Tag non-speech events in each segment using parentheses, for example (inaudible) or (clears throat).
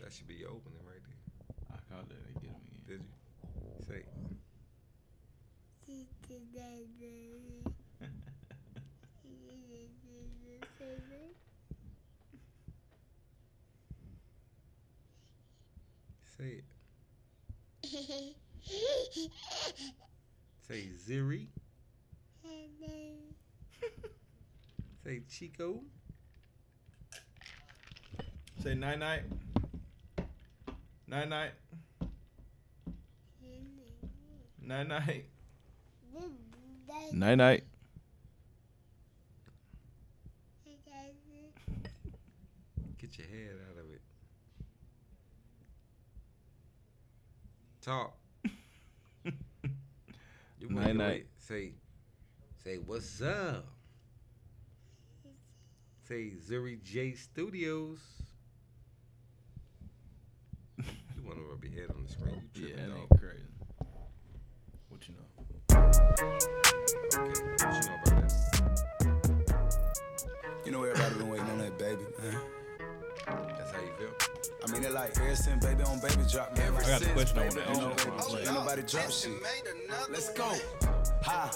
That should be your opening right there. I called that. They get him Did again. you? Say. (laughs) Say it. Say Ziri. Say Chico. Say night night. Night night. Night night. Night night. Get your head out of it. Talk. You wait, Night, you night. wait. Say, say what's up? Say Zuri J Studios. You want to rub your head on the screen? You Yeah, tripping that dog. ain't crazy. What you know? Okay. What you know about that? You know everybody been waiting on that baby, man. That's how you feel. I mean, it like ever since baby on baby drop. Man. Ever I got the since question I baby wanna ask you while I'm on baby drop. playing. Ain't nobody drop shit. Let's go. Hi.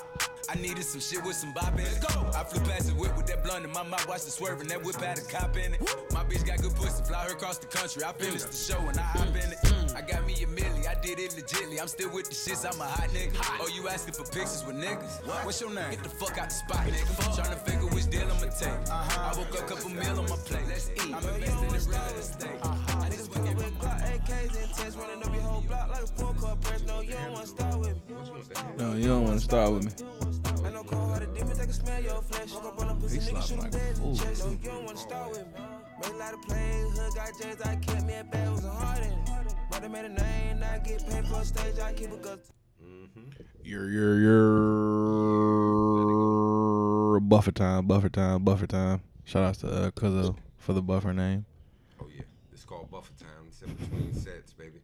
I needed some shit with some bop in it. Go. I flew past the whip with that blunt in my mouth, watched it swerving. That whip had a cop in it. My bitch got good pussy, fly her across the country. I finished the show and I hop in it. I got me a milli, I did it legitly. I'm still with the shits, I'm a hot nigga. Oh, you asking for pictures with niggas? What's your name? Get the fuck out the spot, nigga. Trying to figure which deal I'ma take. I woke up, couple meal on my plate. Let's Uh-huh. eat. I'm investing in real estate. I niggas wake up with Glock AKs and tens running up your whole block like a phone call press. No, you don't wanna start with me. What you want to No, you don't want to start with me. I know cold hearted demons that can smell your flesh. Walk up on a pussy He nigga, slapped shoot him like dead in a the fool. chest. No, you don't wanna start with me. Made a lot of plays, hood got J's, I kept me at bad, was a hard in it. Brother made a name, I get paid for a stage, I keep it good. Mm-hmm. Your your your buffer time, buffer time, buffer time. Shout outs to uh, Cuzzo for the buffer name. Oh yeah, it's called buffer time. It's in between sets, baby.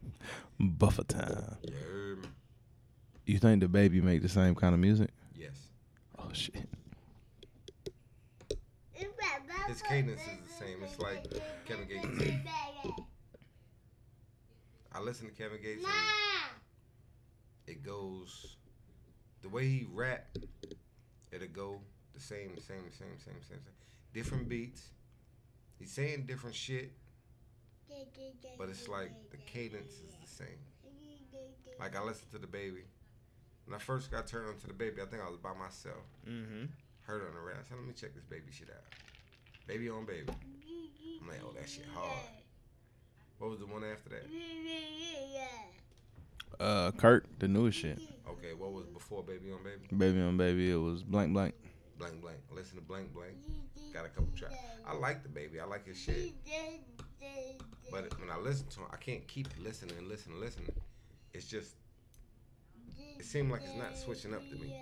Buffer time. Yeah. um, You think the baby make the same kind of music? Yes. Oh shit. His cadence is the same. It's like Kevin Gates. I listen to Kevin Gates. And it goes the way he rap. It'll go the same, same, same, same, same, same. Different beats. He's saying different shit, but it's like the cadence is the same. Like I listened to the baby. When I first got turned on to the baby, I think I was by myself. Mm-hmm. Heard it on the rap. I said, let me check this baby shit out. Baby on baby. I'm like, oh, that shit hard. What was the one after that? Uh, Kurt, the newest shit. Okay, what was before Baby on Baby? Baby on baby, it was blank blank. Blank Blank. Listen to Blank Blank. Got a couple tracks. I like the baby. I like his shit. But when I listen to him, I can't keep listening and listening and listening. It's just, it seemed like it's not switching up to me.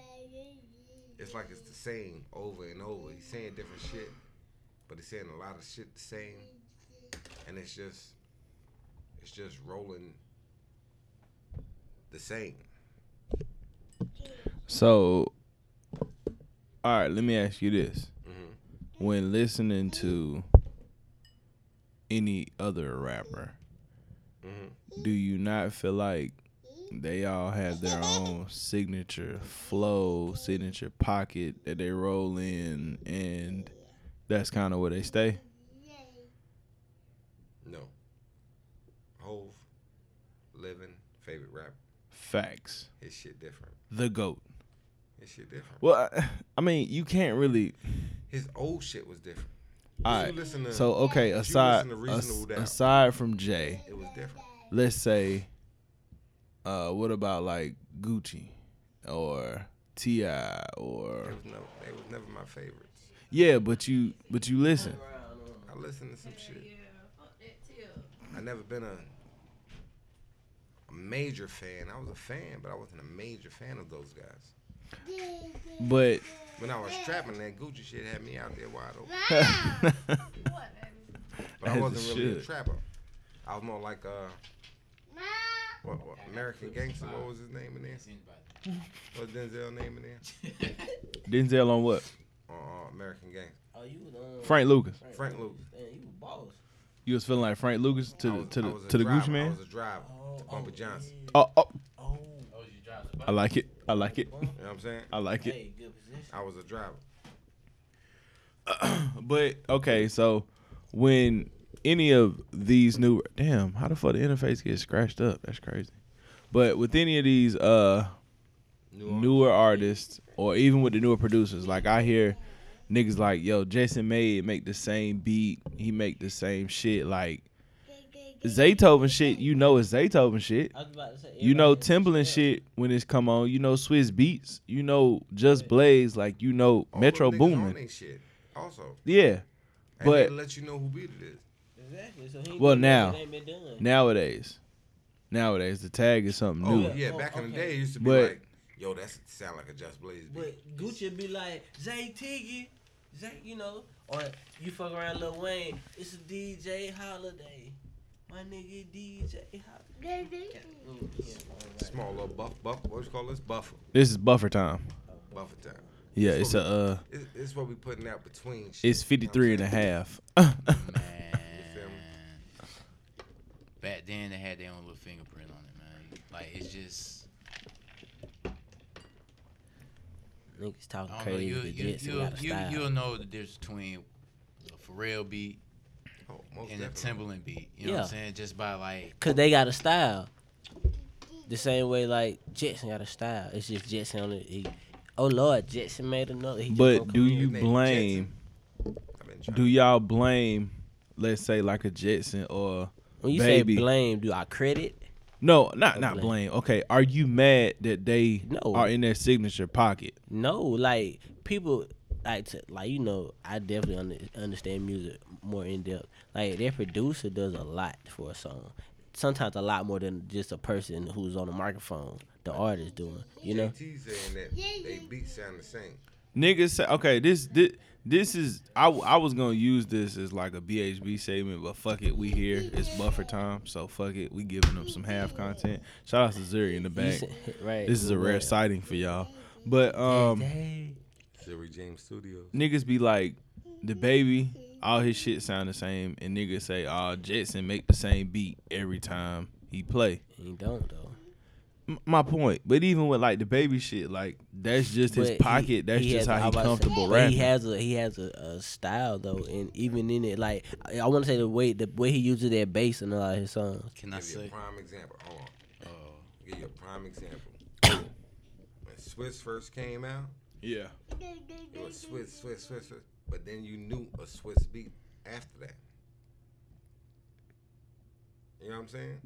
It's like it's the same over and over. He's saying different shit, but he's saying a lot of shit the same. And it's just, it's just rolling the same. So, all right, let me ask you this: hmm When listening to any other rapper, hmm do you not feel like they all have their own signature flow, signature pocket that they roll in, and that's kind of where they stay? No. Hove, living, favorite rap. Facts. His shit different. The goat. His shit different. Well, I, I mean, you can't really. His old shit was different. All You right. listen to, So okay, you aside listen to as- Reasonable Doubt. aside from Jay, it was different. let's say, uh, what about like Gucci or Ti It or was never, they was never my favorites. yeah? But you but you listen. I listened to some shit. Yeah, fuck that too. I never been a, a major fan. I was a fan, but I wasn't a major fan of those guys. (laughs) But (laughs) When I was trapping, that Gucci shit had me out there wide open. What, baby? But I As it wasn't really a should. trapper. I was more like uh, what, what American Gangster. What was his name in there? What was Denzel's name in there? Denzel on what? Uh, uh, American Gangster. Oh, you was um, Frank Lucas. Frank Lucas. Man, you was boss. You was feeling like Frank Lucas to I the was- to I the was a to the driver. Gucci I man. was a driver to Bumper Johnson. Oh, oh, Oh, Oh, you drive the I like it. I like it. You know what I'm saying? I like it. Hey, good position. I was a driver. But okay, so when any of these new damn, how the fuck the interface gets scratched up? That's crazy. But with any of these uh newer artists or even with the newer producers, like I hear niggas like, yo, Jason May make the same beat, he make the same shit. Like (laughs) Zaytoven shit, you know it's Zaytoven shit. I was about to say. You know everybody Timbaland just- shit when it's come on. You know Swiss Beats. You know Just Blaze. Like you know All Metro them niggas on Boomin. they shit also. Yeah, And they But- let you know who beat it is. Exactly. So he Well, knew now. what they been doing. nowadays, nowadays the tag is something Oh new. yeah, Oh, back in the okay. day it used to be But- like, yo, that sound like a Just Blaze beat. But Gucci be like, Zay Tiggy, Zay, you know, or you fuck around Lil Wayne, it's a DJ holiday. My nigga DJ holiday. Ooh, yeah, alright. Small little buff, buff. What you call this? Buffer, This is buffer time. buffer time. Yeah, That's it's a what uh, It's, it's what we putting out between. Shit, it's 53 you and know a what I'm saying? half. (laughs) feel me? Man. Back then they had their own little fingerprint on it, man. Like it's just Niggas talking I don't know, crazy. you but you Jetson you got a you style. you'll know the difference between a Pharrell beat Oh, most and a definitely. Timbaland beat. You know what I'm Yeah. saying? Just by like Cause they got a style. The same way like Jetson got a style. It's just Jetson on it. He, oh Lord, Jetson made another. He just gonna But do come in. you Name blame? I've been trying Do to- y'all blame? Let's say like a Jetson or when you baby. say blame? Do I credit? no, not not blame. blame. Okay, are you mad that they No. are in their signature pocket? No, like people like to, like you know, I definitely under, understand music more in depth. Like their producer does a lot for a song. Sometimes a lot more than just a person who's on the microphone. The artist doing, you know. JT saying that they beat sound the same. Niggas say, okay, this this this is I I was gonna use this as like a BHB segment, but fuck it, we here. It's buffer time, so fuck it. We giving them some half content. Shout out to Zuri in the You back. said- (laughs) right. This is a rare right. sighting for y'all. But um Dang. Jerry James Studios. niggas be like, the baby, all his shit sound the same, and niggas say, oh, Jetson make the same beat every time he play. He don't though. M- my point, but even with like the baby shit, like that's just his But he- pocket. that's he just has- I how was he about to say, comfortable but rapping. He has a he has a, a style though, and even in it, like I, I want to say the way the way he uses that bass in a lot of his songs. can I give you a say prime example. Hold on. uh Oh. Give you a prime (coughs) example. when Swiss first came out, yeah, it was Swiss, Swiss, Swiss, Swiss. But then you knew a Swiss beat after that. You know what I'm saying?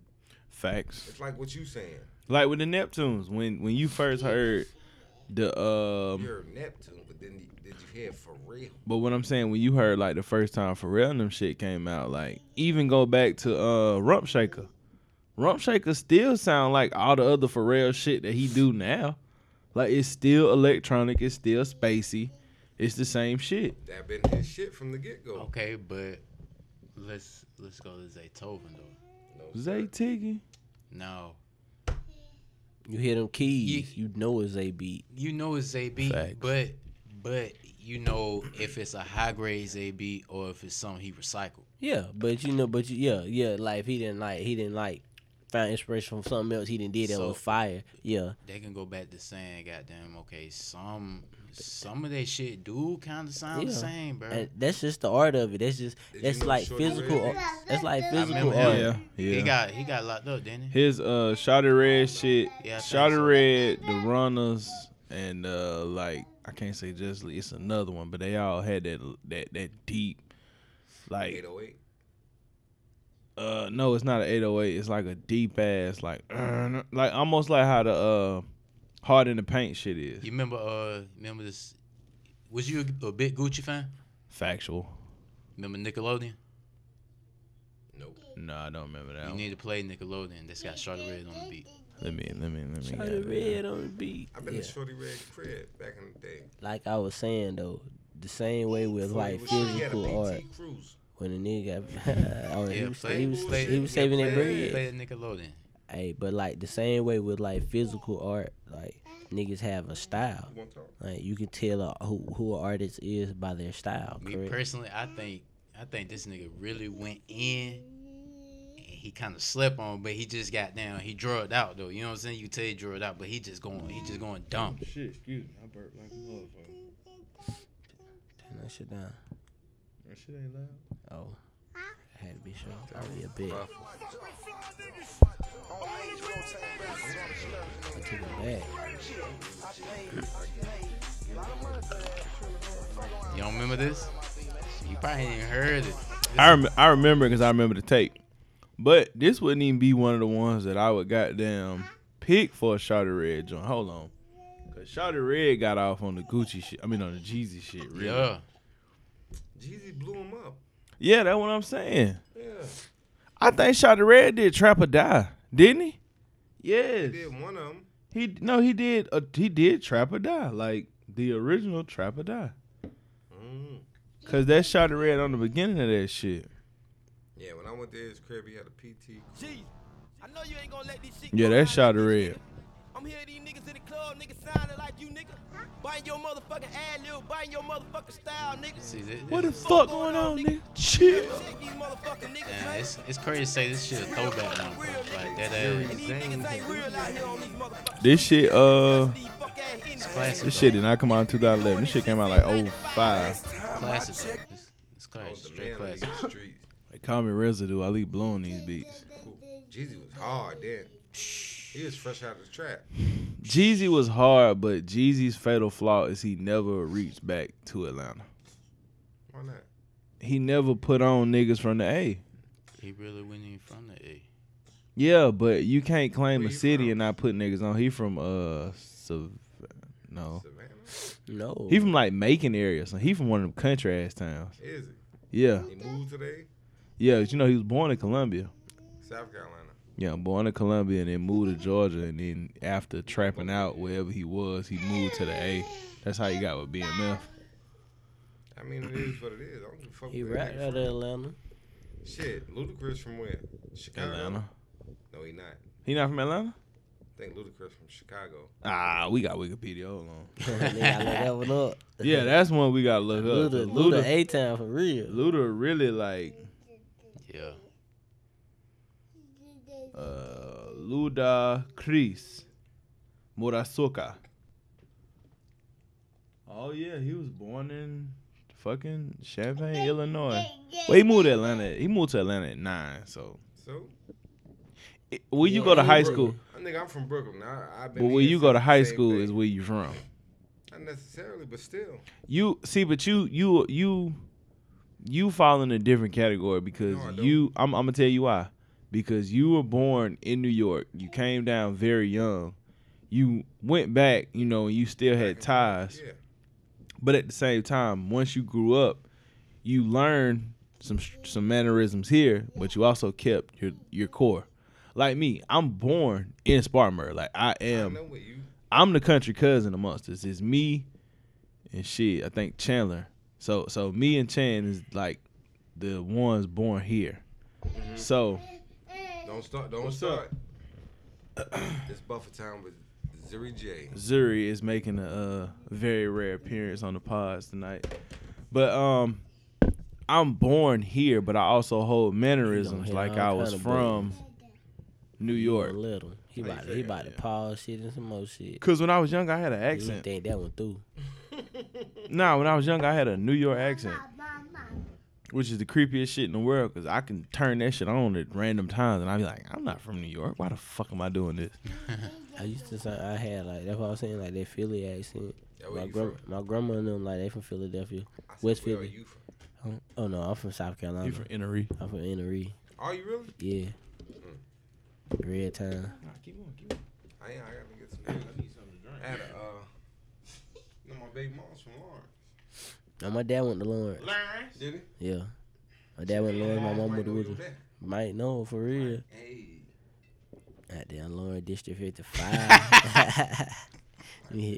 facts. It's like what you saying. Like with the Neptunes, when when you first heard the um, You're Neptune, but then you- did you hear for real? but what I'm saying when you heard like the first time Pharrell and them shit came out, like even go back to uh Rump Shaker. Rump Shaker still sound like all the other Pharrell shit that he do now. Like it's still electronic, it's still spacey, it's the same shit. That been his shit from the get go. okay, but let's let's go to Zaytoven though. Zay Tiggy. No. You hear them keys, you know it's a beat. You know it's A B Facts. but but you know if it's a high grade A B or if it's something he recycled. Yeah, but you know, but you, yeah, yeah, like if he didn't like he didn't like find inspiration from something else he didn't did that So- was fire. Yeah, they can go back to saying, "Goddamn, okay, some some of that shit do kind of sound the Yeah. same, bro." and that's just the art of it. That's just Did you that's know like Shorty Red physical. Lips? art. That's like I physical remember art. him. yeah. Oh, He got he got locked up, didn't he? His uh Shotty Red shit. Yeah, I think Shotty so. Red, the runners, and uh like I can't say just Lee, it's another one, but they all had that that that deep like 808. uh no, it's not an eight oh eight, it's like a deep ass like uh, like almost like how the uh hard in the paint shit is. You remember? Uh, remember this? Was you a, a big Gucci fan? Factual. Remember Nickelodeon? Nope. No, I don't remember that You one. need to play Nickelodeon. That's got Charlotte Red on the beat. let me let me let me Shawty goddamn- Red on the beat. I've been Yeah. to Shorty Red crib back in the day. Like I was saying though, the same way with Before he like was- he had a physical art. PT Cruise. When the nigga got, (laughs) oh, he Yeah, was, play- he was, play- he was yeah, saving that play- bread. Play Nickelodeon. Hey, but like the same way with like physical art, like niggas have a style. You want to talk? Like you can tell uh, who who an artist is by their style. Me correct? personally, I think I think this nigga really went in. and He kind of slept on, but he just got down. He drugged out though. You know what I'm saying? You tell he drugged out, but he just going, he just going dumb. Shit, excuse me. I burped like a motherfucker. Turn that shit down. That shit ain't loud. Oh. I had to be sure. Probably a bit. I took it back. You don't remember this? You probably ain't even heard it. I rem- I remember because I remember the tape. But this wouldn't even be one of the ones that I would goddamn pick for a Shawty Red joint. Hold on, cause Shawty Red got off on the Gucci shit. I mean on the Jeezy shit. Really? Yeah, Yeah. Jeezy blew him up. yeah, that's what I'm saying. Yeah, I think Shawty Red did Trap or Die, didn't he? Yes, he did one of them. he no he did uh, he did Trap or Die like the original Trap or Die. Mm. Cause that Shawty Red on the beginning of that shit. Yeah, when I went to his crib, he had a PT. Jeez, I know you ain't gonna let these shit Yeah, go that by. Shawty Red. I'm here these niggas in the club, niggas sounding like you, nigga. Biting your motherfucking ad lib, biting your motherfucking style, nigga. See, this, What the this, fuck going on, nigga? Chill. Check these motherfucking niggas, yeah, man. it's, it's crazy to say this shit a throwback now. bro. Like that ass. These niggas ain't real out here on these motherfuckers. This shit uh. These fuck ass classic. enemies. This shit did not come out in 2011. This shit came out like 05. Classics. It's, it's Oh, classic. the Straight man of classic. the streets. They call me Residue. I leave blowing these beats. Jeezy was hard then. He was fresh out of the trap. Jeezy was hard, but Jeezy's fatal flaw is he never reached back to Atlanta. Why not? He never put on niggas from the A. He really went in from the A. Yeah, but you can't claim Where a you city from? and not put niggas on. He from uh, Sav- no, Savannah? No. he from like Macon area. So he from one of them country ass towns. Is it? Yeah, He moved today? yeah. 'cause You know he was born in Columbia. South Carolina. Yeah, born in Columbia and then moved to Georgia, and then after trapping out wherever he was, he moved to the A. That's how he got with BMF. I mean, it is what it is. I don't give a fuck. he where rapped uh, nigga out of from. Atlanta. (laughs) Shit, Ludacris from where? Chicago. Atlanta. No, he not. I He not from Atlanta? think Ludacris from Chicago. Ah, we got Wikipedia. Hold on. Nigga, I looked that one up. Yeah, that's one we gotta look up. Luda, 'cause Luda, Luda, A Town for real. Luda really like Yeah. uh, Luda Chris Murasoka. Oh yeah, he was born in fucking Champaign, (laughs) Illinois. Well, he moved to Atlanta. He moved to Atlanta at nine. So So, It- when you Yeah, go to he high was. school, I think I'm from Brooklyn. I, I've been but when here you since go to the high same school thing. is where you from. Not necessarily, but still. You see, but you you you you fall in a different category because No, I don't. you. I'm, I'm gonna tell you why. Because you were born in New York, you came down very young. You went back, you know, and you still had ties. Yeah. But at the same time, once you grew up, you learned some some mannerisms here, but you also kept your your core. Like me, I'm born in Spartanburg. Like I I am know what you. I'm the country cousin amongst us. It's me and shit. I think Chandler. So so me and Chan is like the ones born here. Mm-hmm. So Don't start. Don't What's up? start. this buffer time with Zuri J. Zuri is making a uh, very rare appearance on the pods tonight. But um I'm born here, but I also hold mannerisms have like all I kind was of from New A York. little. Oh, He about to, he about to pause shit and some more shit. Cause when I was young I had an You accent. think that one through? Nah, when I was young I had a New York accent. which is the creepiest shit in the world because I can turn that shit on at random times and i be like, I'm not from New York. Why the fuck am I doing this? (laughs) I used (laughs) to say I had like that's what I was saying like that Philly accent. That where My you grandma, from? my grandma and them like they from Philadelphia. I said, West where are Philly. you from? Oh, Oh no, I'm from South Carolina. You from Innery? I'm from Ennery. Are you really? Yeah. Mm. Red time. Nah, keep on, keep (laughs) on. I ain't. I gotta get some. I need something to drink. At a, uh, no, my baby mom's from Lawrence. Now my dad went to Lawrence. Lawrence? Did he? Yeah. My dad went to Lawrence. My mom went to Woodland. Might know for real. Hey. Goddamn (laughs) Lawrence District (laughs) 55. yeah.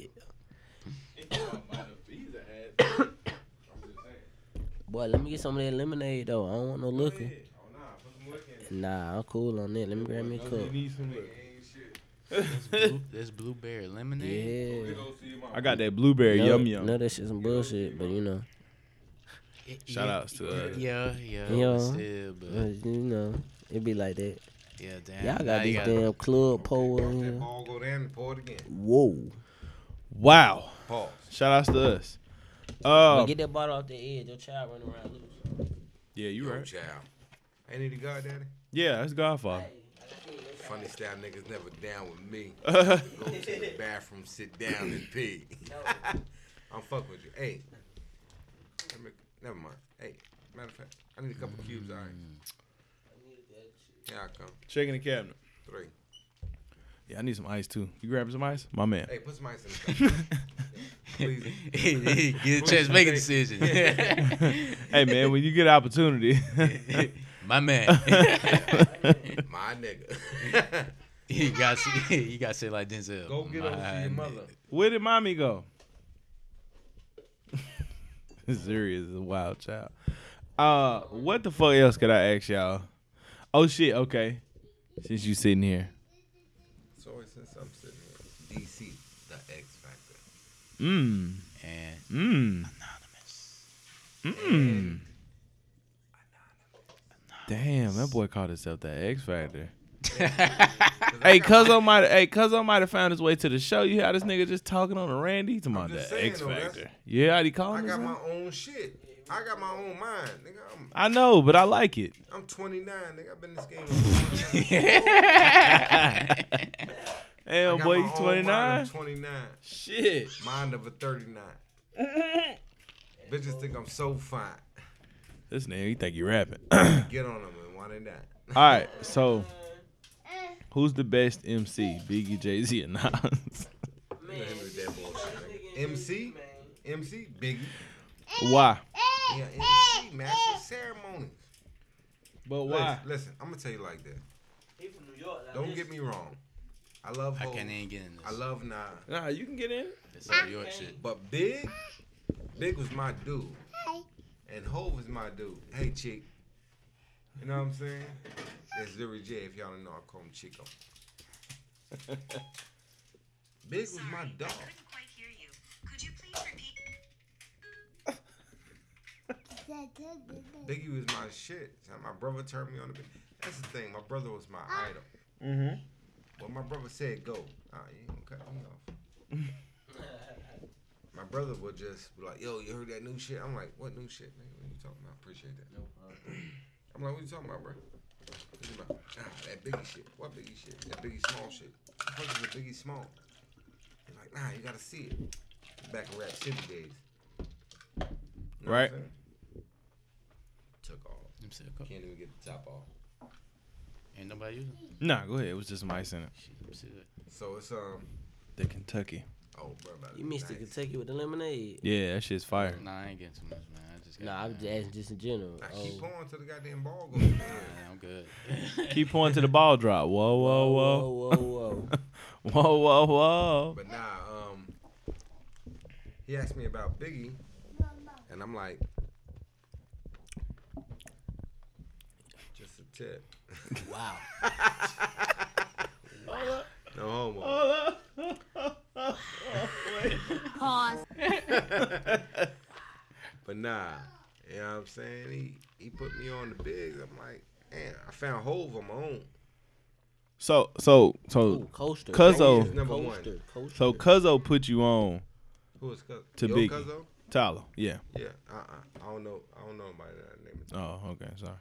Boy, let me get some of that lemonade though. I don't want no liquor. Oh, Nah, I'm cool on that. Let me grab me a cup. Blue, this blueberry lemonade. Yeah. (laughs) I got that blueberry No, yum yum. No, that shit some bullshit, but you know. It Shout outs to uh, Yeah, yeah, Yeah. yeah. Still, Uh, but You know, it be like that. yeah, damn. Y'all now got you these gotta- (laughs) damn club poets. Watch that Oh. ball go down and pour it again. Whoa. Wow. Pause. Shout outs to us. Um, get that bottle off the edge. Your child running around loose. yeah, you Yo, right. child. Ain't it a god daddy? Yeah, that's Godfather. Funny style niggas never down with me. yeah, Go to (laughs) the bathroom, sit down and pee. (laughs) I'm fucking with you. Hey, let me- never mind. Hey, matter of fact, I need a couple cubes. All right. Here I come. (laughs) checking the cabinet. Three. Yeah, I need some ice too. You grabbing some ice, my man. Hey, put some ice in the cup. Please. Get a chance, make a decision. (laughs) (laughs) hey man, when you get an (laughs) opportunity, My man. (laughs) My (laughs) nigga. you got to, (laughs) you got to say like Denzel. Go get My over to your mother. nigga. where did mommy go? (laughs) Zuri is a wild child. Uh, what the fuck else could I ask y'all? Oh shit. Okay, since you sitting here, Sorry, since I'm sitting here. DC, the X Factor. mmm, And mmm, mmm. Damn, that boy called himself the X Factor. Hey, Cuzzo might hey Cuzzo might have found his way to the show. You had this nigga just talking on a Randy talking about I'm just the saying, X though, that's- Factor. Yeah, how he I calling got himself? my own shit. I got my own mind, nigga. I'm, I know, but I like it. I'm 29, nigga. I've been in this game. a (laughs) long time. I Hell, got boy, my you own twenty mind nine. of 29. Shit. Mind of a 39. Bitches think I'm so fine. This nigga, you think you rapping? (clears throat) Get on them and why they not? All right, so who's the best MC, Biggie, Jay Z, or Nas? You (laughs) know him with that bullshit, nigga. MC? MC? Biggie? why? Yeah, MC. Master of Ceremonies. But Listen, listen, I'm going to tell you like this. Don't (laughs) get me wrong. I love I hoes. can't even get in this. I love Nah. Nah, you can get in. It's all your shit. But Big, Big was my dude. And Hove was my dude. Hey, Chick. You know what I'm saying? That's Zuri J. If y'all don't know, I call him Chico. Big was my dog. Biggie was my shit. So My brother turned me on to Big. That's the thing. My brother was my idol. Mm-hmm. Well, my brother said go. Nah, you ain't gonna cut me off. my brother would just be like, "Yo, you heard that new shit?" I'm like, "What new shit, nigga? What you talking about?" Appreciate that. No problem. (clears throat) I'm like, "What you talking about, bro?" He's like, "Ah, that Biggie shit. What Biggie shit? That Biggie Small shit. What the fuck is a Biggie Small?" He's like, "Nah, you gotta see it." Back in Rap City days. You know what I'm Right. saying? Took off. Let me see Oh. a couple. Can't even get the top off. Ain't nobody using it. Nah, go ahead. It was just some ice in it. Shit, let me see that. So it's um. The Kentucky. Oh, bro, about You missed the Kentucky with the lemonade. Yeah, that shit's fire. Nah, I ain't getting too much, man. I just got. Nah, I'm just asking just in general. I Oh, keep going till the goddamn ball goes. in. Nah, I'm (laughs) good. Keep pointing to the ball drop. Whoa, whoa, whoa, whoa, whoa, whoa. whoa, whoa, whoa. but nah, um, he asked me about Biggie, and I'm like, just a tip. wow. No homo. Pause. (laughs) But nah, you know what I'm saying? He he put me on the bigs. I'm like, man, I found Hove on my own. So, so, Ooh, (laughs) so, coaster. Cuzzo. Coaster, Number one. coaster, coaster. so Cuzzo put you on Who is Cuzzo? To Yo Biggie. Cuzzo? Tyler. Yeah. Yeah. Uh. uh I don't know. I don't know nobody that name. Oh, okay. (laughs) Sorry.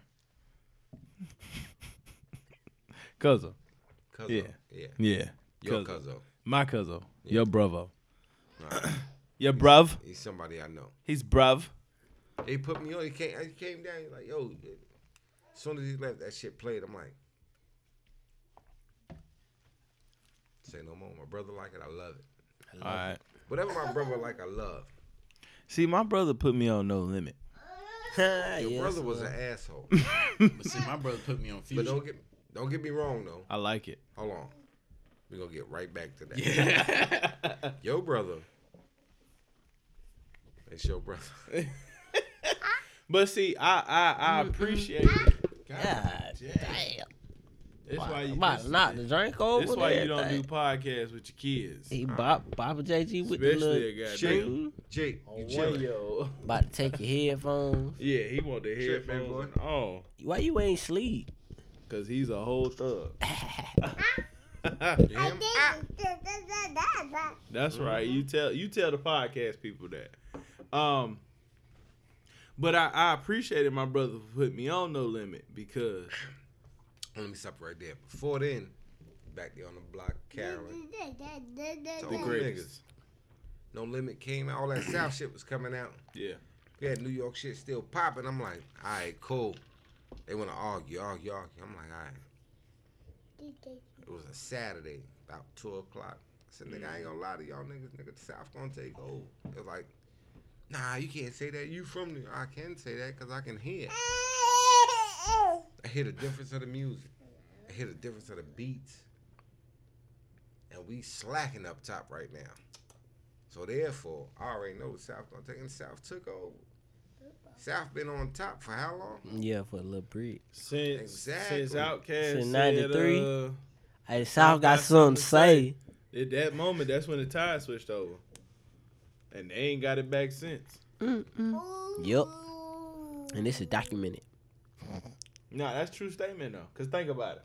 Cuzzo. Cuzzo. Yeah. Yeah. Yeah. Yo Cuzzo. Cuzzo. My Cuzzo. Your brother. Nah, Your bruv. he's somebody I know. He's bruv. He put me on. He came. He came down. He like, yo. As soon as he left, that shit played. I'm like, say no more. My brother like it. I love it. All right. Whatever my brother like, I love. See, my brother put me on No (laughs) Limit. Your (laughs) Yes, brother was well. an (laughs) asshole. But (laughs) see, my brother put me on but future. don't get don't get me wrong though. I like it. Hold on. We gonna get right back to that. (laughs) Your brother. It's your brother. (laughs) But see, I I, I appreciate it. God damn. It's Why, why you- why it's- not the drink over That's why there, you don't do like, podcasts with your kids. He bop bop a JG with the Especially a little goddamn- string. Jake, you On one chilling? year old. About to take your headphones. Yeah, he want the Shit, man, boy. headphones on Why you ain't sleep? (laughs) because he's a whole thug. (laughs) Damn. That's right. You tell you tell the podcast people that. Um, but I, I appreciated my brother for putting me on No Limit because Let me stop right there. Before then, back there on the block, Karen, the Oh, greatest. No Limit came out. All that South shit was coming out. Yeah. We had New York shit still popping. I'm like, all right, cool. They want to argue, argue, argue. I'm like, all right. It was a Saturday, about two o'clock. I said, nigga, I ain't gonna lie to y'all niggas, nigga, the South gonna take over. It was like, nah, you can't say that. You from New I can say that because I can hear. I hear the difference of the music. I hear the difference of the beats. And we slacking up top right now. So therefore, I already know the South gonna take and the South took over. South been on top for how long? Yeah, for a little break. Since Exactly. since Outkast Since said, 93. uh, Hey, South got something to say. at that moment, that's when the tide switched over, and they ain't got it back since. Yep. And this is documented. Nah, that's true statement though. Cause think about it.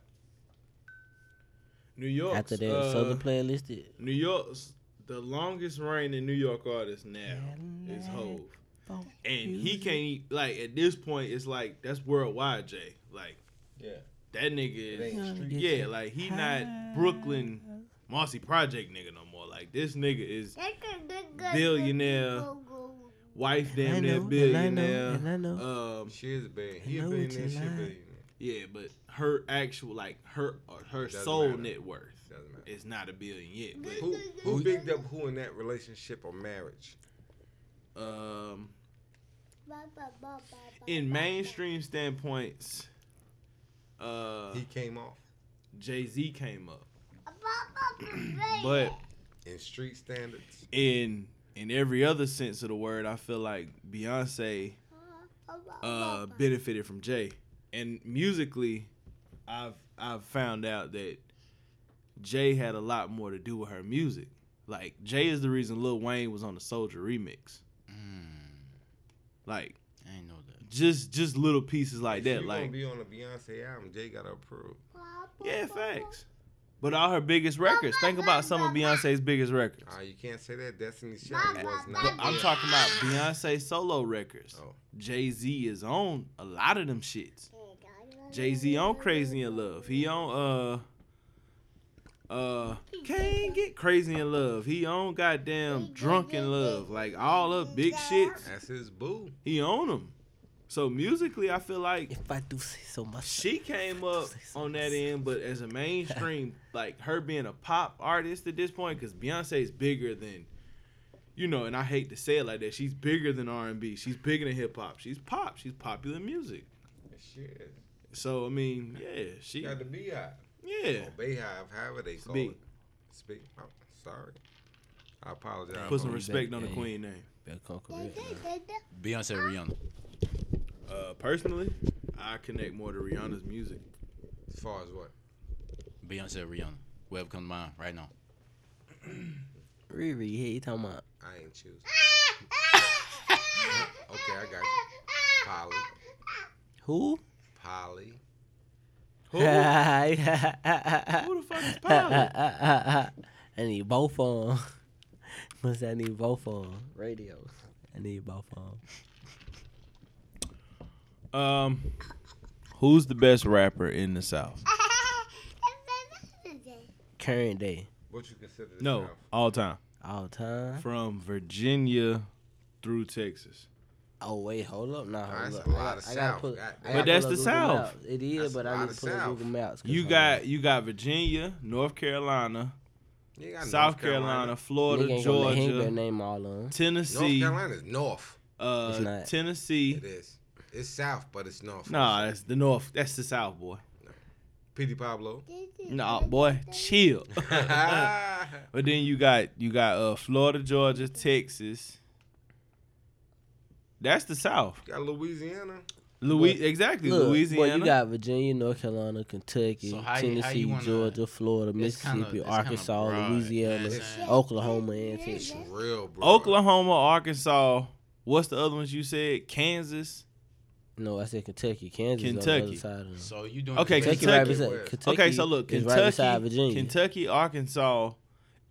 New York. After that, Southern player listed. New York's the longest reigning New York artist now is Hove. And he can't e- like at this point it's like that's worldwide, Jay. Like Yeah. that nigga It ain't is street Yeah, like he not Brooklyn Marcy Project nigga no more. Like this nigga is Billionaire. wife damn near And billionaire. I know. Um She is a billionaire. He I a know it's a billionaire, she a lie. billionaire. yeah, but her actual like her uh, her Doesn't soul matter. net worth Doesn't matter. is not a billion yet. Who who bigged up who in that relationship or marriage? But um (coughs) in mainstream standpoints, uh, He came off Jay Z came up, but in street standards. in in every other sense of the word, I feel like Beyonce uh, benefited from Jay, and musically, I've I've found out that Jay had a lot more to do with her music. Like Jay is the reason Lil Wayne was on the Soldier remix. Like Mm, I ain't know that. just just little pieces like If that. you Like gonna be on a Beyonce album. Jay got to approve. Yeah, facts. But all her biggest records. Think about some of Beyonce's biggest records. Ah, you can't say that. Destiny's Child was not. But I'm Beyonce. talking about Beyonce solo records. Oh. Jay Z is on a lot of them shits. Jay Z on Crazy in Love. He on uh uh can't get Crazy in Love. He on goddamn Drunk in Love. Like all of big shits. That's his boo. He on them. So musically, I feel like If I do say so much. she came up on that end, but as a mainstream, like her being a pop artist at this point, because Beyonce is bigger than, you know, and I hate to say it like that, she's bigger than R and B, she's bigger than hip hop, she's pop, she's popular music. Shit. So I mean, yeah, she, He got the Beehive. yeah, Or Bayhive, however they call Speak. it. Speak. Oh, sorry. I apologize. put some Oh, respect on the Yeah. queen name. Better come (laughs) correct. Beyonce, Rihanna. Uh, personally, I connect more to Rihanna's music. As far as what? Beyonce, Rihanna. Whatever comes to mind right now. Riri, yeah, you talking about? I ain't choose. Okay, I got you. Polly. Who? Polly. Who, (laughs) Who who the the fuck (laughs) is Pilot? I need both on. (laughs) Must I need both on radio? I need both on. Um, who's the best rapper in the South? Current day, What you consider the No, South? all time. all time. From Virginia through Texas. Oh wait, hold up, Nah, nah, hold that's up. a lot of I, gotta South. pull, I God damn. gotta But that's pull the up Google South. Maps. It is, That's but a I lot need of to pull up South. Google Maps. 'cause You hold got on. you got Virginia, North Carolina, You got South North Carolina, Nigga Florida, ain't gonna let- he ain't gonna Georgia, name all of 'em. North Tennessee, Carolina is north. It's uh, not. Tennessee. It is. It's south, but it's north. Nah, that's the North. That's the South, boy. P.D. (laughs) Pablo. (laughs) Nah, boy, chill. (laughs) but then you got you got uh Florida, Georgia, Texas. That's the South. Got Louisiana. Louis, exactly. Look, Louisiana. Well, you got Virginia, North Carolina, Kentucky, So how you- how Tennessee, you wanna- Georgia, Florida, it's kinda- Mississippi, it's kinda Arkansas, broad, you know Louisiana, what I'm saying? Oklahoma, and Texas. It's real, bro. Oklahoma, Arkansas. What's the other ones you said? Kansas. No, I said Kentucky. Kansas Kentucky. is on the other side of So you doing Okay, the best Kentucky. Kentucky, you right can. beside, where? Kentucky. okay, so look, is Kentucky, right beside Virginia. Kentucky, Arkansas,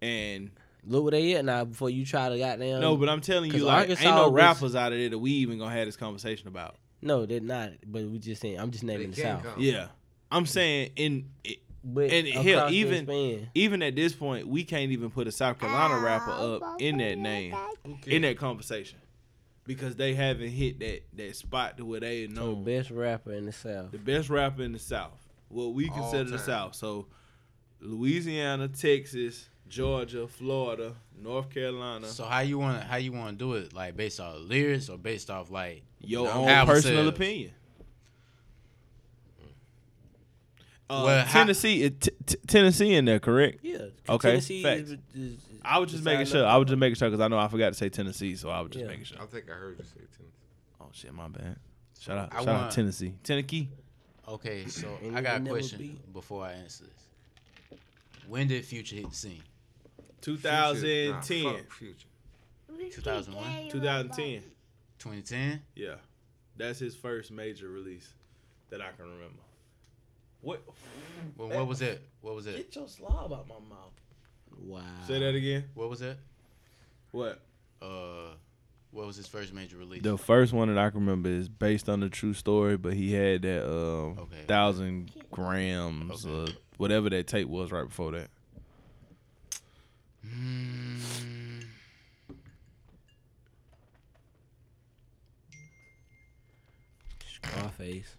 and Look where they at now. Before you try to goddamn no, but I'm telling you, 'cause like, ain't Arkansas no was- rappers out of there that we even gonna have this conversation about. no, they're not. But we just saying. I'm just They naming the can South. come. Yeah, I'm saying in But And hell, across the even- span, even at this point, we can't even put a South Carolina rapper up in that name Who in cares? that conversation because they haven't hit that that spot to where they know the best rapper in the South. the best rapper in the South. What we All consider the time. South. So Louisiana, Texas, Georgia, Florida, North Carolina. So how you want to how you want to do it? Like based off lyrics or based off like your No. own Album personal sales. opinion. Uh, Well, how- Tennessee, it- t- t- Tennessee in there, correct? Yeah. Okay, Tennessee facts. is, is, I was just beside making sure. North I was just making sure because I know I forgot to say Tennessee, so I was just Yeah. making sure. I think I heard you say Tennessee. Oh shit, my bad. Shout out, I shout out want- Tennessee, Tennessee. okay, so And I it got a will never question be. before I answer this. When did Future hit the scene? Future- nah, 2010, fuck Future. 2001? 2010. 2010. Yeah, that's his first major release that I can remember. What? Well, what was it? What was it? Get your slob out my mouth. Wow. Say that again. What was it? What? Uh, what was his first major release? The first one that I can remember is based on the true story, but he had that um Okay. thousand grams Okay. or whatever that tape was right before that. Mm, Scarface.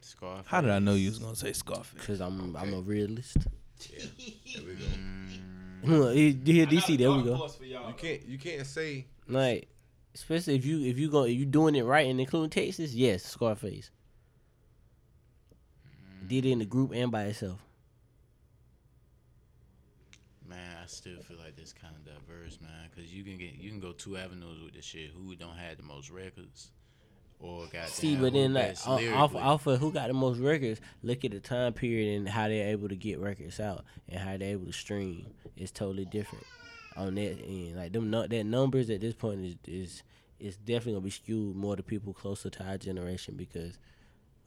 Scarface. How did I know you was gonna say Scarface? Cause I'm I'm a realist. (laughs) There (laughs) we go. Look, he- he- DC. There we go. You can't you can't say Like, especially if you if you go if you doing it right and including Texas, yes, Scarface. Did it in the group and by itself. Man, I still feel like this kind of diverse, man, because you can get you can go two avenues with this shit. Who don't have the most records, or got See, but then uh, like o- off off of who got the most records, look at the time period and how they're able to get records out and how they're able to stream. It's totally different on that end. Like them nu- that numbers at this point is is is definitely gonna be skewed more to people closer to our generation because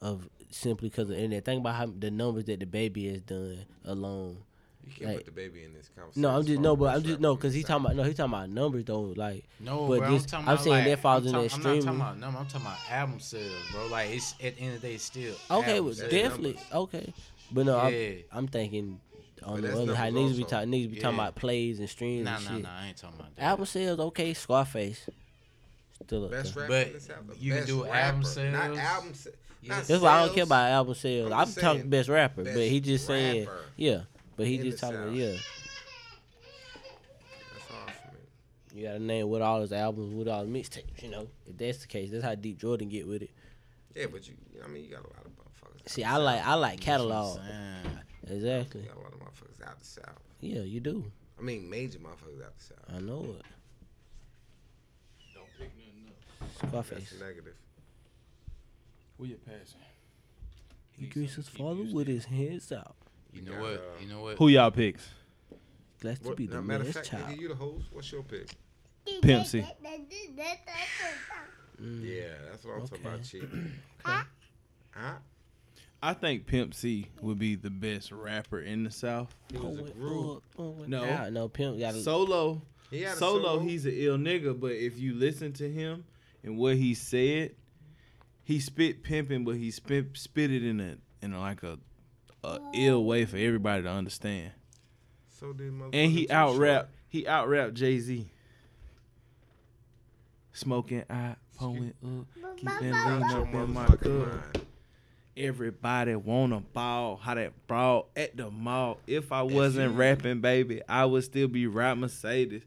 of simply because of the internet. Think about how the numbers that the baby has done alone. you can't Like- put the baby in this conversation. No, I'm just no, but I'm just no, cause he he's talking about no, he's talking about numbers though. Like No, but bro, this- I'm, talking I'm about, saying like, that falls I'm in talk- that I'm not streaming. talking about number. I'm talking about album sales, bro. Like it's at the end of the day, it's still Okay, album well, sales. definitely. Okay, but no, Yeah. I'm, I'm thinking on But the that's other how niggas numbers be also. talking, niggas be talking Yeah. about plays and streams Nah, and nah, shit. nah. I ain't talking about that. Album sales, okay. Scarface, still up best there. rapper in But this album. the you can best do rapper, album Not sales. album sa- Yeah. not That's why I don't sales. care about album I'm sales. I'm, just talking saying, best rapper, but best he just saying, rapper yeah. But he in just the talking, South. yeah. That's all for me. You gotta name what all his albums, what all his mixtapes. You know, if that's the case, that's how deep Jordan get with it. Yeah, but you, I mean, you got a lot of motherfuckers. See, out I the like, I like That's what I'm catalog. saying. South. Exactly. You got a lot of motherfuckers out the south. Yeah, you do. I mean, major motherfuckers out the south. I know it. Don't pick nothing up. Scarface. That's a negative. Where you passing? He greets his father with his hands out. You You know got, what? uh, You know what? Who y'all picks? Glad to What, be the now, matter of man's fact, child. nigga, you the host. What's your pick? Pimp C. Yeah, that's what I'm talking about, Mm. Okay. chief. (clears throat) Huh? I think Pimp C would be the best rapper in the South. He was a Going groove. up, going No. down. no, pimp got a Solo, He had a solo, he's an ill nigga, but if you listen to him and what he said, he spit pimping, but he spit spit it in a in a, like a, a ill way for everybody to understand. so did motherfucking And he Too out rap Short. he out rap Jay Z. Smoking I pulling up, keeping lean Out your up in my motherfucking cup. mind. Everybody wanna ball, how that brawl at the mall. If I wasn't rapping, baby, I would still be right Mercedes.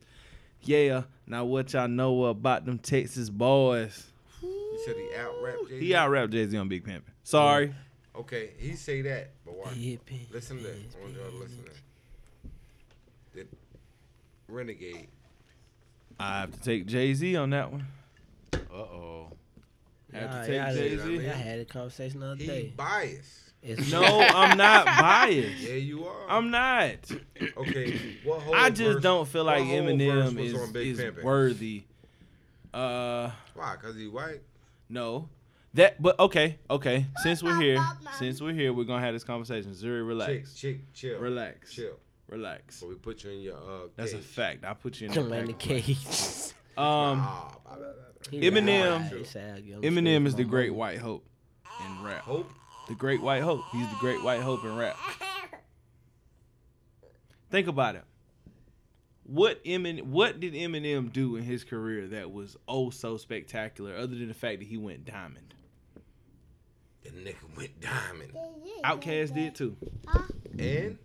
Yeah, now what y'all know about them Texas boys? You said he out rap Jay. He out rapped Jay Z on Big Pimpin. Sorry, Okay, he say that, but watch. hit pin. Listen to that. I want y'all to listen to that. That Renegade. I have to take Jay Z on that one. Uh oh. Have Nah, to take y'all- Jay Jay-Z. y'all had a conversation the other He day. biased. It's (laughs) No, I'm (laughs) not biased. Yeah, you are. I'm not. okay. (coughs) What whole I just verse- don't feel what like whole verse Eminem was on Big is, is Pimpin'? worthy. Uh, Why? Cause he white. no. That, but okay, okay. Since we're here, since we're here, we're gonna have this conversation. Zuri, relax, Chick, chick, chill. relax, Chill. relax. So we put you in your uh. That's a cage. fact. I put you in I'm in the the pack. cage. Um, Ah, blah, blah, blah, blah. (laughs) He Eminem- lied. He said, I'm scared Eminem for is my the mama. great white hope in rap. Hope. The great white hope. He's the great white hope in rap. Think about it. What Emin, what did Eminem do in his career that was oh so spectacular, other than the fact that he went diamond? The nigga went diamond. Outkast did too. And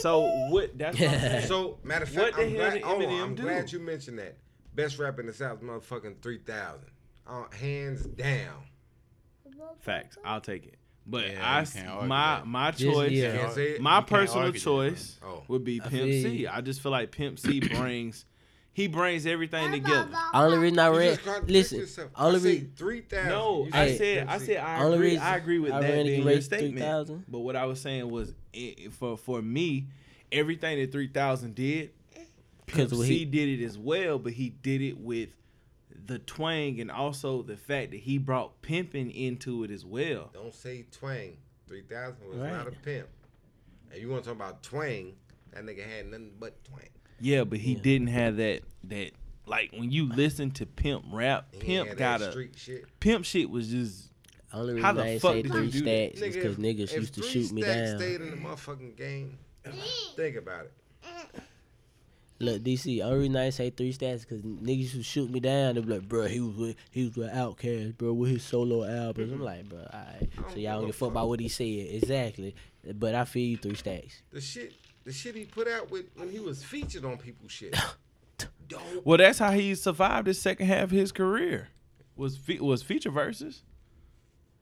So what? That's what I'm (laughs) saying. so matter of What fact, the I'm, hell glad, did hold on, Eminem I'm do? glad you mentioned that. Best rap in the South, motherfucking three thousand. Uh, hands down. facts. I'll take it. But Yeah, I you s can't argue my that. my Just- choice, yeah. Can't say it. my You can't personal argue that, choice bro. Oh. would be I Pimp feel C. you. I just feel like Pimp C brings he brings everything together. Only reason I You read, just contradict listen. yourself. I Only say reason three thousand. No, You I Hey, said I Pepsi. said I Only agree. reason I agree with I that ran being against your 3000. statement. But what I was saying was it, for for me, everything that three thousand did, Pimp 'Cause what C he- did it as well, but he did it with the twang and also the fact that he brought pimping into it as well. Don't say twang. Three thousand was Right. not a pimp. And you want to talk about twang? That nigga had nothing but twang. Yeah, but he Yeah. didn't have that that like when you listen to Pimp rap, He ain't Pimp had got that a street shit. Pimp shit was just Only How reason the I ain't fuck say did three you do that? stacks is because niggas used to Three shoot me Stacks down. Stayed in the motherfucking game. Think about it. Look, DC, only reason I ain't say three stats because niggas used to shoot me down. They be like, bro, he was with he was with Outkast, bro, with his solo albums. I'm like, bro, alright. So y'all don't give a fuck about what he said exactly. But I feel you three stacks. The shit, the shit he put out with when he was featured on people's (coughs) shit. Don't well. That's how he survived his second half of his career. Was fe- was feature verses.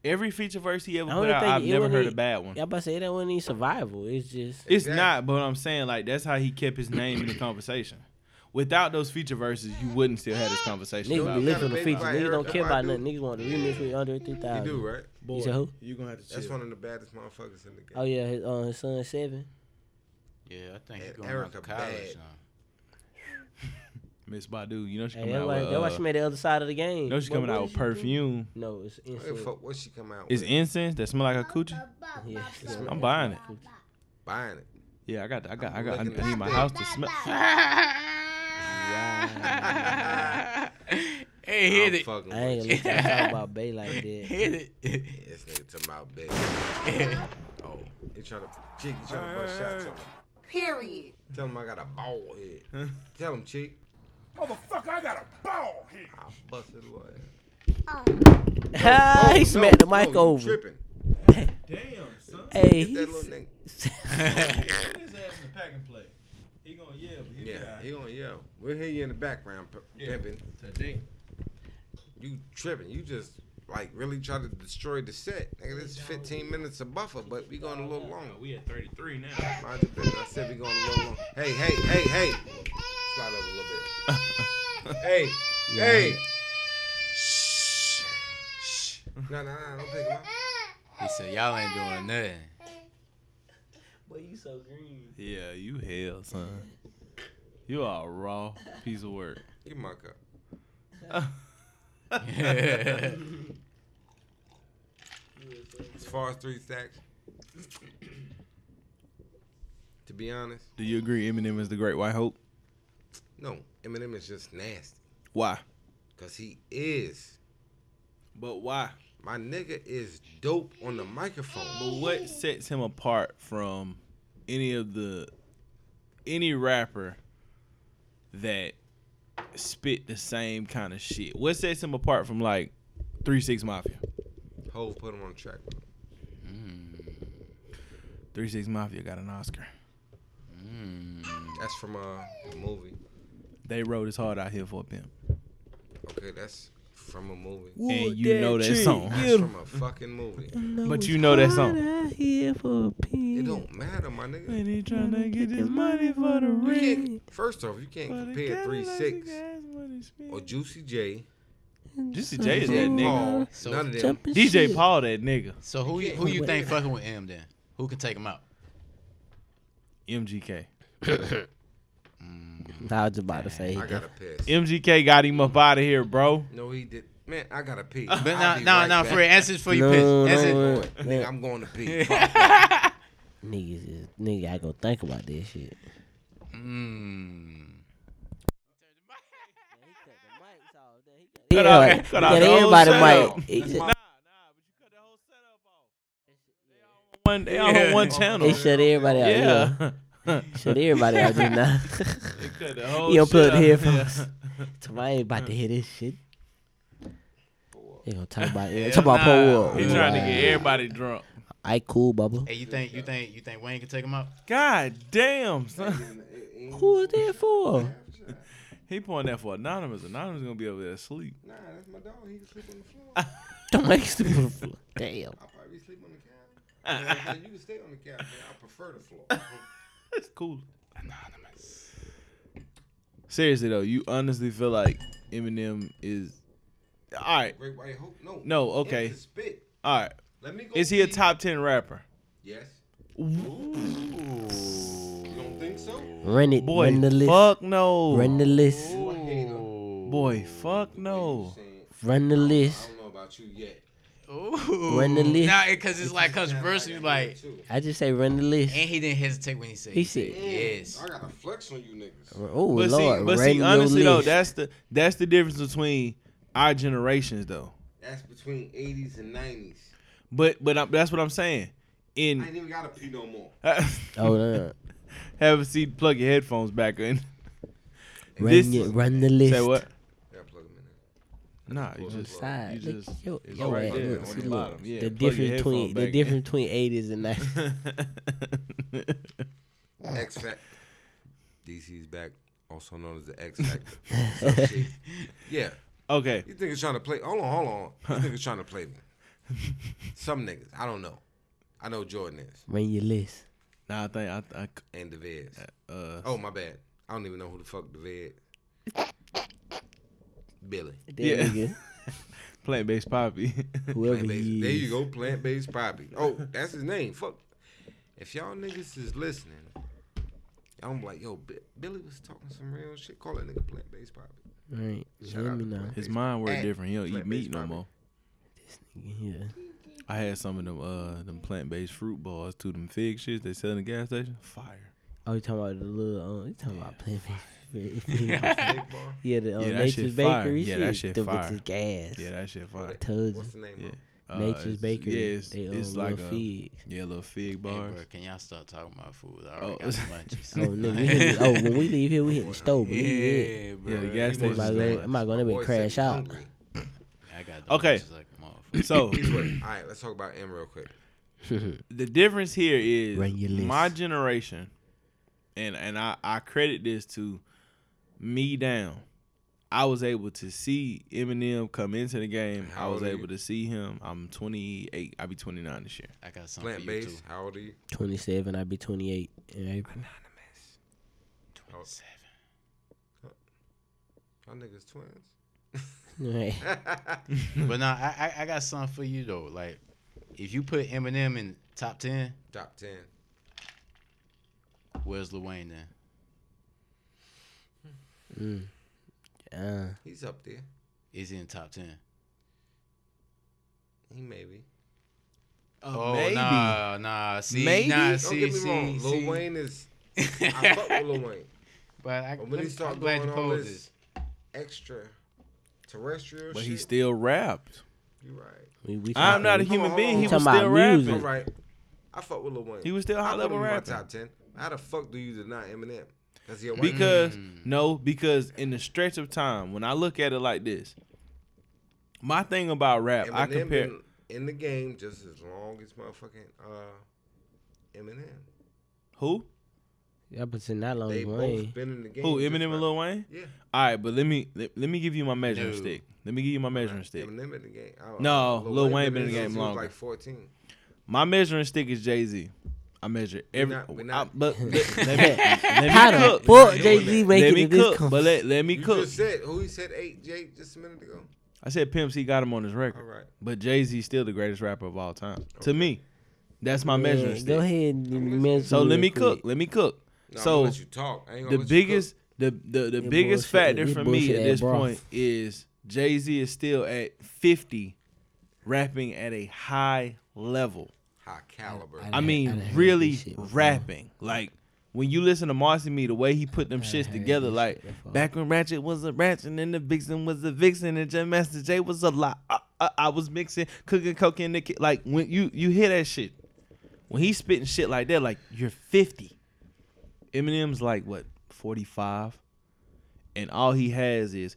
Every feature verse he ever I put only out, think I've it never wasn't heard a even- bad one. Y'all about to say that wasn't even survival. It's just It's Exactly. not, but I'm saying like that's how he kept his name in the conversation. Without those feature verses, you wouldn't still have this conversation. niggas about be you it. got a living on the baby features. by Niggas don't Erica care about Badu. nothing. Niggas want to remix with under three you thousand. do right? You said who? You gonna have to That's one of the baddest motherfuckers in the game. Oh yeah, his uh, his son seven. Yeah, I think And he's going out Erica to college bad. now. Miss Badu. You know she Hey, coming that's out why, with. that's why Uh, she made the other side of the game. you know she coming out with perfume. No, it's I don't give a insane. fuck what she come out It's with. incense that smell like a coochie. Yeah. I'm buying it. Buying it. Yeah, I got, I got, I I'm got. I looking at need my that. house to (laughs) smell. hey, hit I'm it. fucking I ain't with you. gonna let y'all talk about (laughs) Bay like that. Hit it. This nigga talking about (laughs) big. Oh, you trying to, chick, you trying to put shots on him. Period. Tell him I got a bald head. Tell him, chick. Motherfucker, I got a bald head. I busted his ass. Ah, (laughs) he No, smacked the no, mic you over. Tripping. Damn, son. Get Hey, that he's- little nigga. Put his ass in the pack and play. He gonna yell. but he Yeah, be he gonna yell. We'll hear you in the background, p- Yeah. pimping. alright today. You tripping. You just like really try to destroy the set. Nigga, this is 15 minutes of buffer, but we going a little longer. We at 33 now. Mind your business. I said we going a little longer. Hey, hey, hey, hey. Slide up a little bit. hey, hey. Shh. Shh. No, no, no. Don't pick him up. He said, y'all ain't (laughs) doing nothing. Boy, you so green. (laughs) Yeah, you hell, son. You are a raw piece of work. Give my cup. As far as three stacks, to be honest, Do you agree Eminem is the great white hope? no. Eminem is just nasty. Why? Because he is. But why? My nigga is dope on the microphone. But what sets him apart from any of the any rapper that spit the same kind of shit? What sets him apart from like Three Six Mafia? Ho put him on the track. with him. Three Six Mafia got an Oscar. That's from uh, a movie. They wrote his heart out here for a pimp. Okay, that's from a movie. (laughs) and you know that song. That's from a fucking movie. But you know that song. I here for a pin. It don't matter, my nigga. And he trying to get his money for the You ring. can't, first off, you can't compare 3 6 or Juicy J Juicy Oh, J is that nigga. (laughs) Paul, So- none of them. Jumping DJ shit. Paul that nigga. So who you, who you think fucking with M then? Who can take him out? MGK. I was about to say. I gotta piss. MGK got him up out of here, bro. no, he did. Man, I gotta pee. (laughs) But I'll no, be no, right no, back. Fred, answer this for you, No, bitch. Answer no, it. wait. Nigga, I'm going to (laughs) pee. Niggas is nigga. I go think about this shit. Mm. Cut out- Yeah, cut yeah, out the whole everybody setup. (laughs) might. It, Nah, nah, but you cut the whole setup off. They all on one, they all on one channel. it shut everybody out. Yeah, yeah. shut everybody out just now. (laughs) (laughs) They cut the whole He unplugged the shit out. headphones. (laughs) Somebody ain't about to hear this shit. They gonna talk about it. talk Hell about Paul. nah. He trying to get everybody drunk. I cool, Bubba. Hey, you think you think you think Wayne can take him out? God damn, son. Who is that for? (laughs) He pointing that for Anonymous. Anonymous gonna be over there asleep. Nah, that's my dog. He can sleep on the floor. I'll Don't make us sleep on the floor. Damn. probably sleep on the couch. Yeah, you can stay on the couch, man. I prefer the (laughs) floor. It's cool. Anonymous. Seriously though, you honestly feel like Eminem is all right. Great White Hope? No. No, It's okay. the spit. All right. Let me go Is he a pee. top ten rapper? Yes. You don't think so? Run it. Boy, run the list. fuck no. Run the list. I hate him. Boy, fuck no. Run the I list. don't know about you yet. Ooh. Run the list. Nah, because it's like controversial. Like, Too. I just say run the list. and he didn't hesitate when he said. He it. said- yes. I gotta flex on you niggas. Oh But lord. see, but run see, your honestly list. though, that's the that's the difference between our generations though. That's between 80s and 90s. But but I, that's what I'm saying. I In ain't even gotta pee no more. (laughs) oh no. have a seat, plug your headphones back in. Run, This- your, run the list. Say what? Yeah, plug him in there. Nah, Pull you the just plug. Side. You Look, just- yo, it's yo, right ass. there Look, on see, the look. bottom. Yeah, the plug your difference between headphone back the in. difference between eighties and (laughs) nineties. X Factor. DC's back, also known as the (laughs) X Factor. Some shit. yeah. okay, You think it's trying to play? Hold on, hold on. You think it's trying to play me? Some niggas. I don't know. I know Jordan is Run your list. nah, I think I, I c- and DeVez. uh, Oh, my bad. I don't even know who the fuck DeVez. Billy. That Yeah. nigga, plant based poppy. (laughs) whoever Plant he based. is. There you go, plant based poppy. Oh, that's his name. Fuck. If y'all niggas is listening, I'm like, yo, Bi- Billy was talking some real shit. Call that nigga plant based poppy. Right. Shout Let out me to know. Plant. His mind work Hey, different. He don't eat plant-based meat no poppy. more. Yeah. I had some of them uh them plant based fruit balls to them fig shits they sell in the gas station. Fire. Oh, you talking about the little? Um, you talking about plant (laughs) based? (laughs) Big bar. yeah, the um, Yeah, that Nature's shit Bakery fire. Yeah, shit. that shit the, fire. With the gas. Yeah, that shit fire. Told you. What's the name Yeah. of it? Uh, Nature's it's- Bakery. Yeah, it's, they it's um, like little a (laughs) fig. yeah little fig Hey, bro, bars. can y'all start talking about food? I Oh. already (laughs) got some munchies. Oh, (laughs) nigga, we hit the- oh, when we leave here, (laughs) we hit the store. But yeah. yeah, bro. Yeah, the gas I'm station. about to go- I'm about to go there and Boy said crash he out. hungry. oh. I got those Okay. munchies like a (coughs) motherfucker. So All right, let's talk about M real quick. the difference here is Run your list. my generation, and and I, I credit this to me down. I was able to see Eminem come into the game. How I was old are able you? to see him. I'm 28. I'll be 29 this year. I got some for Plant you too. based. How old are you? 27, I'd be 28 in April. Oh. Seven. Y'all niggas twins. (laughs) (laughs) Right. But no, I, I I got some for you though. Like, if you put Eminem in top ten, Top ten. where's Lil Wayne then? Uh, He's up there. Is he in top ten? He maybe. Oh Uh, maybe. nah, nah. See, Maybe? nah, Don't Don't see, get me see, wrong. Lil see. Wayne (laughs) is. I fuck with Lil Wayne. But I, But when he I'm- start I'm glad going you all posed this this. extra terrestrial But shit, he still rapped. you right. we, we I'm talking- Hold not a on, human hold being. on. He was Talking about still rapping. music. All right. I fuck with Lil Wayne. He was still I put high-level him in my rapping. Top ten. How the fuck do you deny Eminem? Cause he a white Because Mm. no, because in the stretch of time, when I look at it like this, my thing about rap, man. Eminem I compare. been in the game just as long as motherfucking uh, Eminem. Who? Yeah, but it's not long They as both Wayne. been in the game. Who? just Eminem and like- Lil Wayne? Yeah. All right, but let me let, let me give you my measuring No. stick. Let me give you my measuring stick. Eminem in the game. I uh, don't- No, Lil Wayne been in the since game he was longer. Like fourteen. My measuring stick is Jay Z. I measure every. not- we I- not- (laughs) but let, let me, let me How the cook. fuck Doing Jay Z that. Let making me it this cook. com- But let, let me You cook. just said who he said eight Jay just a minute ago. I said Pimp C got him on his record. All right. But Jay Z still the greatest rapper of all time. To me, that's my measuring Go stick. ahead and mention So let real me quick. cook. Let me cook. No, I'm so gonna let you talk. I ain't gonna the let you cook. biggest the the, the Your biggest bullshit- factor your for me bullshit at ass this broth. point is Jay Z is still at fifty, rapping at a high level. high caliber. I done- I mean, done heard really this shit before. rapping. Like when you listen to Marcy Me, the way he put them shits heard together, this like shit before. back when Ratchet was a ratchet and the Vixen was a vixen and Jam Master J was a lot. I, I, I was mixing cooking coke and the ki- like when you you hear that shit, when he spitting shit like that, like you're fifty. Eminem's like what forty five. And all he has is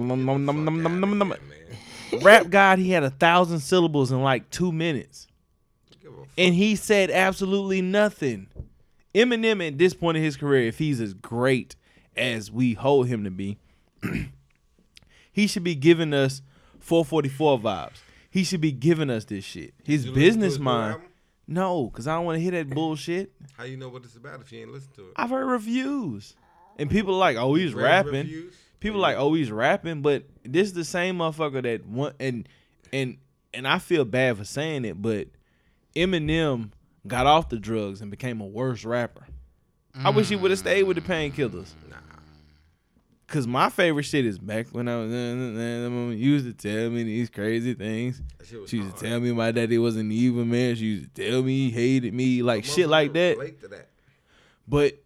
man. rap god he had a thousand syllables in like two minutes Give a and he said absolutely nothing eminem at this point in his career if he's as great as we hold him to be (clears throat) he should be giving us 444 vibes he should be giving us this shit his listen to business his new mind album? no because i don't want to hear that bullshit How you know what it's about if you ain't listen to it? i've heard reviews and people like oh he's Read rapping reviews? People like, oh, he's rapping, but this is the same motherfucker that one and and and I feel bad for saying it, but Eminem got off the drugs and became a worse rapper. I wish he would have stayed with the painkillers. Nah. Cause my favorite shit is back when I was you used to tell me these crazy things. That shit was She used to hard. tell me my daddy was an evil man. She used to tell me he hated me, like shit like Motherfucker that. Relate to that. But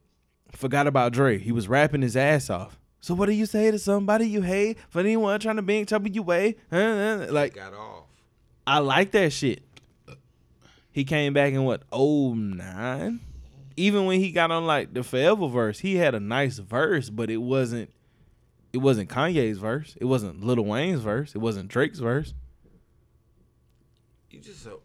forgot about Dre. He was rapping his ass off. So what do you say to somebody you hate for anyone trying to be in trouble you way? Huh, huh, Like Got off. I like that shit. He came back in what oh nine. Even when he got on like the Forever verse, he had a nice verse, but it wasn't. It wasn't Kanye's verse. It wasn't Lil Wayne's verse. It wasn't Drake's verse. You just a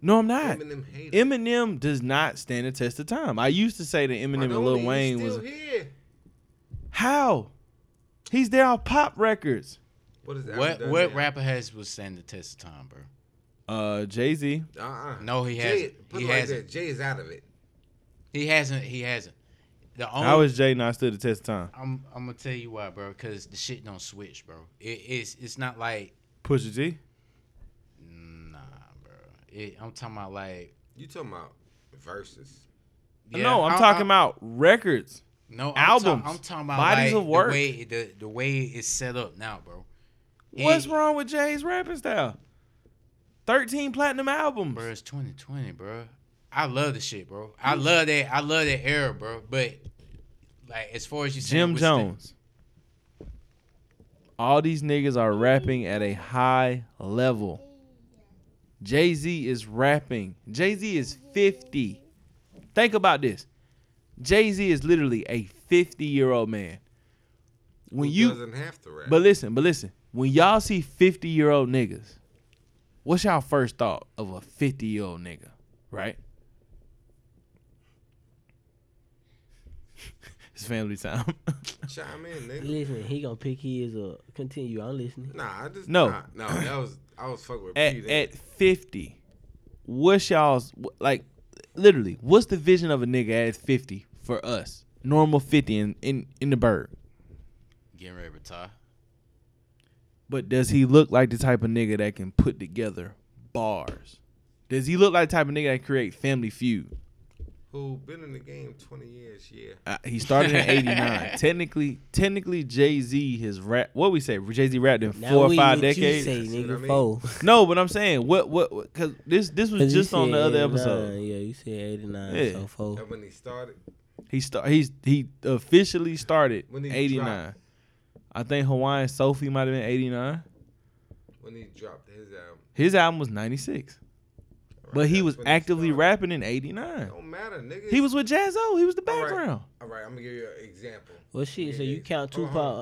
No, I'm not. Eminem hater. Eminem does not stand the test of time. I used to say that Why Eminem and don't Lil he? He's Wayne was still here. How? He's there on pop records. What is that? What what rapper has withstand the test of time, bro? Uh, Jay Z. Uh uh No, he hasn't. Put He it like hasn't. that. Jay is out of it. He hasn't. He hasn't. The only How is Jay not stood the test of time? I'm I'm gonna tell you why, bro. Because the shit don't switch, bro. It, it's it's not like Pusha T. nah, bro. It, I'm talking about like You talking about verses? yeah, no, I'm I- talking I- about records. No I'm albums, Ta- I'm talking about bodies like, of work. The way, the, the way it's set up now, bro. What's It- wrong with Jay's rapping style? Thirteen platinum albums. bro? It's 2020, bro. I love the shit, bro. I love that. I love that era, bro. But like, as far as you saying Jim what's the- Jones. All these niggas are rapping at a high level. Jay Z is rapping. Jay Z is 50. Think about this. Jay Z is literally a 50 year old man. When Who you doesn't have to rap. But listen, but listen. When y'all see 50 year old niggas, what's y'all first thought of a 50 year old nigga, right? (laughs) it's family time. (laughs) chime in, nigga. Listen, he gonna pick his up. Continue. I'm listening. Nah, I just No. Nah, no, (clears throat) that was I was fucking with at, P then. at 50, what's y'all's, wh- like, literally, what's the vision of a nigga at 50 for us? Normal 50 in, in, in the bird. getting ready to retire. But does he look like the type of nigga that can put together bars? Does he look like the type of nigga that create family feud? Who been in the game twenty years? Yeah. Uh, he started (laughs) in '89. technically, technically, Jay Z has rap. What we say? Jay Z rapped in Now four or we five what you decades. say, That's what I nigga, mean. four. No, but I'm saying what what because this this 'Cause was (laughs) (laughs) you just on said the other 89. episode. Yeah, you said 89, Yeah. so four. And when he started, uh, He start he's he officially started When he '89. dropped. I think Hawaiian Sophie might have been '89. when he dropped his album, His album was '96, but he that's was when actively started. rapping in '89. Don't matter, nigga. He was with Jazzo. He was the All right. background. All right, I'm gonna give you an example. Well, shit, so Yeah, Uh-huh. you yeah. count Hold on, hold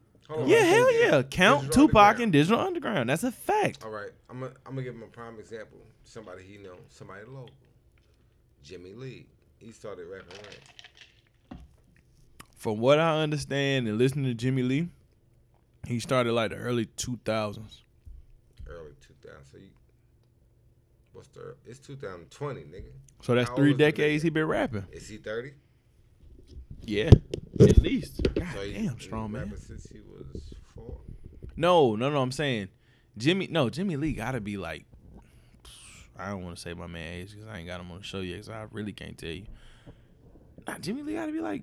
Tupac. Hold on, Yeah, I'm gonna hell give you yeah. Count Digital Tupac Underground. and Digital Underground. That's a fact. All right, I'm gonna I'm gonna give him a prime example. Somebody he know, somebody local. Jimmy Lee. He started rapping when? From what I understand and listening to Jimmy Lee, he started like the early 2000s. early 2000. So you, what's the? It's 2020, nigga. So that's How three old is the decades nigga? he been rapping. Is he 30? Yeah. At least. God he's damn, been strong man. rapping Since he was four. No, no, no. I'm saying Jimmy. No, Jimmy Lee gotta be like. I don't want to say my man age because I ain't got him on the show yet. So I really can't tell you. Nah, Jimmy Lee gotta be like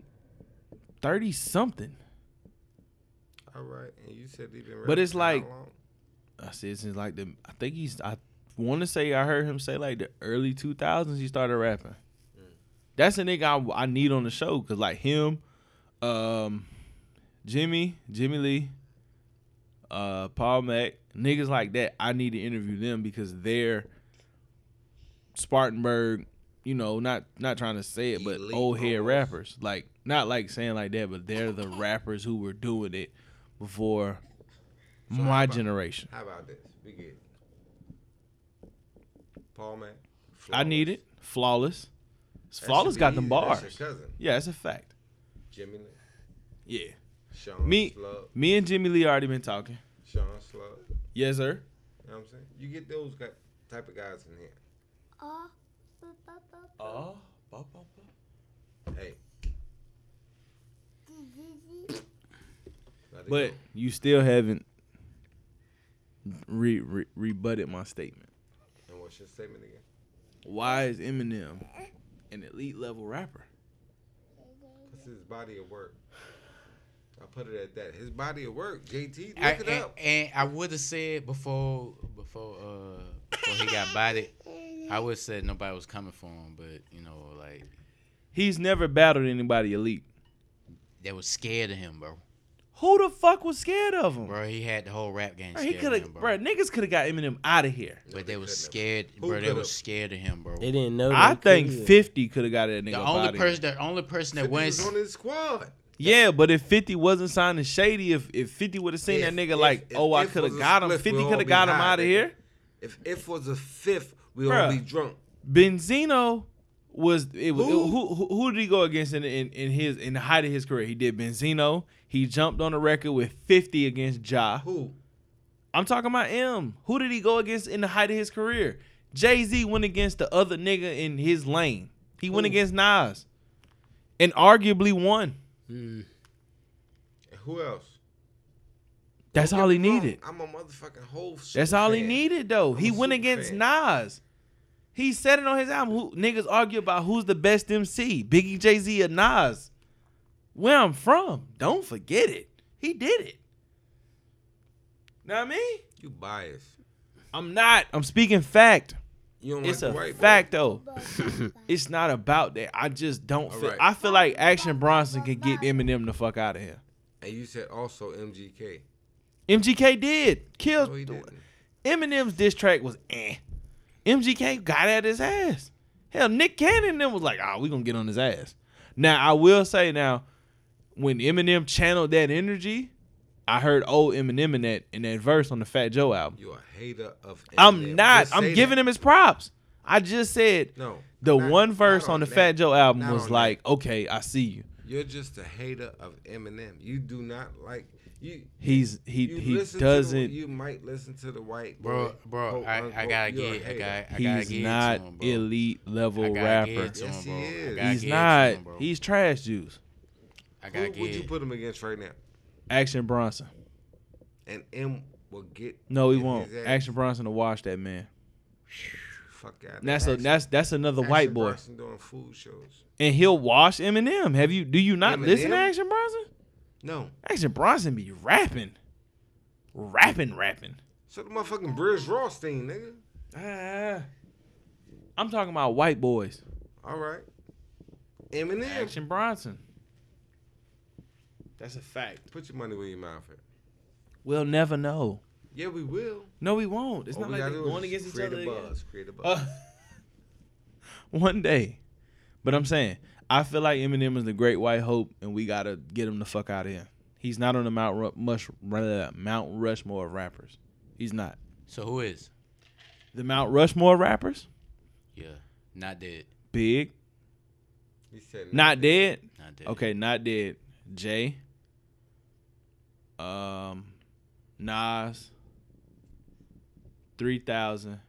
thirty something. All right, and you said he been. But it's rapping for like- how long? I said since like the. I think he's. I want to say I heard him say like the early two thousands. He started rapping. Mm. That's a nigga I, I need on the show because like him, um, Jimmy, Jimmy Lee, uh, Paul Mac, niggas like that. I need to interview them because they're Spartanburg. You know, not not trying to say it, but Elite old head almost. rappers. Like not like saying like that, but they're the rappers who were doing it before my about- generation. How about this? We get Paul man. I need it. Flawless. Flawless got them bars. cousin Yeah, that's a fact. Jimmy, Lin- Yeah. Sean Me- Slug, Me and Jimmy Lee already been talking. Sean Slug. You Yes, sir. know what I'm saying? You get those guy, type of guys in here. Oh, bu- bu- bu- Oh. Hey, bu- bu- bu- let it But go. you still haven't re- re- rebutted my statement. and what's your statement again? Why is Eminem an elite level rapper? That's his body of work. I put it at that. His body of work. JT, look I, it and, up. and I would have said before before uh before he got bodied, I would have said nobody was coming for him, but you know, like He's never battled anybody elite. they was scared of him, bro. Who the fuck was scared of him? Bro, Bro, he had the whole rap game he scared could of him, have, bro. bro. Niggas could have got Eminem out of here. But they couldn't have. was scared, Who bro. They could've? was scared of him, bro. They didn't know. I they think could. Fifty could have got that nigga. The up only outta here. person, the only person that Fifty went, was on his squad. Yeah, but if 50 wasn't signing Shady, if, if 50 would have seen If- that nigga if- like, if oh, I if could was have a got him, split, 50 we'd all could be have got him high, out of nigga. here. If if was a fifth, we all Bruh. be drunk. Benzino was it was Who? who who, who, did he go against in, in in his in the height of his career? He did Benzino. He jumped on the record with 50 against Ja. Who? I'm talking about M. Who did he go against in the height of his career? Jay Z went against the other nigga in his lane. He went Who? against Nas, and arguably won. And who else? That's all he needed. I'm a motherfucking whole. super That's all he fan. needed though. I'm he a went super against fan. Nas. He said it on his album. Who, niggas argue about who's the best MC, Biggie, Jay Z, or Nas. Where I'm from, don't forget it. He did it. Know what I mean? You biased. I'm not. I'm speaking fact. You don't It's like a the white boy. fact though. bu- bu- (laughs) It's not about that. I just don't All feel. right. I feel like Action Bronson could get Eminem the fuck out of here. And you said also MGK. MGK did kill. No, he didn't. Eminem's diss track was eh. MGK got at his ass. Hell, Nick Cannon and them was like, ah, we gonna get on his ass. Now I will say now, when Eminem channeled that energy, I heard old Eminem in that in that verse on the Fat Joe album. You a hater of. I'm not. I'm giving him his props. I just said No. the not- one verse not on the that. Fat Joe album Not was on that. like, okay, I see you. You're just a hater of Eminem. You do not like you. He's he you he listen to the- doesn't. you might listen to the white bro, boy, bro. quote, I, I unquote, gotta you're a get, I hater. gotta, I gotta he's get not to him, bro. elite I level gotta rapper. get to him, Yes, he bro. I is. gotta He's get not. To him, bro. He's trash juice. I Who gotta would you get. put him against right now? Action Bronson. And M will get. No, he in won't. his ass. Action Bronson to watch that man. Fuck out. And that's a that's that's another white boy, doing food shows. and he'll wash Eminem. Have you? Do you not listen to Eminem? Action Bronson? No. Action Bronson be rapping, rapping, rapping. So the motherfucking Bridge Ross thing, nigga. Ah. I'm talking about white boys. All right. Eminem. Action Bronson. That's a fact. Put your money where your mouth is. We'll never know. Yeah, we will. No, we won't. It's All not we like gotta they're do is going against each create other. A again. buzz, create a buzz. Uh, (laughs) one day. But I'm saying, I feel like Eminem is the great white hope, and we gotta get him the fuck out of here. He's not on the Mount Ru- Mush, blah, Mount Rushmore of rappers. He's not So who is? the Mount Rushmore of rappers. Yeah, not dead. Big, he said not dead. Not dead. Okay, not dead. Jay. Um, Nas. Three thousand.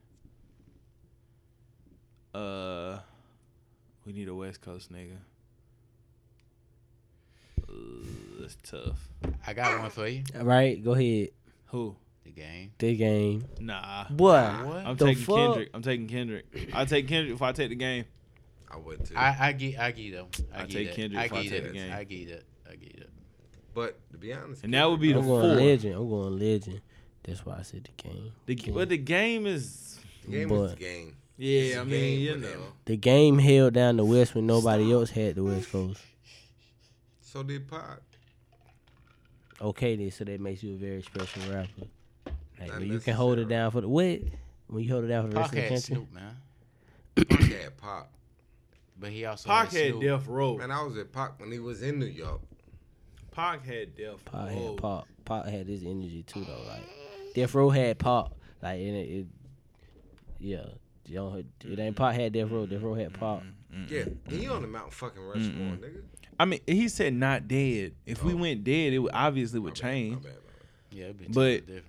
Uh, we need a West Coast nigga. was tough. I got one for you. Right? Go ahead. Who? The game. The game. Nah. What? What? I'm The taking fuck? Kendrick. I'm taking Kendrick. I take Kendrick if I take the game. I would too. I I get I get though. I, I get take that. Kendrick I if I get take that. the game. I get it. I get it. but to be honest, And that would be I'm the going four. legend. I'm going legend. That's why I said the game. The, but the game is. the game is but- the game. It's Yeah, a game I uh, mean, you with him. know. The game held down the West when nobody else had the West Coast. So did Pod. Okay, then so that makes you a very special rapper. Like Not when you can hold it necessarily. down for the what? When you hold it down for the rest Podcast of the country. Snoop man, Pac had Pop. but he also Pac had had Snoop. Death Row. Man, I was at Pac when he was in New York. Pac had Death Row. Pop had pop. Pop had this energy too though. Like Death Row had pop. Like and it, it yeah. You don't, it ain't pop had Death Row. Death Row had pop. Yeah, he on the Mount fucking Rushmore, nigga. I mean, he said not dead. If Oh. we went dead, it would obviously would My change. bad, my bad. Yeah, it'd be But- totally different.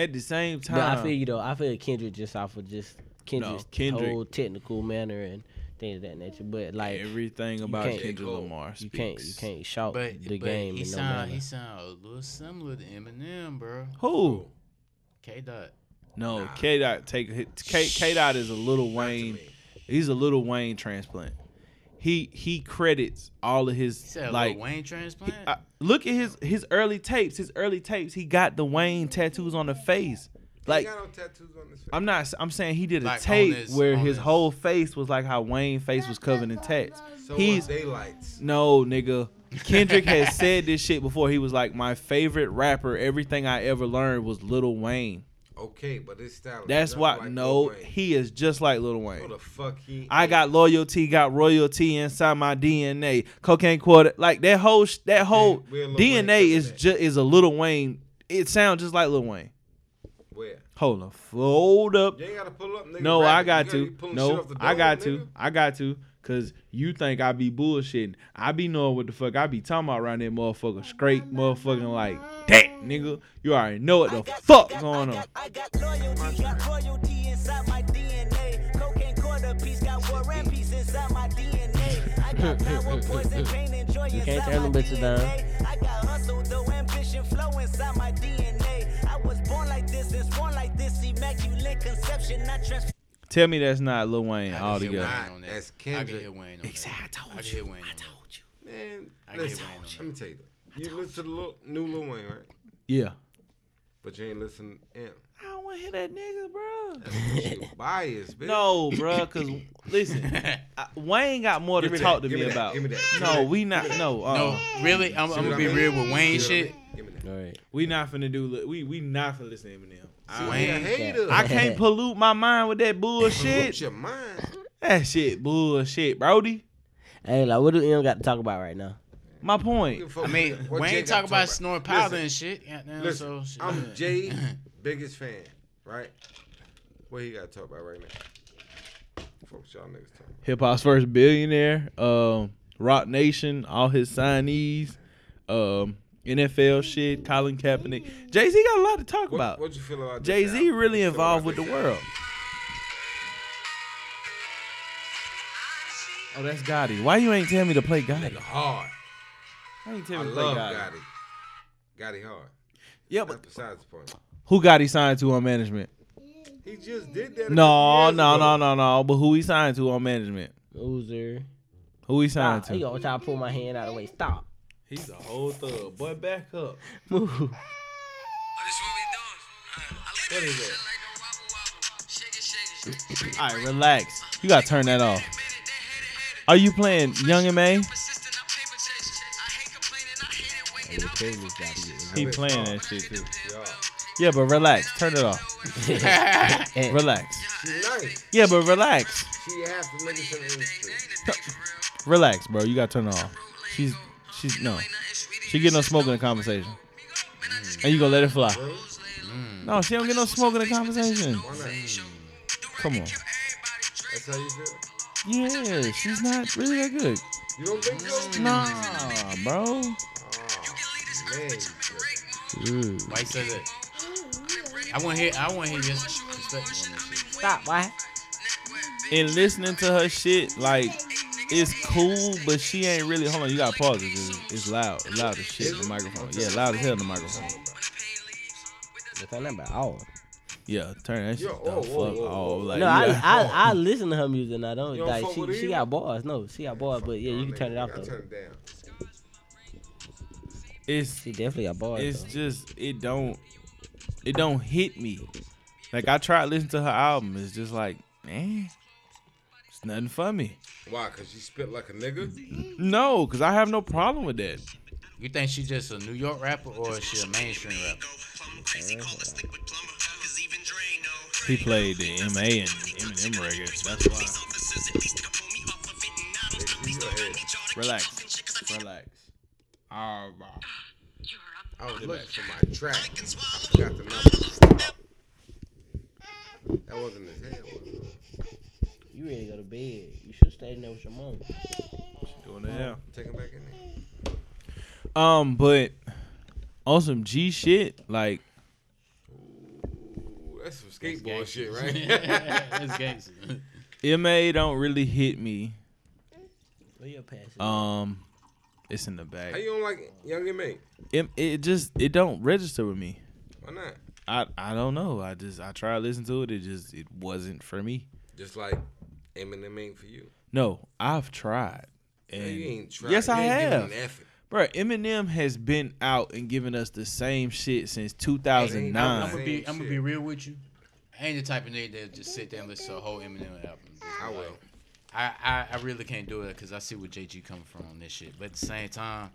At the same time, But I feel you though. I feel Kendrick just off of just Kendrick's Kendrick. whole technical manner and things of that nature. But like everything about can't- Kendrick Cole, Lamar you speaks. can't you can't shout But the but game he in no sound manner. he sound a little similar to Eminem, bro. Who? Oh, K Dot. No, K Dot take hit- K K Dot is a little Wayne. me. He's a little Wayne transplant. He he credits all of his He said like like Wayne transplant. I, look at his his early tapes. His early tapes. He got the Wayne tattoos on the face. He Like got no tattoos on his face. I'm not. I'm saying he did a Like, on tape his- where on his his- whole face was like how Wayne face was covered in tats. so he's he's- daylights. No, nigga. Kendrick has said this shit before. He was like, my favorite rapper. Everything I ever learned was Lil Wayne. Okay, but his style. is That's not why. like no, Lil Wayne. he is just like Lil Wayne. Who the fuck he? I got loyalty, got royalty inside my DNA. Cocaine quarter, like that whole sh- that whole where Lil Wayne DNA is come at? just is a Little Wayne. It sounds just like Lil Wayne. Where? Hold up, fold up. You ain't gotta pull up, nigga. No, Rap I it. got You gotta to. be pulling shit No, off the I dome, got nigga. to. I got to. Cause you think I be bullshitting. I be knowing what the fuck I be talking about around that motherfucker. Straight motherfucking like, damn, nigga. You already know what the fuck going on. I got loyalty, got royalty inside my DNA. Cocaine quarter piece, got war and peace inside my DNA. I (laughs) got power, poison, pain, and joy You inside can't turn my them bitches down. DNA. I got hustle, though ambition, flow inside my DNA. I was born like this, it's born like this, immaculate conception. I trust. Tell me that's not Lil Wayne I can all hear together. Wayne on that. That's I can Kendrick. hear Wayne on exactly. I told I can hear Wayne. on that. Man, I get listen, Wayne on that. let me tell you. You listen to Lil, new Lil Wayne, right? Yeah. But you ain't listen to him. I don't want to hear that nigga, bro. You biased, bitch. No, bro, because listen, I, Wayne got more to Give me talk that, to give me, me that, about. give me that, give me no, that, we not. No, uh, (laughs) No, really, I'm, Oh. I'm what gonna I be mean? real with Wayne You know what I mean? shit. Give me that. All right. we not finna do. li- We we not finna listen to Eminem. I, Wayne, Wayne. hater. I (laughs) can't pollute my mind with (laughs) that bullshit. your mind. that shit bullshit, Brody. Hey, like what do M got to talk about right now? My point. I I mean, Wayne talk about snoring powder and shit. Goddamn, Listen, so, I'm (laughs) (laughs) shit. Jay's biggest fan, right? What he got to talk about right now? Folks, y'all niggas talking. Hip hop's first billionaire. Um, Rock Nation, all his signees. Um, NFL shit. Colin Kaepernick. Jay Z got a lot to talk What, about. what you feel about Jay Z really involved with the world. world. Oh, that's Gotti. Why you ain't tell me to play Gotti? Hard. Why you ain't I tell me to play love Gotti? Gotti. Gotti hard. Yeah, but That's besides the point. who Gotti signed to on (laughs) management? He just did that. a couple No, years no, ago. no, no, no. But who he signed to on management? Loser. Who he Stop. signed You to? gonna try to pull my hand out of the way. Stop. He's a whole thug. Boy, back up. Move. What is that? All right, relax. You gotta turn that off. Are you playing Young and May? He playing that shit too. Y'all. Yeah, but relax. Turn it off. Relax. She nice. Yeah, but relax. She half the niggas in the industry. Relax, bro. You gotta turn it off. She's she's no. She get no smoke in the conversation. And you gonna let it fly. No, she don't get no smoke in the conversation. Why not? Come on. That's how you feel? Yeah, she's not really that good. You don't think so? Nah, bro. Oh, man. Mm. Why you say that? I want to hear. I want to hear your perspective on that shit. Stop. Why? And listening to her shit, like it's cool, but she ain't really. Hold on, you gotta pause it. 'cause It's, it's loud, loud as shit. in The microphone, yeah, loud as hell. in The microphone, Turn that Oh. back off. yeah. Turn that shit Yo, the oh, fuck oh, oh, oh. off. Like, no, you I, gotta- I I listen to her music and I don't, You don't like fuck she with she it? got bars. No, she got bars, but yeah, you can turn it off I though. turn it down. (laughs) it's She definitely got bars. it's though. just it don't it don't hit me. Like I try to listen to her album, it's just like, eh, it's nothing for me. Why? Cause you spit like a nigga. No, cause I have no problem with that. You think she just a New York rapper or is she a mainstream rapper? He played the MA and Eminem records. That's why. Bitch, you a head. Relax, relax. Ah, ah. I was looking for my track. Got the number. That wasn't his head. Was it? you ready to go to bed? You should stay in there with your mom. Doing the hell. Take him back in there. Um, but on some G shit, like Ooh, that's some skateboard (laughs) shit, right? That's gangster. MA don't really hit me. Where your pants? at? Um, it's in the How back. you don't like Young and Me? It, it just it don't register with me. Why not? I I don't know. I just I tried to listen to it. It just it wasn't for me. Just like Eminem ain't for you. No, I've tried. No, And you ain't trying. yes, you I ain't giving have. an effort. Bro, Eminem has been out and giving us the same shit since I'm 2009. gonna be I'm gonna be real with you. I ain't the type of nigga that just sit there and listen to a whole Eminem album. I will. I, I, I really can't do it because I see where JG coming from on this shit. But at the same time,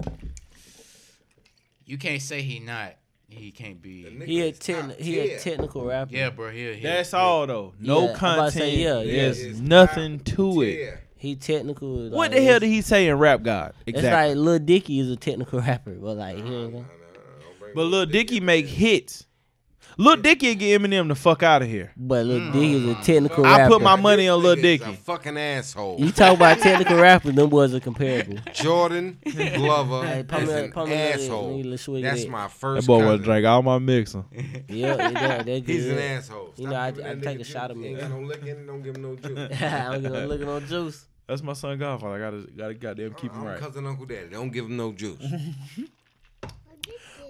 you can't say he not. He can't The be. nigga he a is top techni- he a tier. technical rapper. Yeah, bro. Here, here. That's all though. No Yeah, I'm about to content. say, yeah, yeah. There's It's nothing to it. Yeah. He technical. What like, the hell it's- did he say in Rap God? It's Exactly. like Lil Dicky is a technical rapper, but like he ain't gonna- but Lil Dicky make hits. Lil Dicky will get Eminem the fuck out of here. but Lil Mm. Dicky is a technical I rapper. put my money on Lil Dicky. Dicky. fucking asshole. You talk about technical rappers, them boys are comparable. (laughs) Jordan Glover Hey, pump is it- an pump it up, nigga, asshole. let's swig That's it. my That first. boy was cousin. drink all my mixing. Yeah, yeah, that- that (laughs) He's good. an (laughs) asshole. You Stop know, I- giving I that take nigga a shot of juice. me. Ain't got no lick in it, Don't give him no (laughs) juice. I'm gonna look at no juice. That's my son Godfather. I gotta gotta goddamn keep him I'm right. cousin Uncle Daddy. Don't give him no juice. (laughs)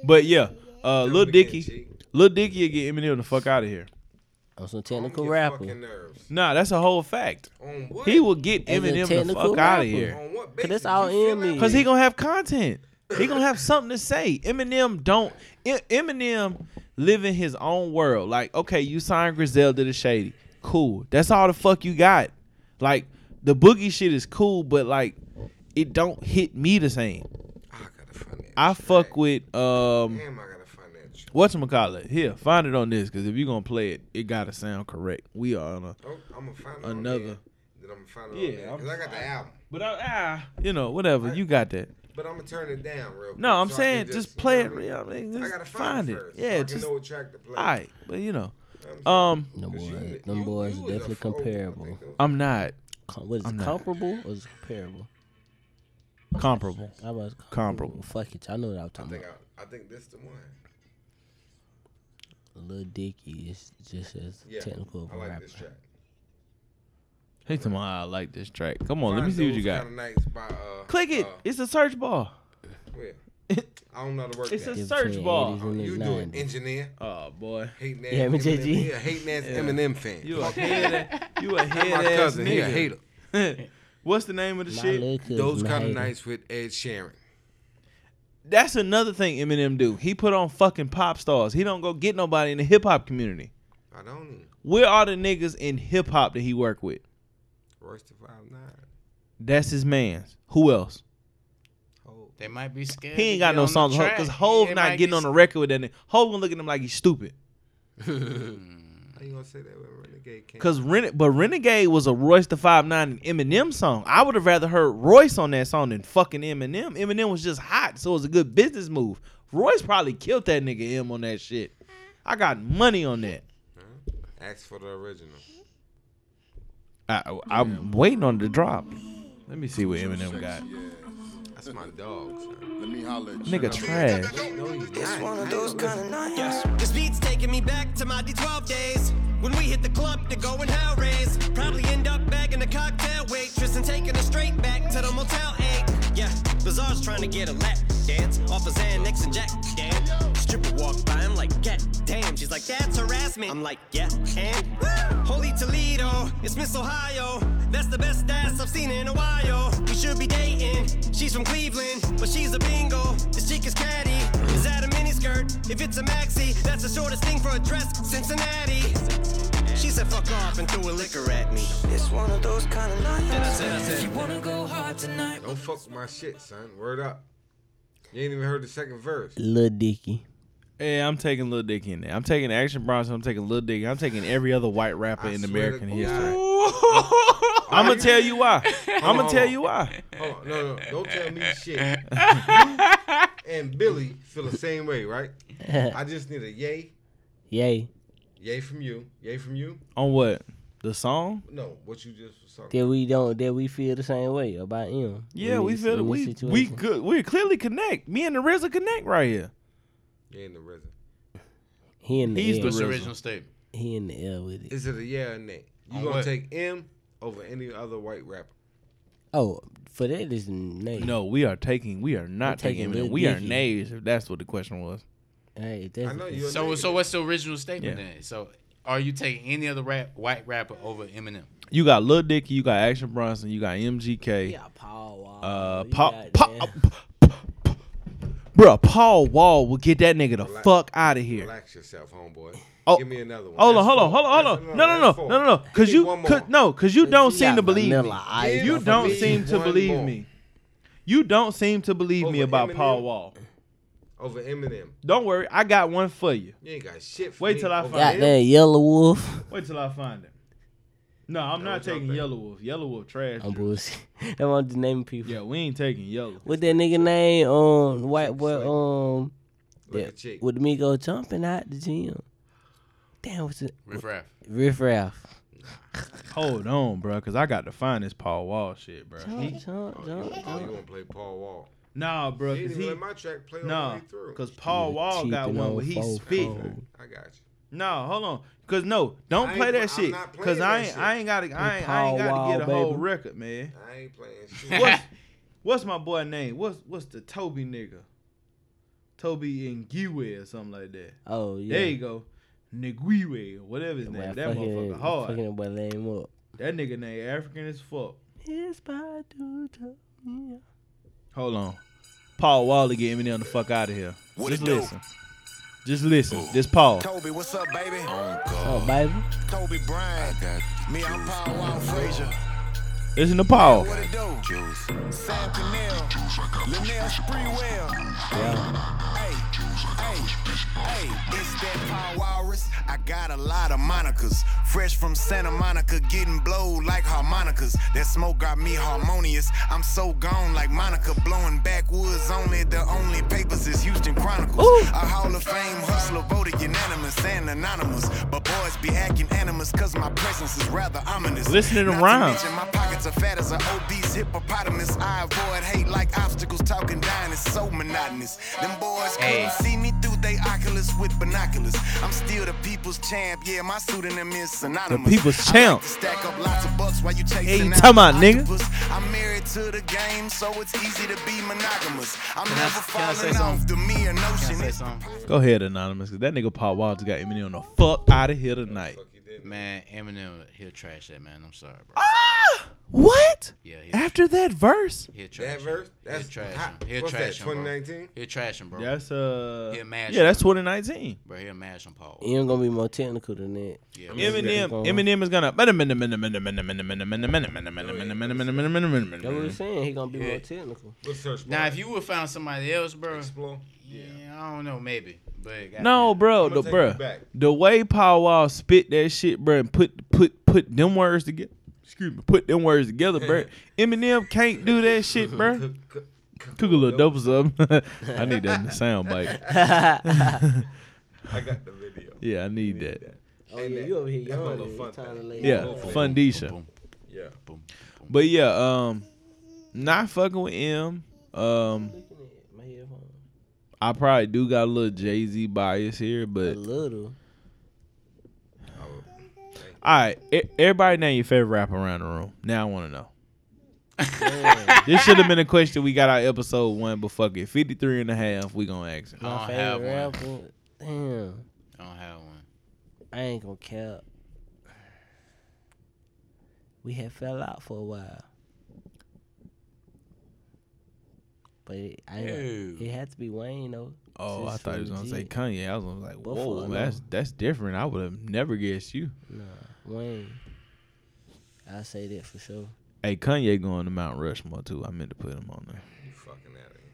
But yeah, uh, Don't Lil be getting Dicky, cheap. Lil Dicky will get Eminem the fuck out of here. I'm some Don't technical get rapper. fucking nerves. Nah, that's a whole fact. On what? He will get As a Eminem the technical fuck out rapper. of here. On what? Cause basis? that's all You feel in me. Cause he gonna have content. He gonna have something to say. Eminem don't. E- Eminem live in his own world. Like, okay, you signed Griselda to Shady. Cool. That's all the fuck you got. Like, the boogie shit is cool, but like, it don't hit me the same. I gotta find that. I track. fuck with um. Damn, I gotta find that. track. Whatchamacallit? Here, find it on this, cause if you gonna play it, it gotta sound correct. We are on a Oh, I'm gonna find it on Another. there. Then I'm gonna find it Yeah, on there. 'Cause I'm- I got the album, But I, ah, you know, whatever. You got that. but I'm gonna turn it down real. Quick No, I'm so I can saying just you play know it. what real. I mean, I just gotta find it. first, so I Yeah, can just know all what track to play. right. But you know, I'm sorry. um, Them 'Cause you- boys, you- them boys you was is a definitely fool, I think, comparable. though. I'm not Com- What is I'm it, not. comparable or is it comparable? comparable. I was Comparable. Fuck it, I know what I was I talking think about. I, I think this the one. Lil Dicky is just as Yeah, technical of I a like rapper. this track. Hey, come on, I like this track. Come on, let me see what you got. Kinda nice by, uh, Click it. uh, It's a search bar. (laughs) where? I don't know how to work It's that. a Give search between bar. 80s and you do it, 90s. engineer. Oh boy, Hating ass Yeah, me, Eminem. JG. He a hating ass Eminem fan. you a Fuck head, you a my head ass cousin. He a nigga. hater. (laughs) What's the name of the My shit? little cousin Those kind of hating. nights with Ed Sheeran. That's another thing Eminem do. He put on fucking pop stars. He don't go get nobody in the hip hop community. I don't even. Where are the niggas in hip hop that he work with? Royce the Five Nine. That's his man's. Who else? They might be scared. He to ain't got get no on the songs track. because Hove They not might getting be on the record with that nigga. Hove gonna look at him like he's stupid. How you gonna say that when Renegade came? Cause Ren- but Renegade was a Royce the Five Nine and Eminem song. I would have rather heard Royce on that song than fucking Eminem. Eminem was just hot, so it was a good business move. Royce probably killed that nigga M on that shit. I got money on that. Ask for the original. I, I'm waiting on the drop. Let me see what Eminem got. That's my dog. Son. Let me holler at you. Nigga trash. No, he's not. This beat's taking me back to my D12 days. When we hit the club to go and hell raise. Probably end up bagging a cocktail waitress and taking her straight back tryna get a lap dance off of Xanax and Jack. Damn, stripper walk by, I'm like, God damn. She's like, that's harassment. I'm like, yeah, and holy Toledo, it's Miss Ohio. That's the best ass I've seen in a while. We should be dating. She's from Cleveland, but she's a bingo. This chick is catty. Is that a miniskirt? If it's a maxi, that's the shortest thing for a dress. Cincinnati. She said, fuck off and threw a liquor at me. It's one of those kind of nights. Then I said, I said, Don't fuck with my shit, son. Word up. You ain't even heard the second verse. Lil (laughs) Dicky. Yeah, I'm taking Lil Dicky in there. I'm taking Action Bronson. I'm taking Lil Dicky. I'm taking every other white rapper in (laughs) American history. I'm gonna tell you why. I'm gonna tell you why. Hold on, Oh, no, no, don't tell me (laughs) shit. You and Billy feel the same way, right? I just need a yay, (laughs) Yay. yay from you, yay from you. On what? The song? No, what you just was talking. That we don't. That we feel the same way about him. Yeah, in we this- feel in that this we we situation. good. We clearly connect. Me and the RZA connect right here. Yeah, in the rhythm. He in the He's air. the What's the RZA. original statement? he in the air with it. Is it a yeah or nay? You On gonna what? take M over any other white rapper? Oh, for that is name. No, we are taking. We are not taking taking. him. Lil We are Dicky. nays. If that's what the question was. Hey, that's I know you. a So, nigga. so what's the original statement Yeah. then? So, are you taking any other rap, white rapper over Eminem? You got Lil Dicky. You got Action Bronson. You got MGK. Yeah, Paul Wall. Uh, You Paul, got Paul, that. bro, Paul Wall will get that nigga the Relax. fuck out of here. Relax yourself, homeboy. Oh, Give me another one. Hold on, That's hold on, four. hold on, hold That's- on. No, that's no, no, four. no, no, no. Cause Give me you, one cause, more. no, cause you don't You seem got to believe me. Vanilla Ice. You Give don't me seem to one believe more. me. You don't seem to believe me Over about Eminem? Paul Wall. Over Eminem, Don't worry, I got one for you. you ain't got shit. For Wait me. till I Over find him? Goddamn Yellow Wolf. Wait till I find it. No, I'm not what's up, taking baby? Yellow Wolf. Yellow Wolf trash. I'm Drew. bullshit. (laughs) That one just naming people. Yeah, we ain't taking Yellow. What that nigga name? Um, white boy. Slick. Um, Like a that- chick. with me go jumping out the gym. Damn, what's it? Riff Raff. Riff Raff. Hold on, bro, cause I got to find this Paul Wall shit, bro. He, Jump, jump, jump, Oh, you jump. gonna play Paul Wall? nah, bro, You didn't cause even he let my track play all the nah, way through. cause Paul Wall got Cheaping one old where he folk. spit. I got you. No, hold on. Cause no, don't I ain't play pl- I'm that shit. not playing Cause I that ain't, shit. I ain't got, to, I ain't, I Paul ain't got to get a Wall, whole baby. record, man. (laughs) I ain't playing shit. What's, what's my boy name? What's, what's the Toby nigga? Toby Ngiwe or something like that. Oh yeah. There you go, Ngiwe or whatever his Boy, name. I That fucking- motherfucker I hard. Fucking that boy lame up. That nigga name African as fuck. It's by Duda. Yeah. Hold on, Paul Wall to get Eminem the fuck out of here. Just listen. Just listen. This Paul. Kobe, what's up, baby? Oh, baby. Kobe Bryant. Me, I'm Paul Wow Frazier. Listen to Paul. What it do? Sam Pinnell. Linnell Spreewell. Hey, hey, hey, it's that Paul Walrus. I got a lot of monikers. Fresh from Santa Monica, getting blowed like harmonicas. That smoke got me harmonious. I'm so gone like Monica, blowing backwoods only. The only papers is Houston Chronicles. A Hall of Fame hustler voted unanimous and anonymous. But boys be acting animus, cause my presence is rather ominous. Listening to Not rhymes. mention my pockets are fat as an obese hippopotamus. I avoid hate like obstacles. Talking down is so monotonous. Them boys Hey. couldn't see me through they oculus with binoculars. I'm still the people's champ. Yeah, my pseudonym is synonymous. people's I like champ. to stack up lots of bucks while you chasing you after talking about, nigga? octopus. I'm married to the game, so it's easy to be monogamous. I'm Can I- never can I say falling off the mere Can I notion. say It's something? Go ahead, Anonymous, because that nigga Paul Wall just got Eminem the fuck out of here tonight. Fuck you did. Man, Eminem, he'll trash that man. I'm sorry, bro. Ah! What? Yeah, he'll, After that verse? he'll trash That him. verse. That's he'll trash hot. him. He'll What's that? trash him, bro. 2019. He'll trash him, bro. That's uh He'll mash Yeah, that's him. 2019. Bro, he'll mash him, Paul. He ain't gonna be more technical than that. Yeah, bro. Eminem Go on. Eminem is gonna Eminem That's Mm. what he's saying. He gonna be Yeah. (laughs) more technical. What's search? Now, bar? if you would found somebody else, bro, explore, yeah, I don't know, maybe. But No, goddamn. bro, I'ma the take bro, you back. the way Paul Wall spit that shit, bro, and put put put them words together. Excuse me, put them words together, (laughs) bro. Eminem can't do that shit, bro. (laughs) Cook- cook- cook Cook a little double sub. (laughs) I need that in the sound (laughs) bite. I got the video. Yeah, I need that. (laughs) Oh Ain't yeah, that- you over here that's my yawning. little fun It's time to fact. lay Yeah, down. Fundisha. Yeah. (laughs) But yeah, um, not fucking with M. Um, My headphones. I probably do got a little Jay Z bias here, A but all little. right. e- Everybody name your favorite rapper around the room. Now I want to know. (laughs) this should have been a question we got our episode one, but fuck it. 53 and a half, we gonna ask it. I don't have one. Rapper. Damn. I don't have one. I ain't gonna cap. We had fell out for a while. But it, I ain't gonna- it had to be Wayne though. Oh, I Just thought he for was gonna say legit. Kanye. I was gonna be like, But whoa, fuck that's no. that's different. I would have never guessed you. Nah, Wayne. I say that for sure. Hey, Kanye going to Mount Rushmore too. I meant to put him on there. You fucking out of here.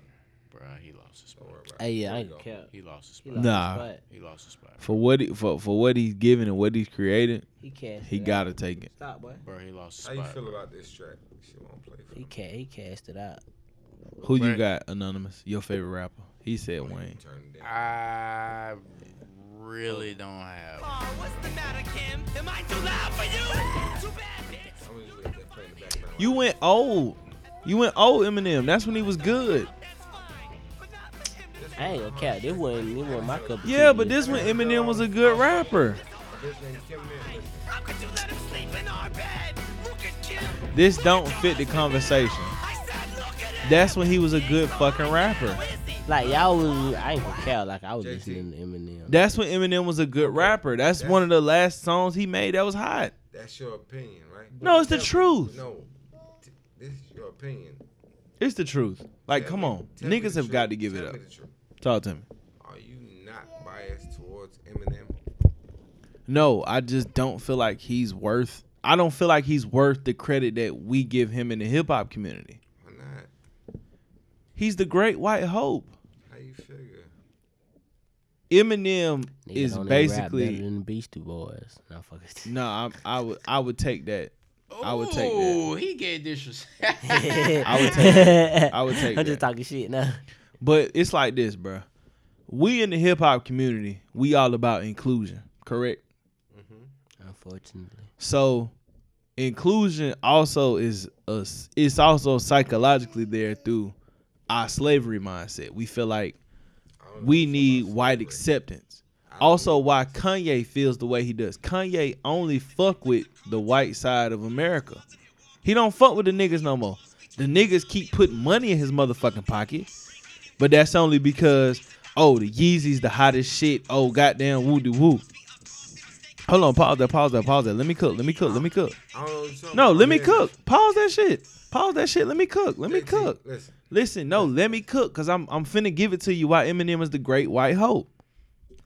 Bro, he lost his spot. Hey, yeah, I Here ain't we go. cap. He lost his spot. Nah, He lost his spot. for what he, for for what he's given and what he's created, He cashed he it out. gotta take it. Stop, boy. Bro, he lost his How you spot. feel about this track? She won't play for He ca- he cast it out. Who you got, Anonymous? Your favorite rapper? He said Wayne. Ah. I really don't have. "Oh, You went old. You went old Eminem. That's when he was good. I ain't gonna cap. This wasn't this wasn't my cup of tea. Yeah, but this when Eminem was a good rapper. This don't fit the conversation. That's when he was a good fucking rapper. Like y'all was I ain't gonna cap. Like I was listening to Eminem. That's when Eminem was a good rapper. That's one of the last songs he made that was hot. That's your opinion, right? No, it's the Tell- truth. No, t- this is your opinion. It's the truth. Like, Tell come me- on. tell me Niggas the have got truth. to give it Tell up. me the truth. Talk to me. Are you not biased towards Eminem? No, I just don't feel like he's worth. I don't feel like he's worth the credit that we give him in the hip hop community. Why not? He's the great white hope. How you figure? Eminem Nigga is don't even rap better basically than the Beastie Boys. No fuckers. (laughs) no. I, I would I would take that. I would take Ooh, that. he gave this. (laughs) I would take that. I would take I'm that. just talking shit now. But it's like this, bruh. We in the hip hop community, we all about inclusion, correct? Unfortunately. So inclusion also is us. It's also psychologically there through our slavery mindset. We feel like we need white acceptance. Also, why Kanye feels the way he does. Kanye only fuck with the white side of America. He don't fuck with the niggas no more. The niggas keep putting money in his motherfucking pocket, but that's only because oh the Yeezy's the hottest shit. Oh goddamn woo de woo. Hold on, pause that, pause that, pause that. Let me cook. Let me cook. Let me cook. I don't know what you're talking No, about. let me Yeah. cook. Pause that shit. Pause that shit. Let me cook. Let me JT, cook. listen. Listen, no, let me cook because I'm I'm finna give it to you. Why Eminem is the great white hope.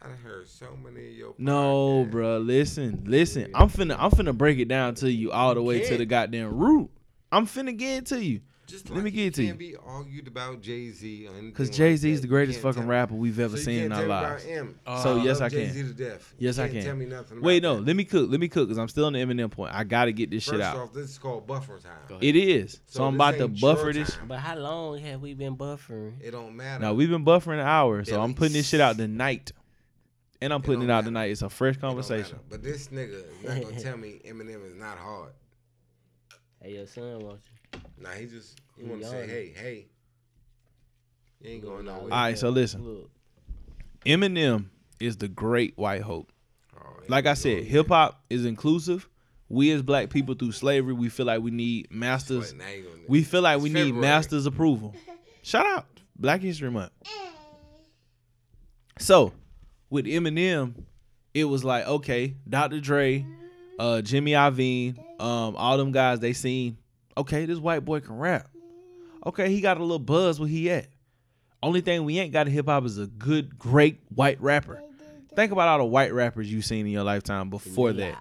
I done heard so many of your. No, bro. Listen, listen. I'm finna I'm finna break it down to you all the way to the goddamn root. I'm finna get it to you. Just Let me like get it to Can't you. be argued about Jay Z Cause Jay Z is the greatest fucking rapper we've So ever you seen in can't our tell me lives. about him. so Oh, I yes, I love can. Jay-Z to death. You Yes, I can't can. tell me nothing Wait, about no. Let me cook. Let me cook. Cause I'm still on the Eminem point. I gotta get this First shit out. off, this is called buffer time. It is. So, I'm this about to ain't your buffer this. time. But how long have we been buffering? It don't matter. No, we've been buffering an hour, so I'm putting this shit out tonight. And I'm putting it, out tonight. It's a fresh conversation. But this nigga is not (laughs) gonna tell me Eminem is not hard. Hey, your son watching. Nah, he just he He wanna say, young. hey, hey. You ain't going nowhere. All right, so listen. Eminem is the great white hope. Oh, Like I said, hip hop is inclusive. We as black people through slavery, we feel like we need masters. now you gonna- We feel like we It's need February. (laughs) masters approval. Shout out Black History Month. Eh. So, with Eminem, it was like okay, Dr. Dre, uh, Jimmy Iovine, um, all them guys they seen. Okay, this white boy can rap. Okay, he got a little buzz where he at. Only thing we ain't got in hip hop is a good, great white rapper. Think about all the white rappers you seen in your lifetime before that.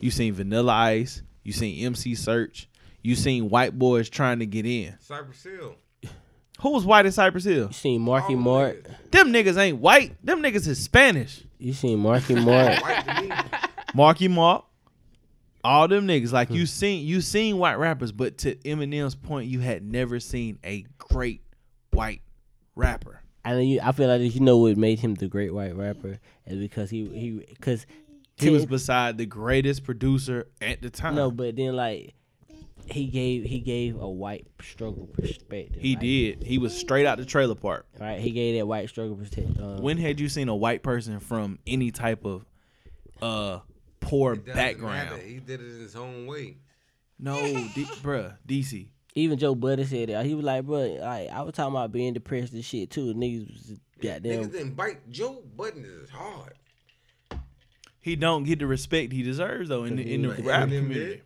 You seen Vanilla Ice, you seen MC Search, you seen white boys trying to get in. Cypress Hill. Oh, Who was white in Cypress Hill? You seen Marky Mark. Them niggas ain't white. Them niggas is Spanish. You seen Marky Mark. (laughs) (laughs) Marky Mark. All them niggas. Like you seen you seen white rappers, but to Eminem's point, you had never seen a great white rapper. I mean, you, I feel like you know what made him the great white rapper is because he he because He was beside the greatest producer at the time. No, but then like he gave he gave a white struggle perspective. He like, did. He was straight out the trailer park. right. He gave that white struggle perspective. Um, When had you seen a white person from any type of uh poor Doesn't matter. background? He did it in his own way. No, D- bruh, DC. Even Joe Budden said that. He was like, bro, like I was talking about being depressed and shit too. Niggas was goddamn. Niggas didn't bite. Joe Budden is hard. He don't get the respect he deserves though in the, in the Like, rap Eminem did. community.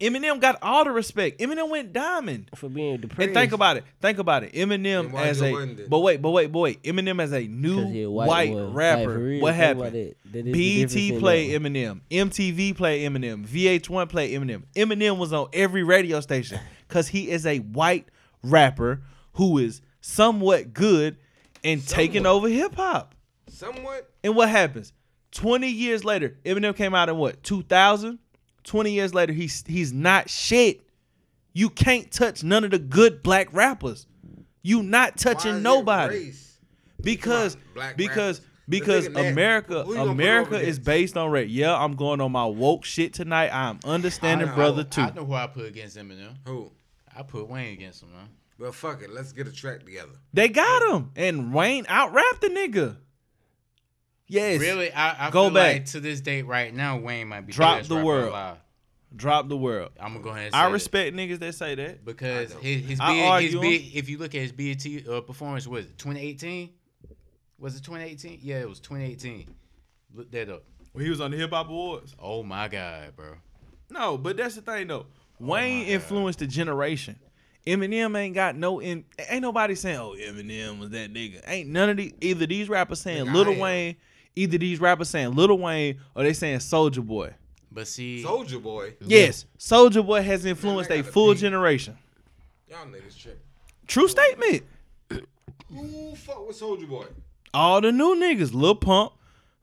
Eminem got all the respect. Eminem went diamond for being depressed. And think about it. Think about it. Eminem why as Joe a Budden did? but wait, but wait, boy. Eminem as a new 'Cause he a white, white boy. Like, rapper. for real, what think about happened? that. That is the difference BT in played Eminem. MTV played Eminem. VH1 played Eminem. Eminem was on every radio station because he is a white rapper who is somewhat good and taking over hip hop. Somewhat. And what happens? 20 years later, Eminem came out in what, 2000? 20 years later, he's he's not shit. You can't touch none of the good black rappers. You not touching Why is it nobody. race? Because black because rappers? because The nigga mad. America Who you gonna put America over is this? based on race. Yeah, I'm going on my woke shit tonight. I'm understanding I- I- brother too. I know who I put against Eminem. Who? I put Wayne against him, man. Well, fuck it. Let's get a track together. They got him. And Wayne out rapped the nigga. Yes. Really, I, I Go feel back. like to this date right now, Wayne might be Drop best the rapper world. alive. Drop the world. I'm gonna go ahead. and I say that. respect niggas that say that. because his his, I big, his argue him. big, if you look at his BET uh, performance, was it 2018? Was it 2018? Yeah, it was 2018. Look that up. When he was on the Hip Hop Awards. Oh my god, bro. No, but that's the thing though. Wayne influenced the generation. Eminem ain't got no in. Ain't nobody saying, "Oh, Eminem was that nigga." Ain't none of these. Either these rappers saying Nigga, I Little am. Wayne, either these rappers saying Little Wayne, or they saying Soldier Boy. But see, Soldier Boy. Yes, Soldier Boy has influenced a full generation. Y'all niggas tripping. True statement. Who fuck with Soldier Boy? All the new niggas, Lil Pump,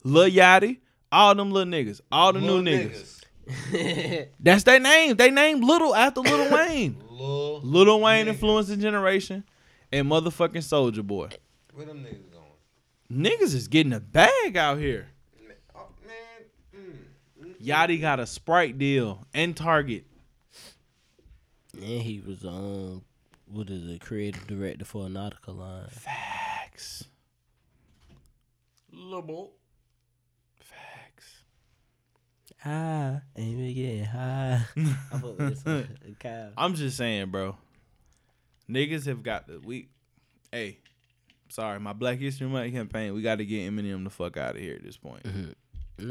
Lil Yachty, all them little niggas, all the Lil new niggas. That's their name. They named Little after (coughs) Little Wayne. Lil. Little Wayne influenced the generation, and motherfucking Soldier Boy. Where them niggas going? Niggas is getting a bag out here. Oh, man. Mm. Yachty got a Sprite deal and Target. And he was um, what is it, creative director for a nautical line. Facts. Little. Ah, and we (laughs) getting high. I fuck with this one. Kyle. I'm just saying, bro. Niggas have got the we. Hey, sorry, my Black History Month campaign. We got to get Eminem the fuck out of here at this point.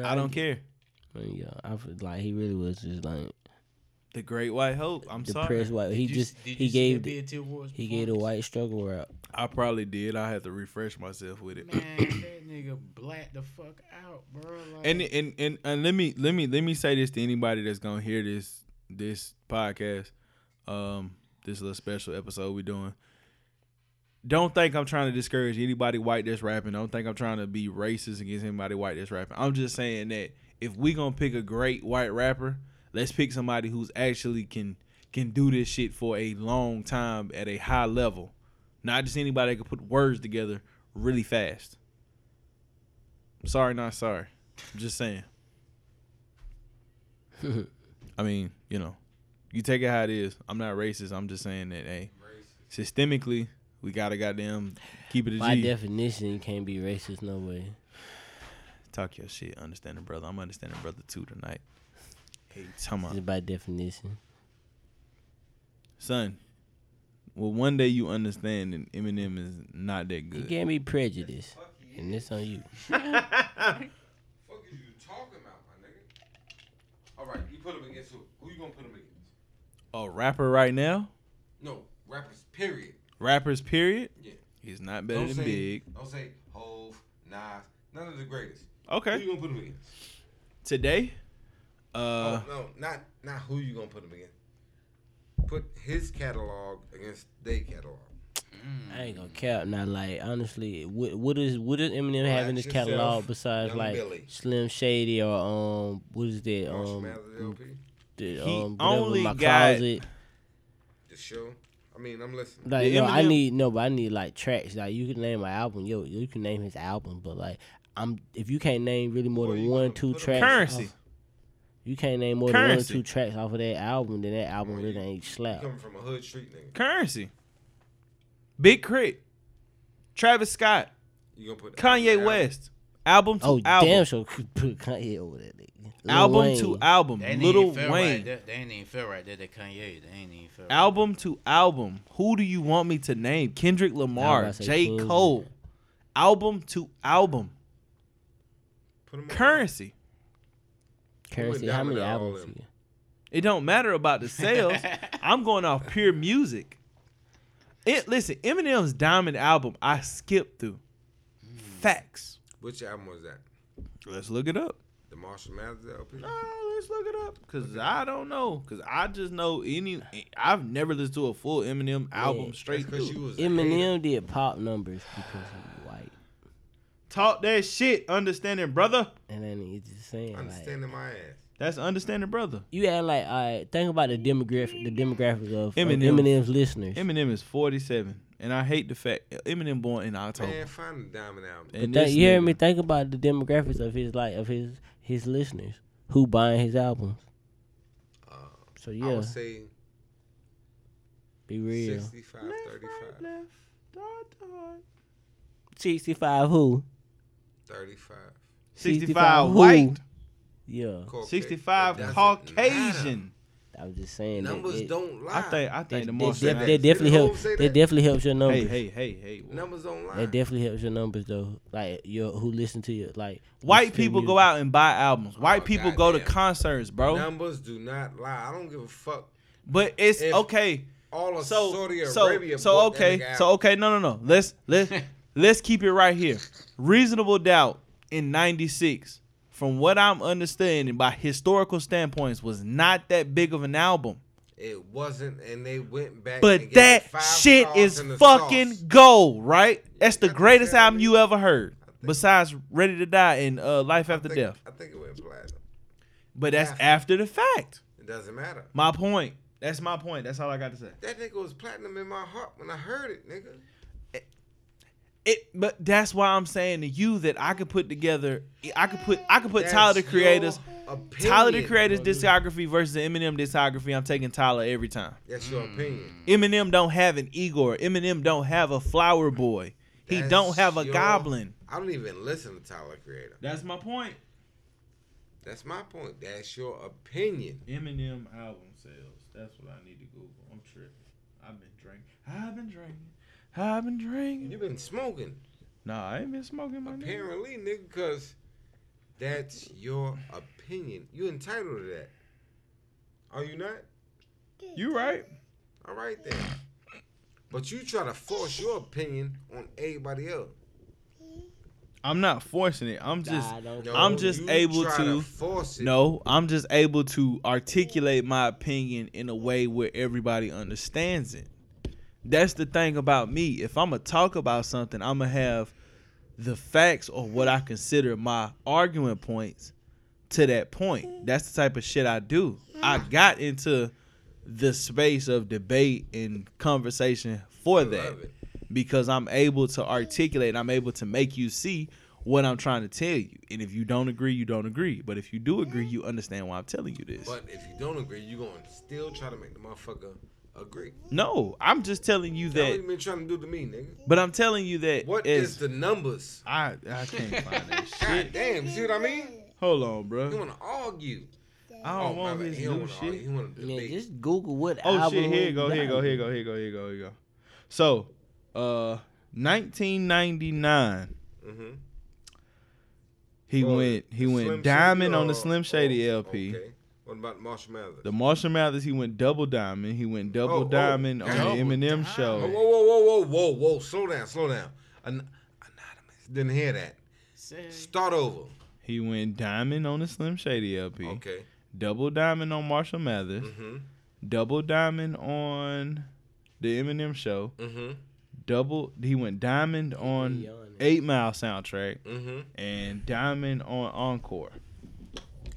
I don't care. Yeah, I feel like he really was just like The Great White Hope. I'm sorry. depressed white. He Did you- just did he you see gave that the- BET Awards he gave the white struggle rap. I probably did. I had to refresh myself with it. Man, that nigga black the fuck out, bro. Like, and and and and let me let me let me say this to anybody that's gonna hear this this podcast, um, this little special episode we're doing. Don't think I'm trying to discourage anybody white that's rapping. Don't think I'm trying to be racist against anybody white that's rapping. I'm just saying that if we gonna pick a great white rapper, let's pick somebody who's actually can can do this shit for a long time at a high level. Not just anybody that can put words together really fast. Sorry, not sorry. I'm just (laughs) saying. I mean, you know, you take it how it is. I'm not racist. I'm just saying that, hey, systemically, we gotta goddamn keep it a G. By definition, you can't be racist no way. Talk your shit, understanding brother. I'm understanding brother too tonight. Hey, come on, Just by definition. son. Well, one day you understand that Eminem is not that You good. gave me prejudice, and it's on you. Fuck is you talking about, my nigga? All right, you put him against who? Who you gonna put him against? A rapper right now, No, rappers. Period. rappers period. Yeah. He's not better don't than say, Big. Don't say Hove, Nas, none of the greatest. Okay. Who you gonna put him against? Today, uh, oh, no, not not who you gonna put him against. Put his catalog against their catalog. Hmm. I ain't gonna cap. Not like honestly, what what is what does Eminem have in Relax his catalog yourself, besides Young like Billy. Slim Shady or um what is that Marshmallows um LP? mm. the, He um whatever, only my got- closet. The show. I mean, I'm listening. Like, no, I Eminem- need no, but I need like tracks. Like you can name my album, yo, you can name his album, but like I'm if you can't name really more than one two tracks. currency. off- you can't name more than one or Currency. two tracks off of that album, then that album really ain't slap. Coming from a hood street nigga, Currency, Big Crit, Travis Scott, you gonna put Kanye Yeah. West, album to Oh album. (laughs) damn, so put Kanye over that nigga. album to album, They ain't Little even feel Wayne, Right. They, they ain't even feel right. That they Kanye. They ain't even feel right. album to album. Who do you want me to name? Kendrick Lamar, about to say J. Kendrick. Cole, album to album. Currency. Currency, how many albums? you get? It don't matter about the sales. I'm going off pure music. It listen, Eminem's Diamond album I skipped through. Facts. Which album was that? Let's look it up. The Marshall Mathers LP. Oh, let's look it up. Cause I don't know. Cause I just know any. I've never listened to a full Eminem album straight through. Eminem did pop numbers because he was white, Talk that shit, understanding brother. and then he's just saying like, Understanding my ass. That's understanding brother. you act like all right. Think about the demographic, the demographic of, of Eminem- Eminem's listeners. Eminem is 47, and I hate the fact Eminem born in October. Man, find the Diamond album. But And think- this you hear nigga- me? Think about the demographics of his like of his his listeners who buying his albums. Uh, I so yeah, would say be real. 65, 35. Sixty five who? 35. 65 white. Yeah. Caucasian. 65 It doesn't Caucasian. I'm just saying. that Numbers it- don't lie. I think I They, think the they, most def- they definitely help. Don't say They that. definitely helps your numbers. Hey, hey, hey, hey. Numbers don't lie. That definitely helps your numbers though. Like your who listen to you. Like White people go out and buy albums. White Oh, people go to goddamn. concerts, bro. Numbers do not lie. I don't give a fuck. But it's If okay. All of So Saudi so Arabia. so bought that okay. nigga So out. okay. No no no. Let's (laughs) let's let's keep it right here. Reasonable doubt in '96, from what I'm understanding by historical standpoints, was not that big of an album. It wasn't, and they went back. and But gave that it five shit stars is in the fucking sauce. gold, right? That's the greatest album you ever heard, besides "Ready to Die" and uh, "Life After I think, Death." I think it went platinum. But that's after the fact. It doesn't matter. My point. That's my point. That's all I got to say. That nigga was platinum in my heart when I heard it, nigga. It, but that's why I'm saying to you that I could put together, I could put, I could put That's Tyler the your Creator's, opinion, Tyler the Creator's brother. discography versus the Eminem discography. I'm taking Tyler every time. That's your opinion. Eminem don't have an Igor. Eminem don't have a Flower Boy. He That's don't have a your- Goblin. I don't even listen to Tyler Creator. That's my point. That's my point. That's your opinion. Eminem album sales. That's what I need to Google. I'm tripping. I've been drinking. I've been drinking. I've been drinking. You've been smoking. Nah, I ain't been smoking my nigga. Apparently, nigga, because that's your opinion. You entitled to that. Are you not? You right. All right then. But you try to force your opinion on everybody else. I'm not forcing it. I'm just Nah, don't- I'm No, just you able try to, to force it. No, I'm just able to articulate my opinion in a way where everybody understands it. That's the thing about me. If I'm gonna talk about something, I'm gonna have the facts or what I consider my argument points to that point. That's the type of shit I do. I got into the space of debate and conversation for that because I'm able to articulate, I'm able to make you see what I'm trying to tell you. And if you don't agree, you don't agree. But if you do agree, you understand why I'm telling you this. But if you don't agree, you going to still try to make the motherfucker agree. No, I'm just telling you That's what that. you been trying to do to me, nigga. But I'm telling you that What as- is the numbers? I I can't (laughs) find that God shit. damn, you see what I mean? Hold on, bro. You want to argue. Oh, I don't want my bad. his He don't new wanna argue. shit. He want to Yeah, debate. just Google what Oh album. shit! Here you go. was Here you go. out. Here you go. Here you go. Here you go. Here you go. So, uh, 1999. hmm He Well, went. the He went Slim Shady diamond on the or- Slim Shady LP. Okay. What about Marshall Mathers? The Marshall Mathers. He went double diamond. He went double Oh, oh, diamond on double the Eminem Whoa, show. whoa, whoa, whoa, whoa, whoa! Slow down, slow down. An- anonymous didn't hear that. Start over. He went diamond on the Slim Shady LP. Okay. Double diamond on Marshall Mathers. Mhm. Double diamond on the Eminem show. Mm-hmm. Double. He went diamond on Eight Mile soundtrack. Mhm. And diamond on Encore.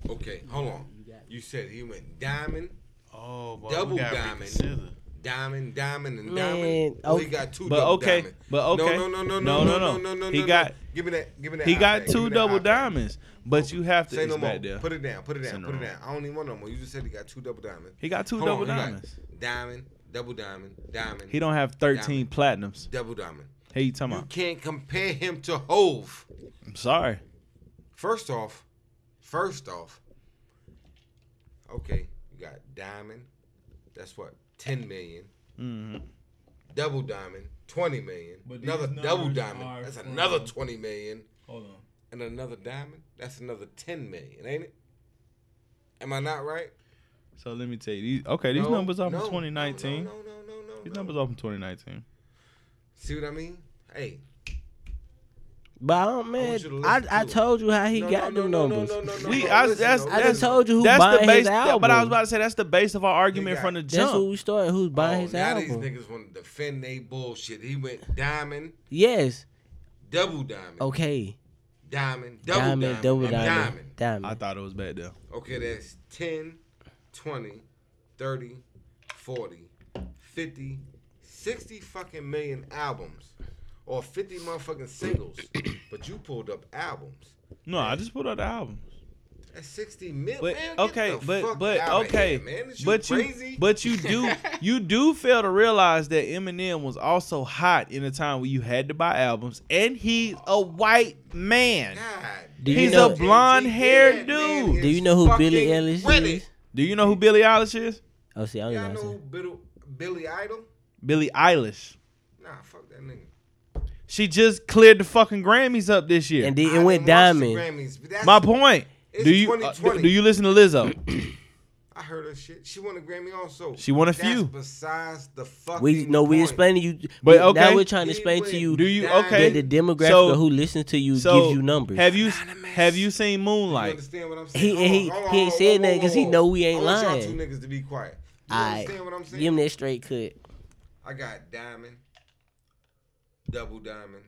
Okay, hold on. You said he went diamond. Oh, boy, we double gotta diamond. reconsider. Diamond, diamond, and Man, diamond. Oh, he okay. got two But double okay, diamond. but okay. No, no, no, no, no, No, no, no, no. no, no, no. He no. got- Give me that. Give me that. He got iPad, give two me that double iPad. diamonds, but you have to Say no it's more. back there. Put it down. Put it It's down. in Put the it wrong. down. I don't even want no more. You just said he got two double diamonds. He got two Hold double on, he got diamonds. Diamond, double diamond, diamond. He don't have thirteen diamond, platinums. Double diamond. Hey, you talking You about? can't compare him to Hove. I'm sorry. First off, first off, Okay, you got Diamond. That's what ten million. Mm-hmm. Double Diamond, twenty million. But another these double numbers Diamond. are That's from- another twenty million. Hold on. And another Diamond. That's another ten million, ain't it? Am I not right? So let me tell you these. Okay, these No, numbers are from no, 2019. No, no, no, no, no. These numbers are from 2019. See what I mean? Hey, But I don't, I man. want you to listen I, I to it. told you how he No, got no, them no, no, numbers. no, no, no, We, no, I, listen, that's, no, that's, listen. I told you who that's buying the his base, that- But I was album. about to say that's the base of our argument got- from the That's who jump. we started. Who's buying oh, his now these album? niggas want to defend they bullshit. He went Diamond, Yes. double Diamond, Okay. Diamond, double diamond, Diamond, double and diamond, diamond. diamond. I thought it was back there. Okay, that's 10, 20, 30, 40, 50, 60 fucking million albums or 50 motherfucking singles. (coughs) but you pulled up albums. No, I just put out the album. That's 60 million. But man, okay, get the but fuck but outta okay, here, man. Is you but crazy? you but you (laughs) do you do fail to realize that Eminem was also hot in a time where you had to buy albums, and he's a white man. God, Do you he's know- a blonde haired man dude. is Do you know who Billy fucking Eilish ready. is? Do you know who Billie Eilish is? Oh, see, I don't y'all even know know. who Billy, Billy Idol? Billie Eilish. Nah, fuck that nigga. She just cleared the fucking Grammys up this year. And then I it went didn't watch the diamond. Grammys, but that's- My point. It's do you uh, do, 2020. do you listen to (clears throat) Lizzo? I heard her shit. She won a Grammy also. She won a That's few. besides the fucking. We no, we point. explaining you. But, But okay. now we're trying to He explain went to you do you Diamond. okay? that the demographic So- of who listens to you gives you numbers. Have you Anonymous. have you seen Moonlight? understand what I'm saying? He- Hold on, he- hold on, he ain't hold on, saying hold on, that 'cause hold he on. know we ain't I want lying. y'all two niggas to be quiet. You I understand what I'm saying? give him that straight cut. I got diamond, double diamond,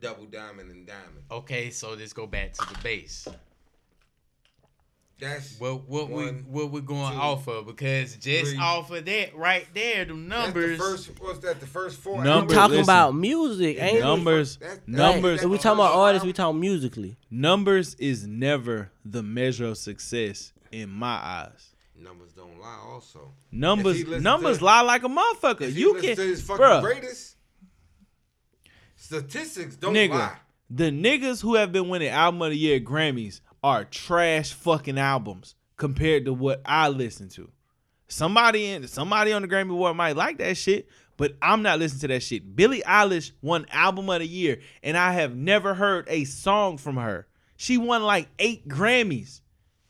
double diamond, and diamond. Okay, so let's go back to the base. That's What what One, we what we're going two, off of because just three. off of that right there, the that's the numbers. first. What's that? The first four. Numbers. we talking listen. about music, ain't we? Numbers, That- that- numbers, If we talking about artists, we talking musically. numbers is never the measure of success in my eyes. Numbers don't lie. Also, If Numbers, he listen numbers to- lie like a motherfucker. If You listen can, to his fucking bruh, greatest. Statistics don't nigga. lie. The niggas who have been winning album of the year Grammys are trash fucking albums compared to what I listen to. Somebody in somebody on the Grammy Award might like that shit, but I'm not listening to that shit. Billie Eilish won album of the year, and I have never heard a song from her. She won like eight Grammys.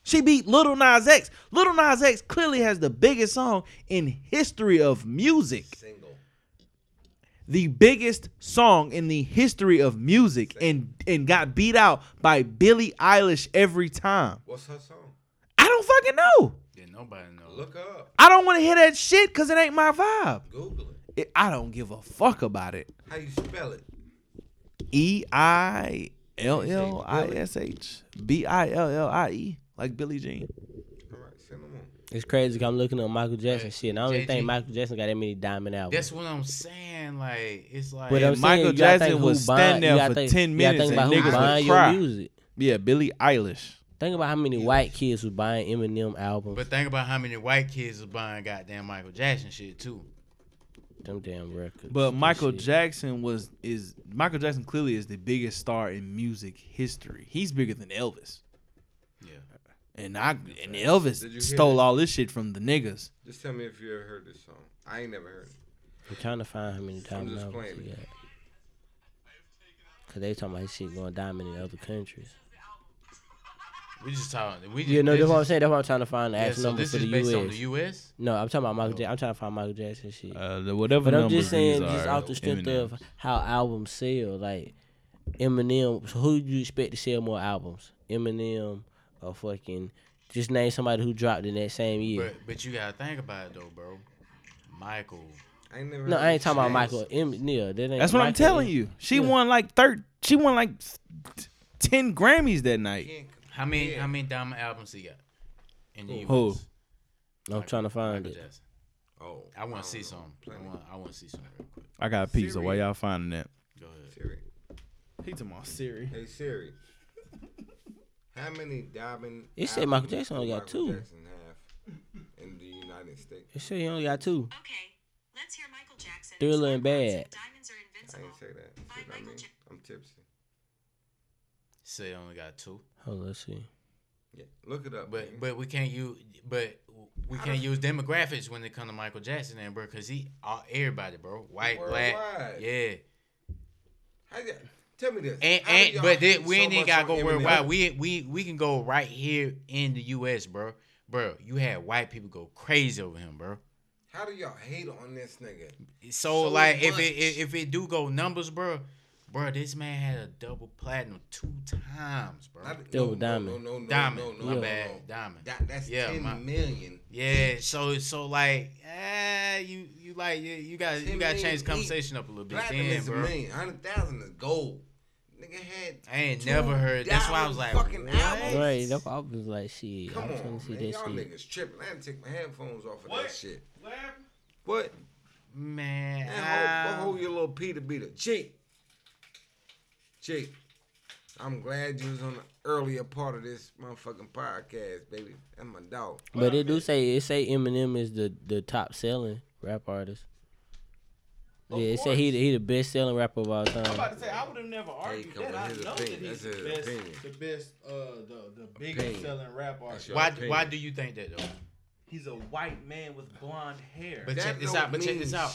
She beat Little Nas X. Little Nas X clearly has the biggest song in history of music Single. the biggest song in the history of music and and got beat out by Billie Eilish every time. What's her song? I don't fucking know. Yeah, nobody knows. Look her up. I don't want to hear that shit cuz it ain't my vibe. Google it. It, I don't give a fuck about it. How you spell it? E I L L I S H B I L L I E like Billie Jean. All right, send them on. It's crazy. 'cause I'm looking at Michael Jackson Hey, shit, and I don't even JG. think Michael Jackson got that many diamond albums. That's what I'm saying. Like it's like But I'm And Michael saying, you gotta Jackson think who was buying- standing there you gotta for think- 10 you gotta minutes and think about who niggas would buying cry. Your music. Yeah, Billie Eilish. Think about how many white kids was buying Eminem albums. But think about how many white kids is buying goddamn Michael Jackson shit too. them damn records. But and Michael shit. Jackson was is Michael Jackson clearly is the biggest star in music history. He's bigger than Elvis. Yeah. And I and Did you Elvis hear stole that? all this shit from the niggas. Just tell me if you ever heard this song. I ain't never heard it. I'm trying to find how many diamond just albums playing he it. got. Cause they talking about his shit going diamond in other countries. We just talking. We just, Yeah, no, this that's what I'm is- saying. That's what I'm trying to find the Yeah, actual so number this for is the based on US. the US. No, I'm talking about Michael. Jackson. I'm trying to find Michael Jackson shit. Uh, the whatever But I'm numbers just saying, these just are, off the strength Eminem. of how albums sell, like Eminem, so who do you expect to sell more albums? Eminem or fucking just name somebody who dropped in that same year. But but you gotta think about it though, bro. Michael. I ain't never. no, heard I ain't this talking about shit. Michael. Em, yeah, that ain't That's what I'm Michael telling Em- you. She Yeah. won like third she won like ten Grammys that night. Can't- How many Yeah. how many diamond albums he got in the US? Who? I'm trying to find Michael it. Jackson. Oh, I want to don't see know. some. I Plenty. want I want to see some real quick. I got a pizza. Why Siri. y'all finding that? Go ahead. Siri. He talking about Siri. Hey Siri. How many diamond? It said albums Michael Jackson only did got Michael two. Jackson have in the United States. It said he only got two. Okay, let's hear Michael Jackson. Thriller and Star Wars Bad. Diamonds are I invincible. ain't say that. By Shit, I Michael mean, Jackson. I'm tipsy. Say only got two. Hold on, let's see. Look it up. But but we can't use but we I can't don't- use demographics when it comes to Michael Jackson, and bro, cause he all, everybody, bro, white, black, Worldwide. yeah. How you, tell me this. And, How do and y'all but then hate we so ain't even much gotta on go Eminem? worldwide. We we we can go right here in the U.S., bro. Bro, you had white people go crazy over him, bro. How do y'all hate on this nigga? So, like, if much. it if, if it do go numbers, bro, bro, this man had a double platinum two times, bro. Not- Double diamond. No, no, no, diamond, no, no, my no, bad, no. diamond. That- that's 10 million. Yeah, so so like, eh, you you like you, you got you 10 got to million change the conversation up a little bit, Platinum then, is bro. a million. Hundred thousand is gold. Nigga had. I ain't two never heard. That's why I was diamond like, fucking albums. Right, that's why I was like, shit, Come I'm trying on, to see man. this Y'all shit. niggas tripping. I didn't take my headphones off of that shit. What? Man, Man, I- hold, hold your little Peter Beater. Chick. Chick. I'm glad you was on the earlier part of this motherfucking podcast, baby. That's my dog. But it do say it say Eminem is the the top selling rap artist. yeah, it say he the- he the best selling rapper of all I'm time. about to say I would have never argued come that. on, I his know opinion. that he's That's the his best, opinion. the best, uh, the the biggest Opinion. selling rap That's artist. your Why- why do you think that though? He's a white man with blonde hair. But check this out. But check this out.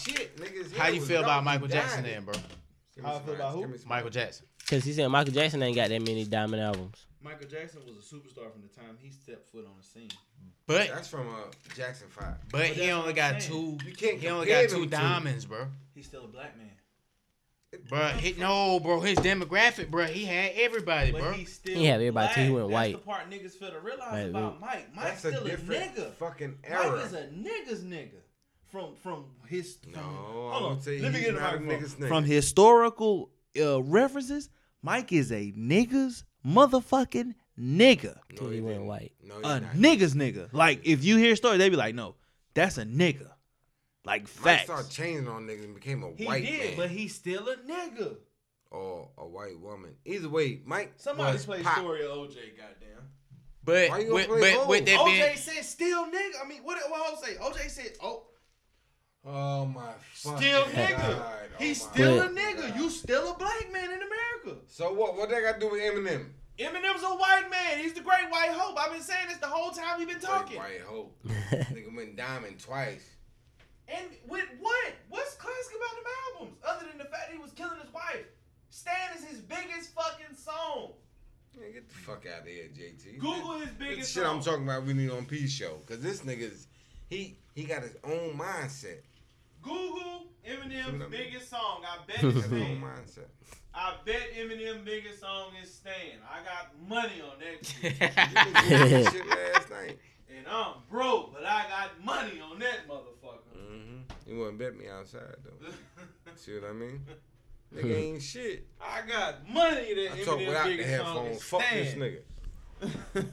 How you feel about Michael Jackson, then, bro? How I feel about who? Michael Jackson. Cause he said Michael Jackson ain't got that many diamond albums. Michael Jackson was a superstar from the time he stepped foot on the scene. But that's from uh, Jackson Five. But he that's only what I'm got saying. two- You can't he only got compare two them to- diamonds, bro. He's still a black man. Bro, he, no, bro, his demographic, bro, he had everybody, But bro. he's still He had everybody till he black. went That's the white. part niggas fail to realize Right, about we- Mike. Mike's That's a still a, different nigga. fucking Mike era. is a nigga's nigga. From from his from, No, hold I'm on. gonna tell you, Let me he's get the not a microphone. nigga's nigga. From historical uh, references, Mike is a nigga's motherfucking nigga. Till he went white. a nigga's nigga. Like if you hear stories, they be like, no, that's a nigga. Like Mike facts. started changing on niggas and became a He white did, man but he's still a nigga. or a white woman. Either way, Mike Somebody was play pop. story of OJ, goddamn. But Why you gonna with, play but old? with that OJ being, said still nigga. I mean, what did what OJ say? OJ said, oh, Oh my fucking still nigga. God. Oh He's my still a God. nigga. You still a black man in America. So what? What that got to do with Eminem? Eminem's a white man. He's the great white hope. I've been saying this the whole time we've been talking. White hope. nigga went diamond twice. And with what? What's classic about them albums? Other than the fact that he was killing his wife. Stan is his biggest fucking song. Man, get the fuck out of here, JT. Google his This biggest shit I'm song. talking about. We need on P show because this nigga's he he got his own mindset. Google See what I Eminem's mean? biggest song. (laughs) I bet His it's (laughs) own Stan. mindset. I bet Eminem's biggest song is Stan. I got money on (laughs) that shit. That shit last night. and I'm broke, but I got money on that motherfucker. Mm-hmm. You wouldn't bet me outside (laughs) though. See what I mean? Nigga ain't shit. I got money that I talk Eminem's without the biggest song headphones. is Fuck Stan. this nigga.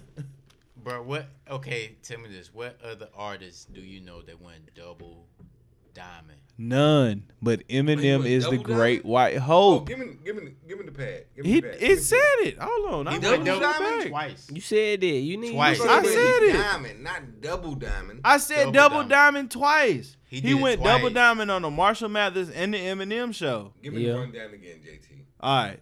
bro, what? Okay, tell me this. What other artists do you know that went double diamond? None, but Eminem is the great white Oh, hope. give me give me give me the pad. Give me He the pad. it said it. Hold on, He I'm double looking it up diamond back. Twice. You said it. You need. Twice. You I Wait, said it. Diamond, not double diamond. I said double, diamond. twice. He He, did it went twice. double diamond on the Marshall Mathers and the Eminem show. Give me the rundown again, JT. All right,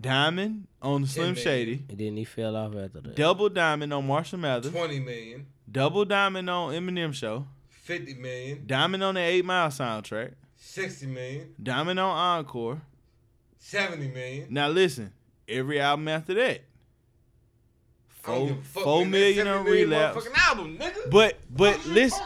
diamond on the Slim Eminem. Shady. And then he fell off after that. Double diamond on Marshall Mathers. Twenty million. Double diamond on Eminem show. 50 million, Diamond on the Eight Mile soundtrack. 60 million, Diamond on Encore. 70 million. Now listen, every album after that. I don't Four, give a fuck, four nigga. million That's on 70 million relapse. motherfucking album, nigga. But but listen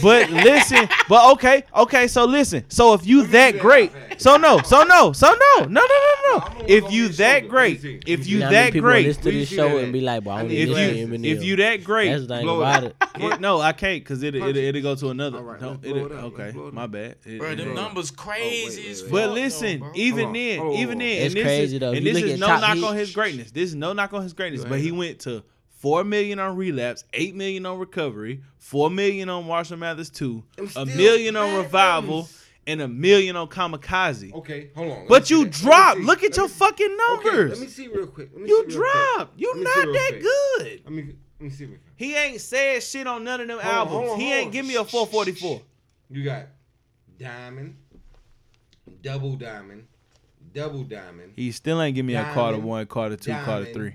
but listen but okay okay so listen so if you that great so no so no so no no no no no if you that great if you know how many that people great listen to this show and be like, "Well, I don't if even listen you to Eminem." if you that great That's the thing about it. It- no I can't cause it it Punch it. it'll go to another Don't- blow it'll- it up, okay my bad It- Bro, it- them it- numbers crazy as fuck. but listen, even then, even then, It's and this crazy, is, though. and You this look is at no top knock hit- on his greatness. This is no knock on his greatness. But he went to four million on relapse, eight million on recovery, four million on Marshall Mathers two, a million on revival, and a million on kamikaze. Okay, hold on. Let me But see you that. Let me dropped. see. Look at Let your me- fucking Okay, numbers. let me see real quick. Let me You see real quick. dropped. You Let me not see real that quick. good. Let me, let me see real quick. He ain't said shit on none of them Hold on, albums. hold on, he hold ain't on. give me a four forty four. You got Diamond, Double Diamond, Double Diamond, He still ain't give me a Carter Diamond, one, Carter two, Carter Diamond, three.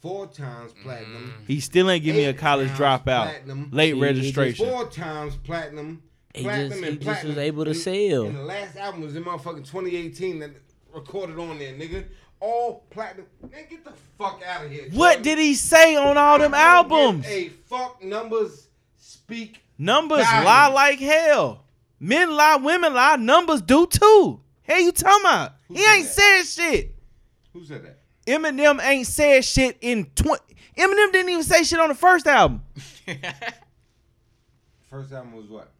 four times platinum. He still ain't give me a eight college times dropout. Late He- he just- registration. Four times platinum. He platinum just- he and just platinum. was able to And- sell. And the last album was in motherfucking 2018 that recorded on there, nigga. All platinum. Man, get the fuck out of here. What did he say on all them albums? Hey, fuck numbers speak. Numbers lie like hell. Men lie, women lie, numbers do too. Hey, you talking about? He ain't said shit. Who said that? Eminem ain't said shit in 20. Eminem didn't even say shit on the first album. First album was what?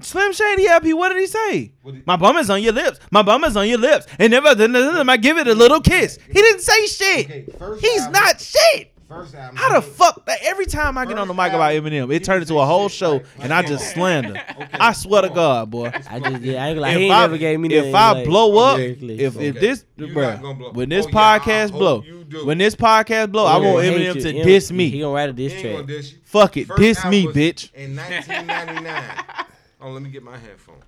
Slim Shady LP, what did he say? What did- My bum is on your lips. My bum is on your lips. And never, then I give it a little kiss. He didn't say shit. first He's album- not shit. First album. How the fuck? Like, every time I get on the mic about Eminem, it turned into a whole show, and I just slander. I swear to God, boy. I (laughs) just yeah, I ain't like If he ain't I- never gave me If nothing, I like, blow up, lyrically, if so. if this, You bruh, not gonna blow up. when Oh, this podcast blow, when this podcast blow, I He want gonna hate Eminem you. to He- diss me. He gonna write a diss He ain't track. gonna diss you. Fuck it, First diss album me, was (laughs) bitch. In 1999. oh, let me get my headphone.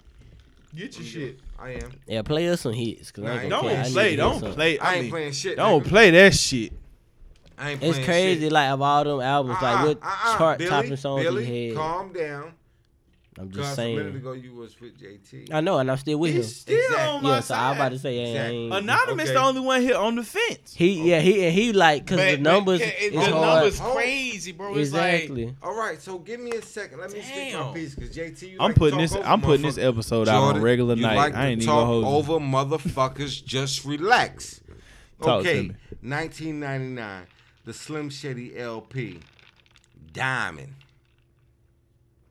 Get your shit. I am. Yeah, play us some hits. Cause Nah, I ain't don't gonna play. I need play, to hear don't something. play. I I ain't mean, playing shit, Don't nigga. play that shit. I ain't It's playing crazy, shit. like of all them albums, like Uh-uh, what uh-uh, chart Billy, topping songs Billy, he had. Calm down. I'm Cause just A minute saying. ago you was with JT. I know, and I'm still with He's him. still on my yeah, so I'm about side. to say, yeah, ain't- Anonymous, the only one here on the fence. He yeah he and he like cause the numbers is the hard. numbers crazy, bro. It's like- Exactly. All right, so give me a second. Let me speak my piece because JT, you I'm like to putting talk this. over I'm putting this motherfuckers. episode out on Jordan, regular you night. like I to ain't even talk gonna hold you. over motherfuckers. Just relax. Talk to okay, me. 1999, the Slim Shady LP, Diamond.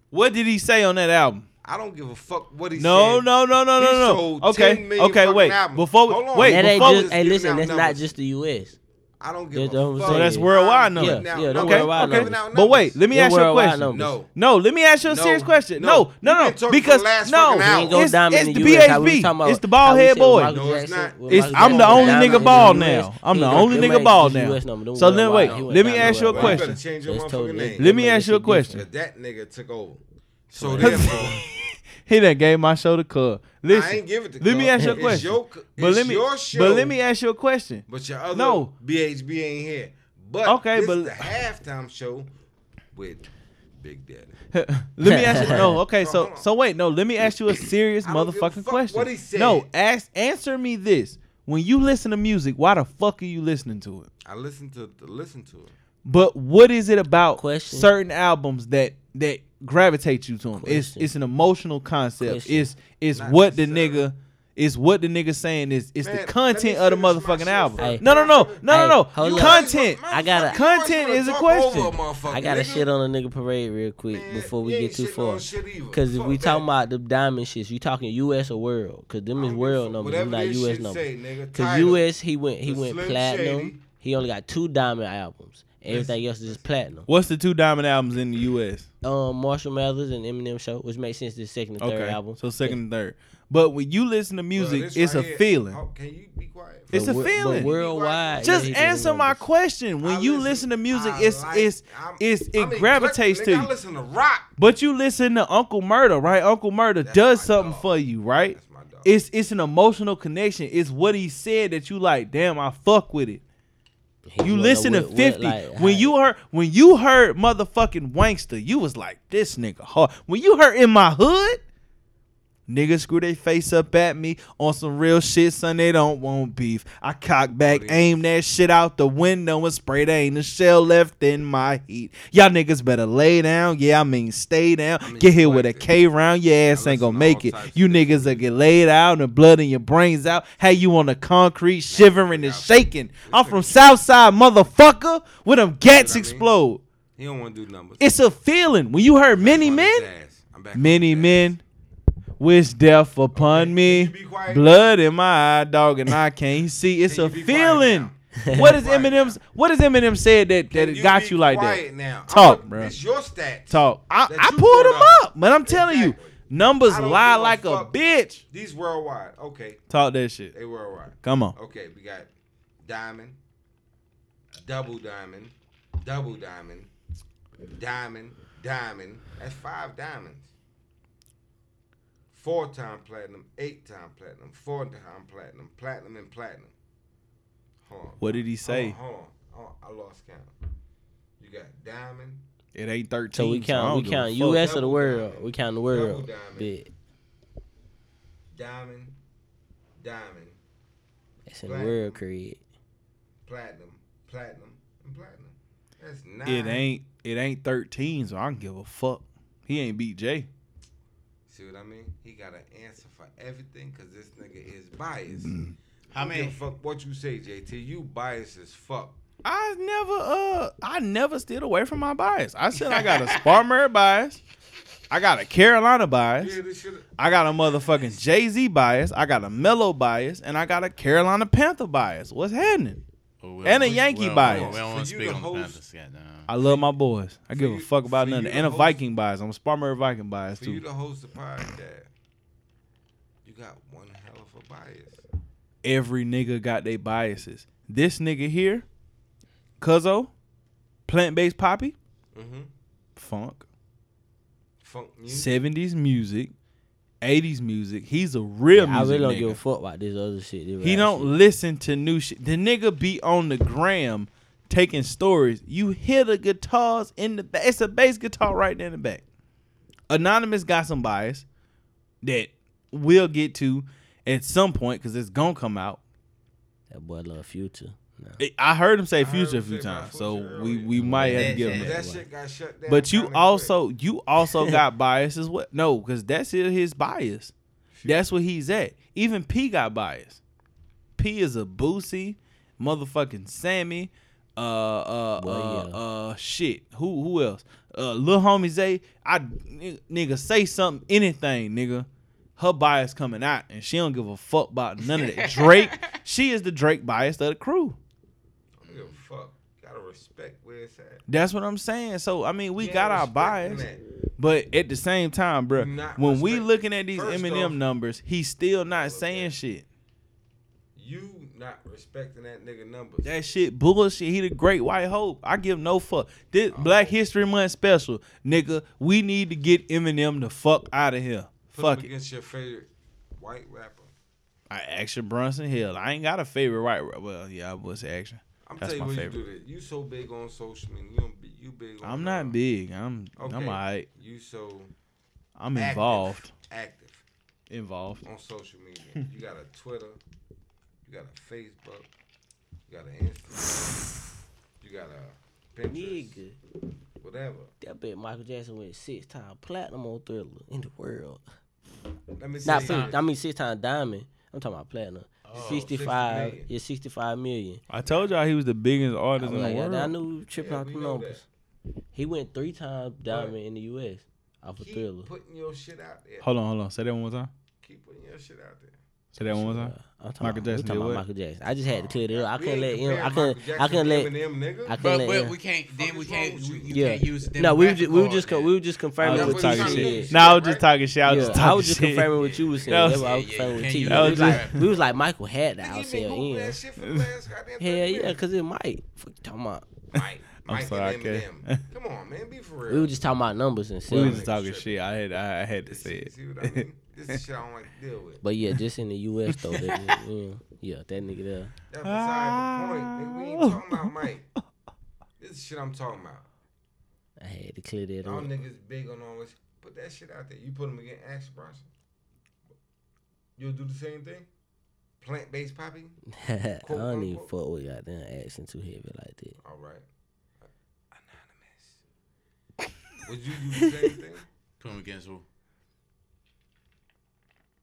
What did he say on that album? I don't give a fuck what he No, said. no, no, no, He no, no. sold Okay, 10 million okay, fucking wait. albums. Before- Hold on. wait, that ain't before just hey giving listen out that's not numbers. just the U.S. I don't That's give what I'm a fuck. So saying. that's worldwide numbers. Yeah, yeah, they're okay. worldwide okay. numbers. But wait, let me They're ask you a worldwide question. numbers. No. no. Let me ask you a No. serious question. No. No, no, You've no. been talking because for the last no, fucking hour. We ain't gonna it's, diamond it's in the the US, how we was talking BHB. about- It's the how ball we head said Michael boy. No, it's not. Well, It's, Michael I'm the Jackson only diamond in nigga the ball US. now. I'm He the was- only them nigga ain't ball just now. US number, them So then worldwide. wait, He was let me diamond ask you a worldwide. You question. better change your That's motherfucking totally name. Let me That ask makes you a it question. But that nigga took over. So Right. (laughs) therefore, He done gave my show the cub. Listen, ain't give it to Let me Cub. ask you a It's question. your c- but it's let me, your show. but let me ask you a question. but your other No. BHB ain't here. But Okay, okay, this but- is the halftime show with Big Daddy. let me ask you. No, okay. No, So, hold on. so wait. No, let me ask you a serious I don't give a motherfucking fuck question. what he said. No, ask. Answer me this. When you listen to music, why the fuck are you listening to it? I listened to, to listen to it. But what is it about Question. certain albums that that gravitate you to them? It's Question. it's an emotional concept. Question. It's it's Not what the nigga. It's what the nigga saying is it's Man, the let me content of the finish my motherfucking shit album. first. No, no, no, no, Hey, no, hold no. up. Content. I gotta- Content is a question. I got to shit on a nigga parade real quick before we get too far. Cause if we talking about the diamond shits, you talking U.S. or world? Cause them is world numbers, them not U.S. numbers. Cause U.S. he went he The went Slim platinum. Shady. He only got two diamond albums. Everything else is just platinum. What's the two diamond albums in the U.S.? Um, Marshall Mathers and Eminem show, which makes sense. The second and third Okay, album. so second and third. But when you listen to music, it's a feeling. Oh, can you be quiet? It's But a wor- but feeling. worldwide, Just yeah, he doing answer my numbers. question. When I you listen- listen to music, I it's like- it's I'm- it's I'm it eclectic, gravitates to nigga. I you. listen to rock. But you listen to Uncle Murder, right? Uncle Murder does something for you, right? It's it's an emotional connection. It's what he said that you like. Damn, I fuck with it. He You wanna listen know to what- what, fifty. like, when you heard when you heard motherfucking Wankster, you was like this nigga hard. When you heard in my hood, niggas screw their face up at me on some real shit, son. They don't want beef. I cock back, aim that shit out the window and spray. There ain't a shell left in my heat. Y'all niggas better lay down. Yeah, I mean stay down. get here with a K round. Your ass ain't gonna make it. You niggas that get laid out and blood in your brains out. How you on the concrete shivering and shaking? I'm from Southside, motherfucker. Where them gats explode. He don't want to do numbers. It's a feeling when you heard many men, many men wish death upon me, blood in my eye, dog, and I can't see. It's a feeling. (laughs) What is Eminem's? What is Eminem said that that it got you like quiet that? now? Talk, I'ma- bro. It's your stats. Talk. I, that I you pulled brought them up. up, but I'm telling you, numbers I don't lie give a like a fuck. bitch. These worldwide. Okay. Talk that shit. They worldwide. Come on. Okay, we got diamond, double diamond, double diamond, diamond, diamond. That's five diamonds. Four time platinum, eight time platinum, four time platinum, platinum and platinum. Hold on. What did he say? Hold on. hold oh, I lost count. You got Diamond. It ain't thirteen. So we so I don't give count, a we count fuck. U.S. or the world. We count the world. diamond. Bit. Diamond, Diamond, That's in the world creed. Platinum, Platinum, and Platinum. That's nine. It ain't. It ain't thirteen. So I don't give a fuck. He ain't beat Jay. See what I mean? He got an answer for everything because this nigga is biased. Mm. How Don't many- give a Fuck what you say, JT. You biased as fuck. I never. Uh, I never steered away from my bias. I said I (laughs) got a Sparmer bias. I got a Carolina bias. Yeah, this shit. I got a motherfucking Jay Z bias. I got a Mellow bias, and I got a Carolina Panther bias. What's happening? and a Yankee we don't- bias. We don't want to the speak on the host- Panthers. Goddamn. I love my boys. I give a fuck about for nothing. you to And a host- Viking bias. I'm a Sparmer Viking bias For you too. to host the podcast, you got one hell of a bias. Every nigga got their biases. This nigga here, Cuzzo, plant based poppy, Mm-hmm. funk, Funk Mm-hmm. music. seventies music, eighties music. He's a real I music really don't nigga. give a fuck about this other shit. this He rap don't shit. listen to new shit. The nigga be on the gram taking stories. You hear the guitars in the back. It's a bass guitar right there in the back. Anonymous got some bias that we'll get to at some point because it's gonna come out. That boy love Future. No. It- I heard him say heard future him a few say about times, so Future we, earlier. we might But have to that- give him but that. that shit got shut down But you kinda also you (laughs) also got bias as well. No, because that's still his bias. That's where he's at. Even P got bias. P is a Boosie, motherfucking Sammy, uh, uh, Well, uh, yeah. uh, shit. Who who else? Uh, Lil homie Zay. I n- nigga say something, anything, nigga. Her bias coming out, and she don't give a fuck about none of (laughs) that. Drake, she is the Drake bias of the crew. Don't give a fuck. Gotta respect where it's at. That's what I'm saying. So I mean, we Yeah, got our respecting bias, that. but at the same time, bro, Not when we looking at these First Eminem off- numbers, he's still not saying shit. You not respecting that nigga numbers. That shit bullshit. He the great white hope. I give no fuck. This Oh. Black History Month special, nigga. We need to get Eminem the fuck out of here. Put fuck him it. against your favorite white rapper. I action Brunson Hill. I ain't got a favorite right. Well, yeah, I would say action. I'm That's telling you my what favorite. you do that. You so big on social and you don't be, you big on I'm not big. I'm I'm alright. You so I'm active- involved. Active. Involved. On social (laughs) media. you got a Twitter. You got a Facebook. You got an Instagram. you got a Pinterest. Nigga. Whatever. That bet Michael Jackson went six time platinum on Thriller in the world. Let me Not see. platinum, I mean six time diamond. I'm talking about platinum. Oh, 65 60 million. yeah, 65 million. I told y'all he was the biggest I, artist was in the like, world. I knew we tripping Yeah, out we the know numbers. He went three time diamond in the US off of Keep Thriller. putting your shit out there. Hold on, hold on. Say that one more time. Keep putting your shit out there. Say that one more time. I'm talking Michael about, we Jackson. talking Did about what? Michael Jackson. I just had to clear it up. I Oh, We couldn't let ain't him. I comparing couldn't. Michael I couldn't let. Jackson to Eminem, nigga. I couldn't But, let. but him. we can't. Then we can't. You, you yeah. can't use. the no, we were demographic just, we were card just co- then. we were just confirming I was what just you talking you shit. said. Nah, I was just talking shit. I was Yeah, just I talking was just shit. confirming what you were saying. That was- That's why I was Yeah, yeah, confirming you with you. can't use We was, the like, we was like Michael had to Nigga, you been outsell Googling in. that shit for the last (laughs) goddamn Hell thirty yeah, minutes. cause it might. Fuck you talking about. Mike, I'm Mike sorry, I and can't. Eminem. Come on, man, be for real. We were just talking about numbers and (laughs) We stuff. was just talking shit. I had I I had to say See, it. see what I mean? This is shit I don't like to deal with. But yeah, just in the U.S. though, that, yeah, yeah, that nigga there. That's beside the point. Nigga, we ain't talking about Mike. This is shit I'm talking about. I had to clear that Y'all (laughs) up. niggas big on all this. Put that shit out there. You put them against Action Bronson. You'll do the same thing? Plant based poppy? I Quote, don't even unquote. fuck with goddamn action too heavy like that. All right. Anonymous. Would you do the same thing? Put him against who?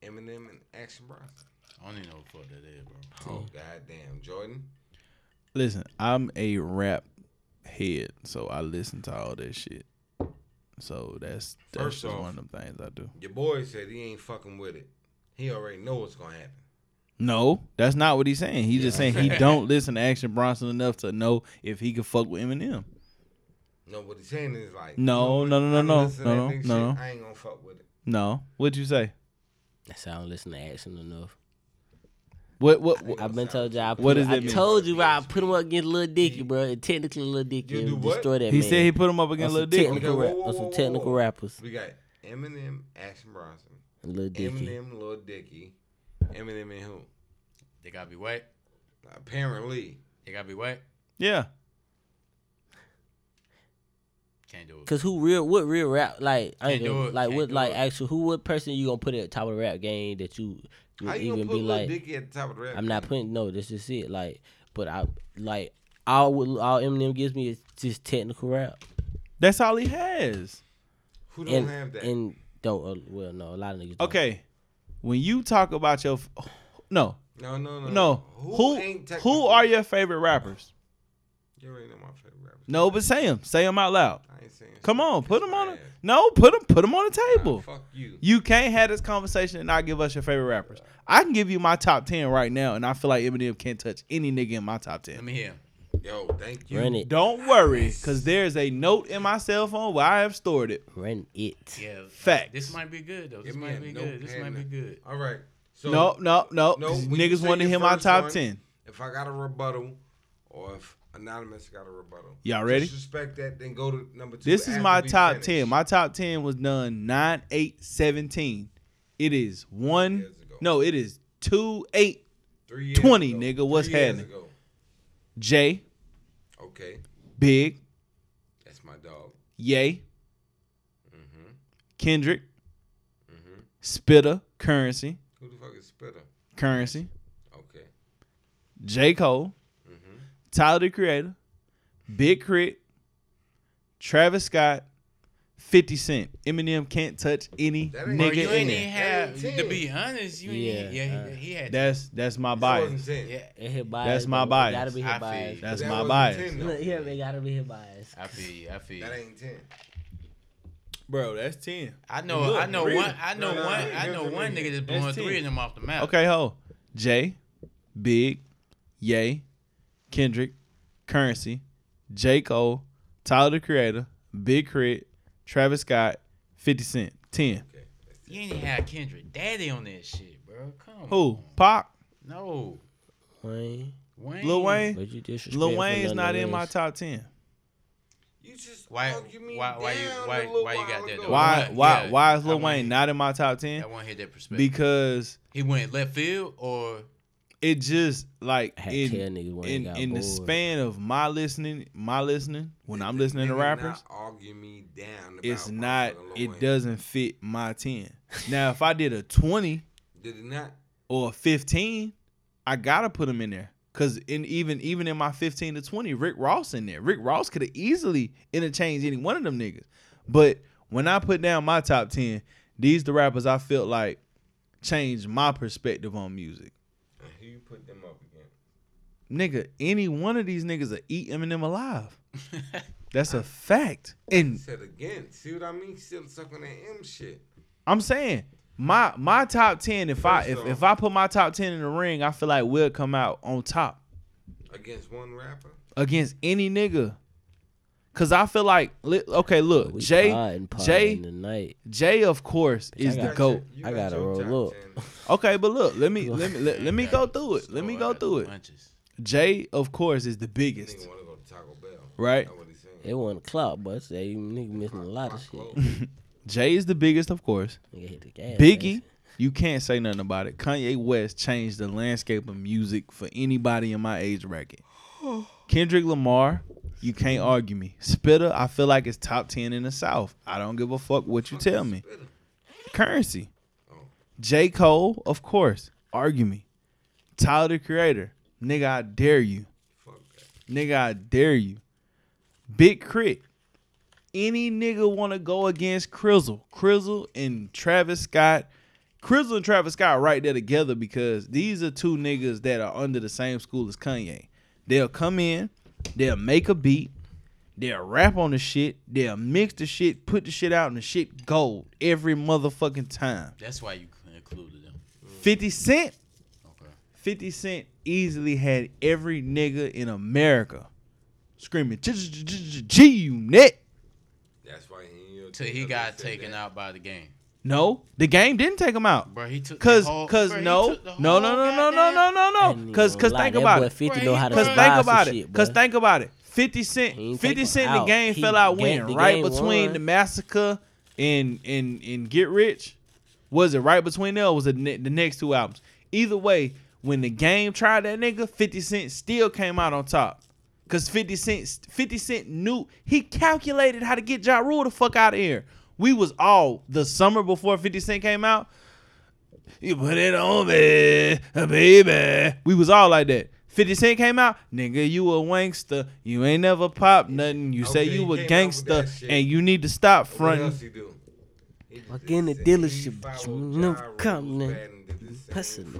Eminem and Action Bronson. I don't even know what the fuck that is, bro. Oh, goddamn. Jordan. Listen, I'm a rap head, so I listen to all that shit. So that's that's First just off- one of the things I do. Your boy said he ain't fucking with it. He already know what's gonna happen. No, that's not what he's saying. He's just saying (laughs) he don't listen to Action Bronson enough to know if he could fuck with Eminem. No, what he's saying is like, No, you no, know no, what? no, I'm no, listening to no, that nigga no, shit, no. I ain't gonna fuck with it. No, what'd you say? That's why I don't listen to action enough. What what? I've been told you. I put What does I that mean? told you, bro. I put him up against Lil Dicky, bro. And technically, Lil Dicky do and what? destroy that he man. said he put him up on against some Lil Dicky. technical rap, on some technical rappers. We got Eminem, Action Bronson, And Lil Dicky. Eminem, Lil Dicky, Eminem, and who? They gotta be white. Apparently, They gotta be white. Yeah, Can't do it. Cause who real what real rap like I ain't Can't do gonna, it. like Can't what do like it. actual who what person you gonna put at the top of the rap game that you would How you gonna even put be Lil like Dicky at the top of the rap I'm not putting no this is it like but I like all what all Eminem gives me is just technical rap. That's all he has. Who don't and, have that? And don't uh, well no a lot of niggas. Okay, when you talk about your, f- no, No, no, no. no, who Who ain't who, technical? are your favorite rappers? You already know my favorite rapper. No, but say them, say them out loud. I ain't saying Come on, put them on. A, no, put them, put them on the table. fuck you. You can't have this conversation and not give us your favorite rappers. I can give you my top ten right now, and I feel like Eminem can't touch any nigga in my top ten. Let me hear. Yo, thank you. You Don't worry, because there's a note in my cell phone where I have stored it. Run it. Yeah. Fact. This might be good though. This Give me might a be note good. This pen might be and- good. All right. No, no, no, 'cause when you niggas say wanted your him out first top one, 10. If I got a rebuttal, or if anonymous got a rebuttal, Y'all ready? Disrespect that, then go to number two. This is after my we top finish. ten. My top ten was done nine eight seventeen. It is one. No, it is two eight Three years twenty. Nigga, what's Three years happening? ago. Jay, Okay, Big, that's my dog. Yay, Mm-hmm. Kendrick, Mm-hmm. Spitter, Currency, Who the fuck is Spitter? Currency, Okay. J Cole, Mm-hmm. Tyler the Creator, Big Crit, Travis Scott, Fifty Cent. Eminem can't touch any That nigga ain't- Bro, you in ain't there. even have That ain't to ten. be honest. You yeah, Yeah, ain't, yeah, uh, he, he had That's that's my bias. Yeah, It hit bias. That's my though. bias. It gotta be I hit feel bias. you. That's That my wasn't bias. ten, though. Look, yeah, it gotta be hit bias. I feel you. I feel you. That ain't ten. Bro, that's ten. I know. Look, I know read one. it. I know No, no, one. read it. I Here's know the one read. nigga that's That's blowing 10. three of them off the map. Okay, ho. Jay, Big, Yay, Kendrick, Currency, J. Cole, Tyler the Creator, Big Crit, Travis Scott, 50 Cent, 10. You ain't even had Kendrick Daddy on that shit, bro. Come on. Who? Pop? No. Wayne. Wayne. Lil Wayne? But you disrespectful Eh, Lil Wayne's not in my nonetheless. top 10. You just Why? argue me Why? Why you? down a Why? little Why you while got that? ago. Though? Why Yeah, why why is I Lil wanna Wayne hear- not in my top 10? I want to hear that perspective. Because he went left field or it just like Had in, ten niggas when they in, got in the bored. span of my listening, my listening, when I'm listening to Nigga rappers, Not argue me down. About it's my not fucking Lil it Wayne. doesn't fit my 10 now if i did a 20 Did it not? or a 15 i gotta put them in there because in even even in my 15 to 20 rick ross in there rick ross could have easily interchanged any one of them niggas but when i put down my top 10 these the rappers i felt like changed my perspective on music And Who you put them up again? nigga any one of these niggas will eat eminem alive that's a fact and Said again. See what I mean? Still stuck on that M shit. I'm saying my my top ten. If I if, if I put my top ten in the ring, I feel like we'll come out on top Against one rapper? against any nigga. Cause I feel like li- okay, look, Jay, podding, podding Jay, tonight. Jay, of course, is the goat. I gotta roll up. (laughs) Okay, but look, let me let me let, let me go through it. Let me go through it. Jay, of course, is the biggest, I go to Taco Bell. right? It wasn't clout, but they nigga missing a lot of shit. Jay is the biggest, of course. Nigga hit the gas Biggie, you can't say nothing about it. Kanye West changed the landscape of music for anybody in my age bracket. Kendrick Lamar, you can't argue me. Spitter, I feel like it's top 10 in the South. I don't give a fuck what you tell me. Currency. J. Cole, of course. Argue me. Tyler the Creator. Nigga, I dare you. Nigga, I dare you. Big Crit. Any nigga want to go against Crizzle. Crizzle and Travis Scott. Crizzle and Travis Scott right there together because these are two niggas that are under the same school as Kanye. They'll come in, they'll make a beat, they'll rap on the shit, they'll mix the shit, put the shit out, and the shit gold every motherfucking time. that's why you included them. 50 Cent. 50 Cent easily had every nigga in America screaming, G unit. That's why he ain't Till he got taken out by the game. No, the game didn't take him out. Bro, he took the Cause, whole- cause bro, he no, took the no, no, whole no, no, no, no, no, no. Cause, cause lie, think that about boy it. 50 know how to Cause think vibe some about it. shit, Cause bruh. think about it. Fifty Cent, ain't Fifty take Cent, him the out. game He fell out ga- when the right game between won. the massacre and and and Get Rich. Was it right between there? Or was it ne- the next two albums? Either way, when the game tried that nigga, Fifty Cent still came out on top. Cause 50 Cent 50 Cent knew he calculated how to get Ja Rule the fuck out of here. We was all the summer before 50 Cent came out. You put it on me, baby. We was all like that. 50 Cent came out, nigga, you a wankster. You ain't never popped nothing. You say Okay, you a he came out with that gangster shit. and you need to stop What else fronting. he do? Walk in the dealership, but you know come in. Pussing.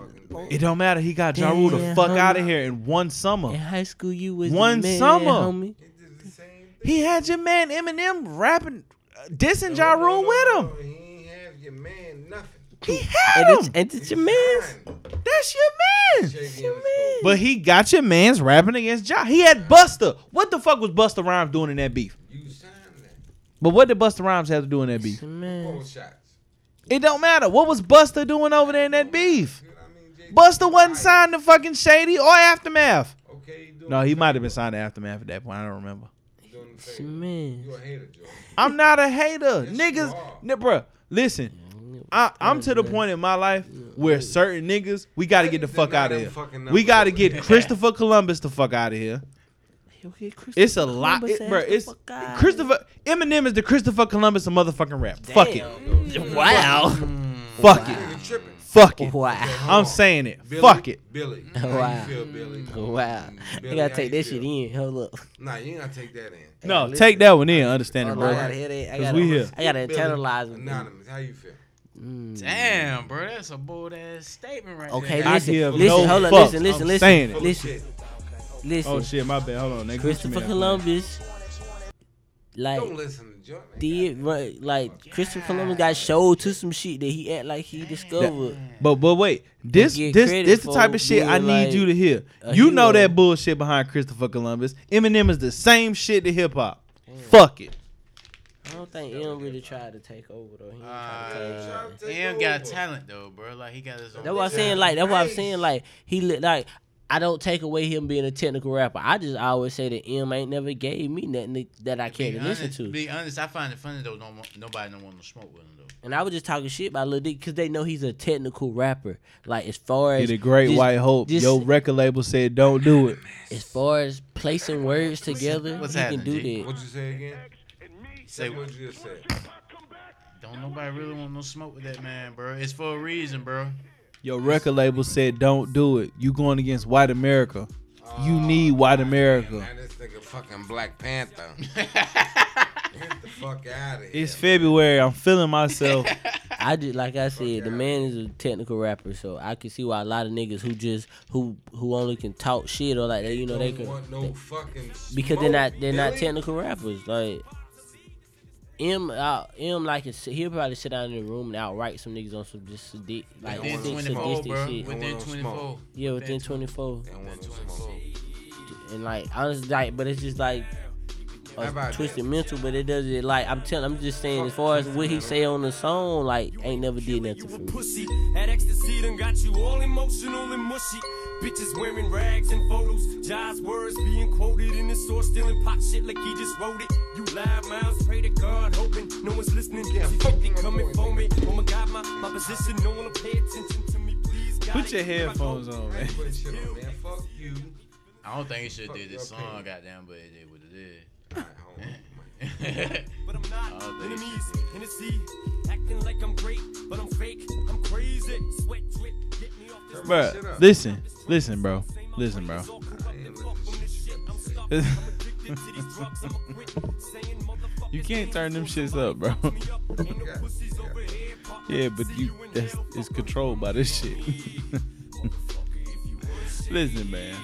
It don't matter. He got Ja Rule the Damn, fuck homie. out of here in one summer. In high school, you was the one man, summer. homie. He had your man Eminem rapping, uh, dissing Ja Rule with him. He had And your man nothing. He had it's, him. and it's your man's. That's your man. But he got your man's rapping against Ja. He had Buster. What the fuck was Buster Rhymes doing in that beef? But what did Buster Rhymes have to do in that beef? It don't matter. What was Buster doing over there in that beef? Buster wasn't signed to fucking Shady or Aftermath. No, he might have been signed to Aftermath at that point. I don't remember. It's your man's. I'm not a hater. Niggas, n- bruh, listen. I, I'm to the point in my life where certain niggas, we got to get the fuck out of fucking here. numbers We got to over get there. Christopher Columbus the fuck out of here. It's a lot, Columbus it, bro. ass the It's fuck outta Christopher Eminem is the Christopher Columbus of motherfucking rap. Fuck it. Wow. (laughs) Fuck it. Fuck it. (laughs) Wow. I'm saying it. Fuck it. (laughs) Billy. How you Wow. feel, Billy? Mm, Wow. Billy, You how gotta take you this shit in. Hold up. Nah, you ain't gotta take that in. No, take that one in. Understand it, Hold bro. on, I gotta hear that. I Cause gotta- we here. I gotta Billy, internalize it. Mm. Anonymous, how you feel? Damn, bro, that's a bold ass statement right Okay, there. listen, give listen, no hold on, fucks. listen, listen, I'm listen, saying it. listen, listen. Oh shit, my bad. Hold on. They Gucci Christopher man. Columbus, like, Don't listen to Jordan. did right, like Christopher Columbus got showed to some shit that he act like he discovered. But but wait, this get this credit this the type for of shit I being need like you to hear. a You know hero. that bullshit behind Christopher Columbus. Eminem is the same shit to hip hop. Fuck it. I don't think Em really tried to take over though. He ain't tried to take Uh, over. Em got talent though, bro. Like he got his own. That's what I'm saying. Like that's what I'm saying. Like he li- like I don't take away him being a technical rapper. I just always say that M ain't never gave me nothing that- that I Be care to listen honest- to. Be honest, I find it funny though. No, one- nobody don't want to smoke with him though. And I was just talking shit about Lil Dick because they know he's a technical rapper. Like as far He as the great just- white hope. just Your record label said don't do it. as far as placing words together, What's he can happening, do G? that. What you say again? Say what you just said. Don't nobody really want no smoke with that man, bro. It's for a reason, bro. Your record label said don't do it. You going against white America. You need white America. Man, this nigga fucking Black Panther. (laughs) Get the fuck out of here. It's February. I'm feeling myself. I just like I said, the man is a technical rapper, so I can see why a lot of niggas who just who who only can talk shit or like they, you know, they Don't can want no fucking because they're not smoke, they're not Billy. technical rappers. Like M uh, M like is- he'll probably sit down in the room and outright some niggas on some just sadistic like Within sick 24, sadistic bro. shit. Within 24. Yeah, within 24. Don't smoke. and like honestly, like, but it's just like How a about twisted mental. But it doesn't like I'm telling. I'm just saying as far as what he say on the song, like ain't never did nothing for me. pussy. Had ecstasy done got you all emotional and mushy. Bitches wearing rags and photos. Jai's words being quoted in the source, stealing pop shit like he just wrote it. You live miles, pray to God, hoping no one's listening. Yeah, fucking coming for me. Oh my God, my, my position, no one will pay attention to me. Please, God. (laughs) Put your headphones on, man. I don't think you should do this song, goddamn, but it did what it did. But I'm I not don't think you enemies, Hennessy. Acting like I'm great, but I'm fake. I'm crazy. Sweat drip, get me off this bro. Listen, listen, bro. Listen, bro. (laughs) you can't turn them shits up, bro. (laughs) yeah, but you that's it's controlled by this shit. (laughs) listen, man.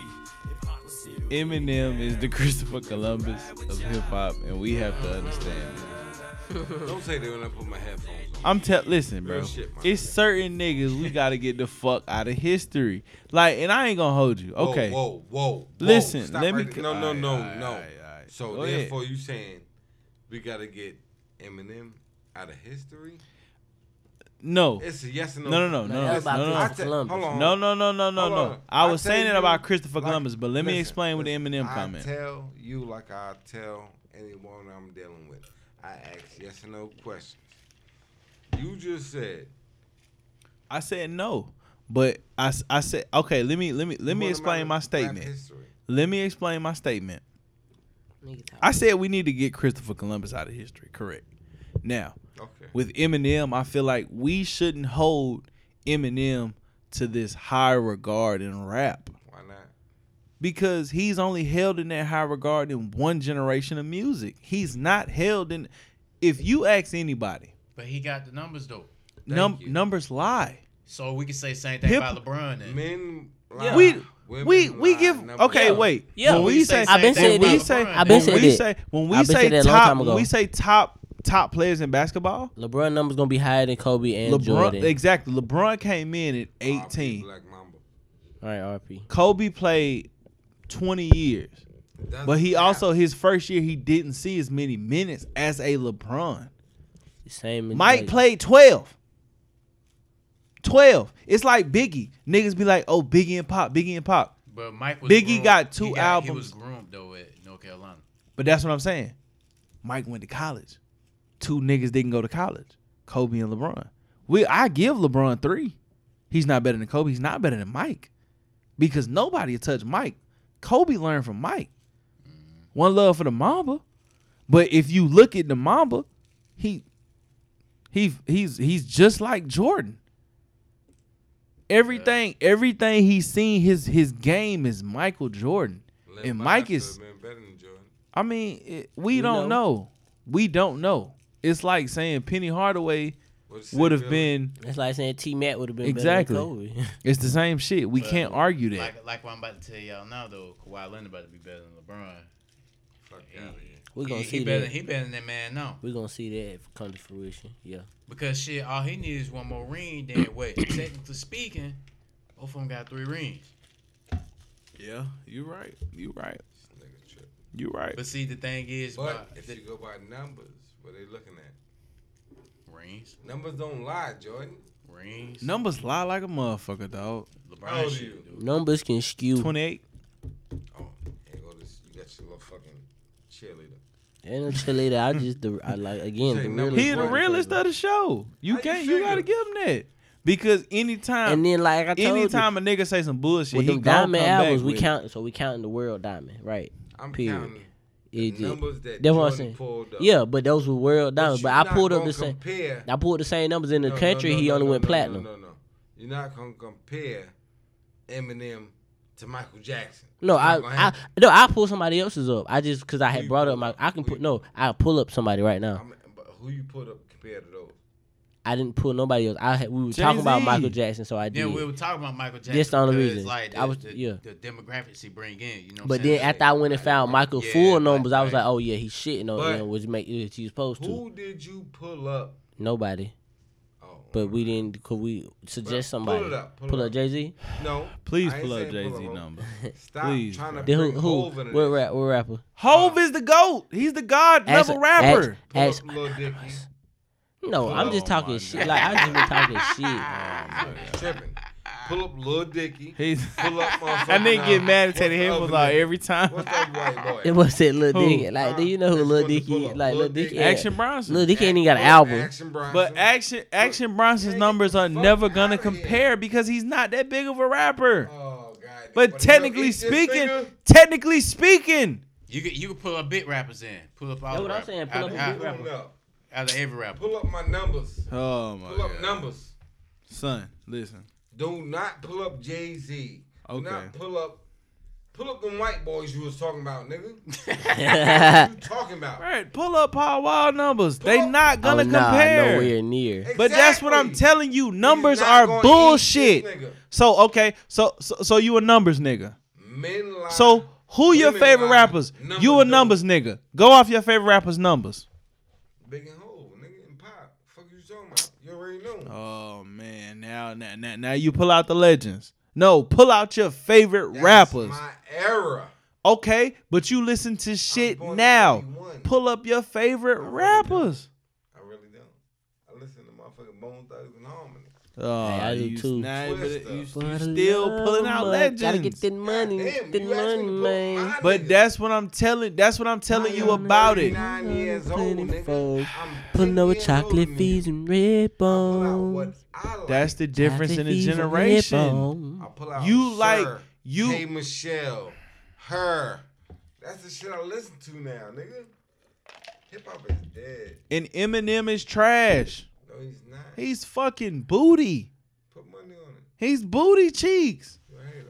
Eminem is the Christopher Columbus of hip hop, and we have to understand. that. Don't say that when I put my headphones on. I'm tell listen, Real bro. shit, my it's certain niggas we gotta get the fuck out of history. Like, and I ain't gonna hold you. Whoa, Okay. Whoa, whoa, whoa. Listen, Stop let right me. there. No, no, no, no. So Go ahead. therefore, you saying we gotta get Eminem out of history? No. It's a yes or no. No, no, Like, no, no, no, that's about no, no, Christopher Columbus. Hold on. no, no, no, no, no, Hold no. on. I I was tell saying it you, about Christopher like- Columbus, but let me listen, explain with the listen, Eminem I comment. tell you like I tell anyone I'm dealing with. I ask yes or no questions. You just said I said no, but I, s- I said okay. Let me let me let You want him me out explain of my rap statement. history. Let me explain my statement. I said we need to get Christopher Columbus out of history. Correct. Now, Okay. with Eminem, I feel like we shouldn't hold Eminem to this high regard in rap Why not? because he's only held in that high regard in one generation of music. He's not held in. If you ask anybody, (laughs) But he got the numbers though. num- numbers lie. So we can say the same thing Hip- about LeBron. Then. Men Yeah. We we we give okay wait Yeah, when we we say say the I've been same when thing we about say LeBron. I've been when saying we that. say when I've we been saying that say a long top time ago. when we say top top players in basketball LeBron numbers gonna be higher than Kobe and LeBron Jordan. exactly LeBron came in at eighteen All right, RP. Kobe played twenty years That's but he also his first year he didn't see as many minutes as a LeBron Same. as Mike like- played 12. 12. It's like Biggie. Niggas be like, oh, Biggie and Pop, Biggie and Pop. But Mike was Biggie groomed- got two he He was albums. groomed though at North Carolina. But that's what I'm saying. Mike went to college. Two niggas didn't go to college. Kobe and LeBron. We I give LeBron three. He's not better than Kobe. He's not better than Mike. Because nobody touched Mike. Kobe learned from Mike. One love for the Mamba. But if you look at the Mamba, he he he's he's just like Jordan. Everything, everything he's seen, his his game is Michael Jordan. and Mike is I mean, it, we, We don't know. know. We don't know. It's like saying Penny Hardaway What's would have Sid been That's like saying T Mac would have been exactly. better than Kobe. (laughs) it's the same shit. We But can't argue that. Like, like what I'm about to tell y'all now though, Kawhi Leonard about to be better than LeBron. We're gonna he, see he better, that. He better than that man now. We're gonna see that come to fruition. Yeah. Because shit, all he needs is one more ring. (clears throat) Then wait, technically speaking, both of them got three rings. Yeah, you right. You right. You right. But see, the thing is, But why- if you go by numbers, what they looking at? rings, Numbers don't lie, Jordan. rings. Numbers lie like a motherfucker, dog. How LeBron old are shit. you? Numbers can skew. Twenty eight. Oh, Here go this- You got your little fucking cheerleader. And a cheerleader, I just the I like again Say the numbers realest. He the one. realest of the show. You can't. You gotta give him that because anytime And then like I told anytime a nigga say some you, bullshit, with he them gonna diamond come back albums, we with it. count. So we counting the world diamond, right? I'm counting It the just- numbers that that's what I'm Jordan saying. pulled up. Yeah, but those were world diamonds. you But, I not pulled up gonna the same. compare- I pulled the same numbers in the No, no, country. no, he no, only no, went no, platinum. No, no, no. You're not gonna compare Eminem to Michael Jackson. No, It's I, not gonna I happen. no, I pull somebody else's up. I just because I had brought up my, I can put no, I pull up somebody right now. But who you put up compared to those? I didn't pull nobody else. I had, we were talking about Jay-Z. Michael Jackson, so I did. Yeah, we were talking about Michael Jackson. That's the only because, reason. Like, the, I was the, yeah. the demographics he bring in. You know. What But I'm saying? then after I went and found Michael Yeah, full right, numbers, I was right. like, oh yeah, he's shitting on But him, which make which he was supposed to. Who did you pull up? Oh, Nobody. but we didn't. Could we suggest Well, somebody? Pull it up. Pull, it up. Jay Z. No. Please I ain't pull up saying Jay Z pull up. number. (laughs) Stop Please. trying to bro. Then Bring Who? Who? Hov into What, this. rap, what rapper? Hove is the goat. He's the god Ask- level rapper. ask- ask- Pull up Lil (laughs) Dicky. no, I'm just talking shit. Like I just been talking shit. Tripping. Pull up Lil Dicky. He's Pull up motherfucking, (laughs) I didn't get uh, mad at what's Teddy the Hill other was out nigga? every time. What's that white boy? It was that Lil Who? Dicky. Like, do you know who Lil Dicky? Like Lil Dicky. Action Bronson. Lil Dicky ain't even got an album. Action Bronson. But action action Bronson's numbers are never gonna compare because he's not that big of a rapper. Oh, God. But But technically he's just speaking, bigger. technically speaking, You could you could pull up big rappers in. Pull up all. That's the what I'm rappers. saying, pull Out up of- a out- big rapper. Pull up. Out of every rapper. Pull up my numbers. oh my Pull up God. numbers. son, listen, Do not pull up Jay Z. Do Okay. not pull up. Pull up them white boys you was talking about, nigga. what you talking about? Brad, pull up Paul Wall numbers. they not Oh, gonna nah, compare. nowhere near. But that's what I'm Exactly. telling you. Numbers not gonna are eat this bullshit. nigga. So okay, so, so so you a numbers nigga. Men lie. So who your Women favorite lie. rappers? Numbers You a don't. numbers nigga. Go off your favorite rappers numbers. Big and whole, nigga, and pop. Fuck you talking about? You already know. Oh man, now now now, now you pull out the legends. No, pull out your favorite Oh, rappers. My era. Okay, but you listen to shit now. Pull up your favorite rappers. I really don't. I listen to motherfucking Bone Thugs and Harmony. Oh, Hey, I do you, too. Nah, but Twister. you, you But still love, pulling out uh, Gotta get legends. that money, Damn, that you asked money, me to pull up man. my But niggas. that's what I'm telling. That's what I'm telling you about it. Nine years old, nigga. Plentiful. I'm Pulling over 10 years older chocolate than fees and red What bones. I like. That's the difference in Chocolate the fees and red generation. bone. I pull out You like- Cher, you- K Michelle, her, That's the shit I listen to now, nigga. Hip hop is dead. And Eminem is trash. No, he's not. He's fucking booty. Put money on it. He's booty cheeks. You a hater.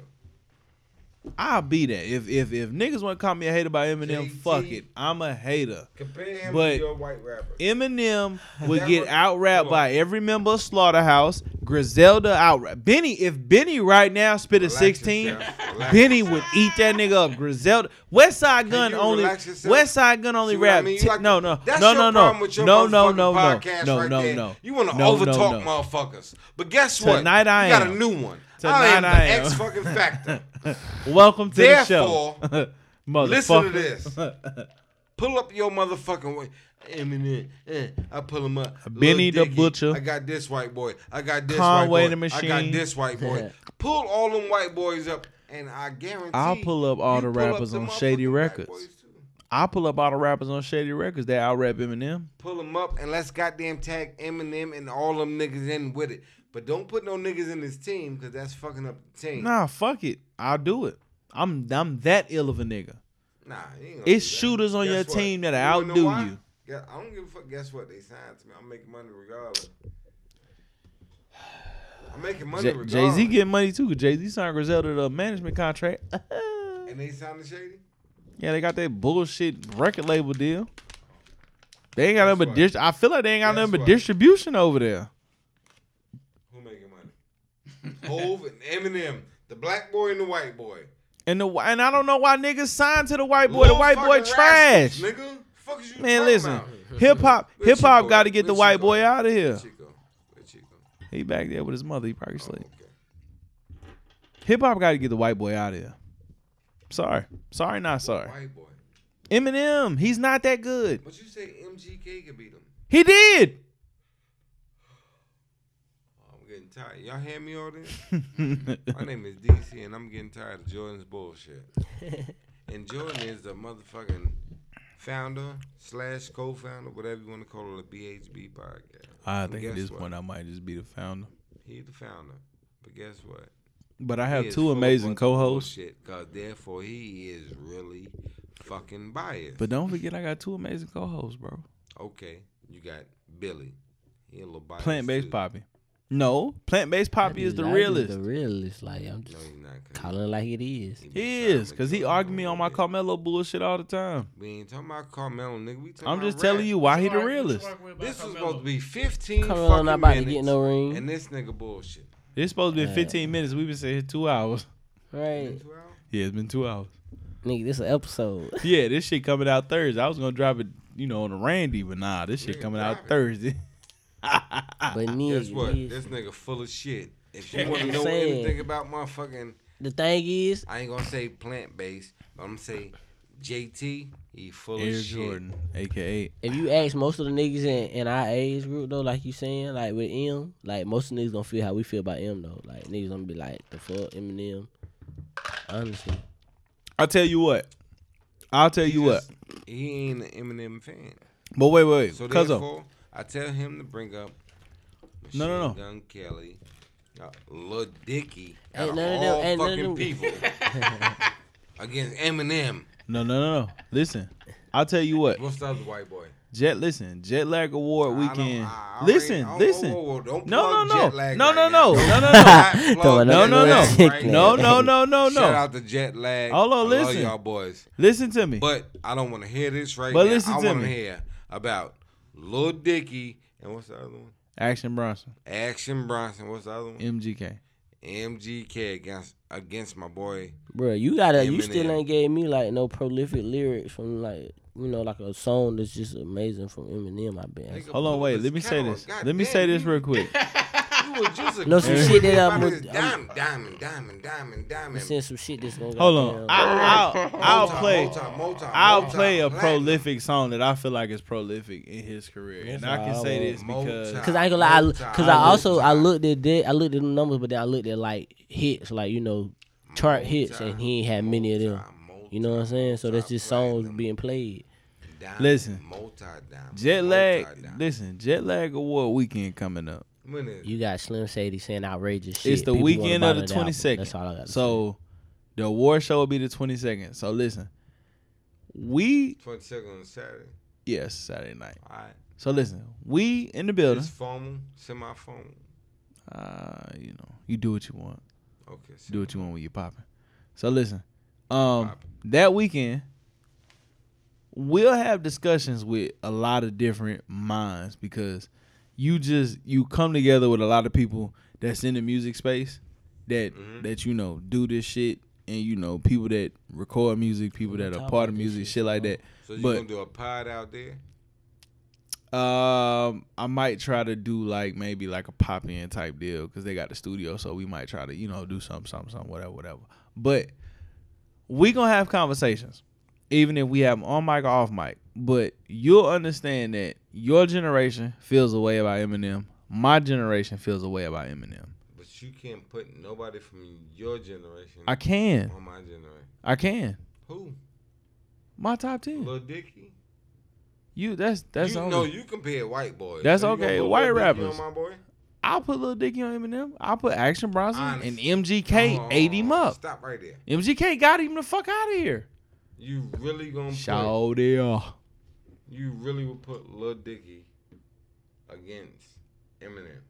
I'll be that. If if if niggas want to call me a hater by Eminem, fuck it. I'm a hater. Compare him But- to your white rapper. Eminem That would get was- out rapped by every member of Slaughterhouse. Griselda out Benny. If Benny right now spit a Relax sixteen, yourself. Relax Benny would eat that nigga up. Griselda, West Side Gun you only. relax yourself? West Side Gun only See what I rap. mean? You ti- like- no, no, That's no, your no, no, problem with your no, no, motherfucking no, no, podcast no, right no, there. no. You want to No, no, overtalk no. motherfuckers. But guess what? Tonight I you got am. a new one. Tonight I am the I am. X fucking (laughs) factor. Welcome to the show, (laughs) Therefore, motherfucker. Listen to this. (laughs) Pull up your motherfucking way. Eminem, eh, I pull him up. Lil Benny the Dicky, Butcher. I got this white boy. I got this white boy. Conway the I Machine. got this white boy. pull all them white boys up, and I guarantee. I'll pull up all you the pull up rappers the on motherfucking Shady white Records. boys. I'll pull up all the rappers on Shady Records that out rap Eminem. Pull them up and let's goddamn tag Eminem and all them niggas in with it. But don't put no niggas in this team because that's fucking up the team. Nah, fuck it. I'll do it. I'm I'm that ill of a nigga. Nah, you ain't gonna It's do that. shooters on Guess your what? team that'll wanna know outdo why? you. Guess- I don't give a fuck. Guess what? They signed to me. I'm making money regardless. I'm making money Jay regardless. Z getting money too. Jay Z signed Griselda to a management contract. (laughs) And they signed the shady. Yeah, they got that bullshit record label deal. They ain't got nothing but dis- I feel like they ain't got nothing but distribution over there. Who making money? Hove and Eminem, the black boy and the white boy. And the wh- and I don't know why niggas signed to the white boy. Little the white boy fucking trash. rascals, nigga. Fuck is you Man, talking listen. about? Hip hop, (laughs) Where hip hop Chico got to at? get the Where white Chico boy at? out of here. Where Chico? Where Chico? He back there with his mother. He probably sleep. Hip hop got to get the white boy out of here. Sorry, sorry, not sorry. White boy. Eminem, he's not that good. But you say MGK could beat him. He did. (laughs) Oh, I'm getting tired. Y'all hear me all this? My name is DC, and I'm getting tired of Jordan's (laughs) bullshit. and Jordan is the motherfucking founder slash co-founder, whatever you want to call it, of BHB podcast. I And think at guess this what? point I might just be the founder. He's the founder. But guess what? But I He have is two full of amazing bunch of co-hosts. bullshit, Cause therefore he is really fucking biased. But don't forget, I got two amazing co-hosts, bro. okay, you got Billy. He a little biased. Plant too. based poppy. No, plant based poppy is the That realest. The realest. Like I'm just calling it like it is. He is, cause he argue me on my Carmelo bullshit all the time. We ain't talking about Carmelo, nigga. We talking I'm about just telling rap. you why he the realest. This was supposed to be 15 Carmelo fucking not about to get minutes, no ring. and this nigga bullshit. It's supposed to be Yeah. 15 minutes. We've been sitting here two hours. Right. Yeah, it's been two hours. Nigga, this is an episode. Yeah, this shit coming out Thursday. I was gonna drop it, you know, on a Randy, but nah, this shit coming out (laughs) Thursday. But Ah, Guess nigga, what? nigga. This nigga full of shit. If you (laughs) That's want to what I'm know saying. anything about my fucking, the thing is, I ain't gonna say plant based. but I'm gonna say JT. He full Air of shit. Jordan, aka if you ask most of the niggas in, in our age group though, like you saying, like with M, like most of the niggas gonna feel how we feel about M though. Like niggas gonna be like the fuck Eminem. Honestly, I'll tell you what. I'll tell you what. He ain't an Eminem fan. But wait, wait, wait. So Cuz therefore, I tell him to bring up. No, no, Machine Gun Kelly, uh, Lil Dicky, out Ain't of none of them- all ain't none of fucking them- people (laughs) against Eminem. No, no, no, no. Listen, I'll tell you what. What's the other white boy? Jet, listen, Jet Lag Award weekend. I listen, already- oh, listen. whoa, whoa, don't no, no, plug no, Jet Lag no, right no, now. no, no, Don't no, plug (laughs) no, Jet no, no, no, Lag oh, right no, now. no, (laughs) no, no, no. Shout out to Jet Lag. Hold on, I love listen. y'all boys. Listen to me. But I don't want to hear this right But now. listen I to wanna me. hear about Lil Dicky and what's the other one? Action Bronson, Action Bronson. What's the other one? MGK. MGK against against my boy. bro, you gotta, you Eminem. still ain't gave me like no prolific lyrics from like you know like a song that's just amazing from Eminem. I bet. Hold on, wait. Let me say this. Let me say this real quick. You was just a No, some goofy shit that about I'm- this I'm- diamond, diamond, diamond, diamond, I'm diamond. saying some shit that's gonna. Hold on. (laughs) goddamn- I, I'll, I'll Motown, play. Motown, Motown, I'll Motown, play a Latin. prolific song that I feel like is prolific in his career, and I can say this because Cause I ain't gonna lie, because I, also I looked at that, I looked at the numbers, but then I looked at like hits, like you know, chart hits, and he ain't had many of them. You know what I'm saying? So that's just songs being played. Listen. Multi-diamond. Jet lag. Listen, jet lag award weekend coming up. When is You got Slim Shady saying outrageous shit. It's the People wanna weekend of buy the album. twenty second. That's all I got. So the award show will be the twenty second. So listen, We Twenty second on Saturday. yes, Saturday night. All right. So listen, we in the building. It's formal, semi formal. Uh, you know, you do what you want. Okay, do what you want when you're popping. So listen, um, that weekend we'll have discussions with a lot of different minds because you just you come together with a lot of people that's in the music space that that you know do this shit and you know people that record music, people that are part of music, shit like that. So you but gonna do a pod out there? um, I might try to do like maybe like a pop in type deal because they got the studio, so we might try to you know do something, something, something, whatever, whatever. But we gonna have conversations, even if we have 'em on mic or off mic. But you'll understand that your generation feels a way about Eminem. My generation feels a way about Eminem. But you can't put nobody from your generation. I can. On my generation. I can. Who? My top ten. Lil Dicky. You that's Hmm. that's you only. know you compare white boys. That's So you gonna okay. put White Lil Dicky rappers. On my boy? I'll put Lil Dicky on Eminem. I'll put Action Bronson Honest. and MGK Oh, ate him up. Stop right there. MGK got him the fuck out of here. You really gonna put, Shout there. you really would put Lil Dicky against Eminem?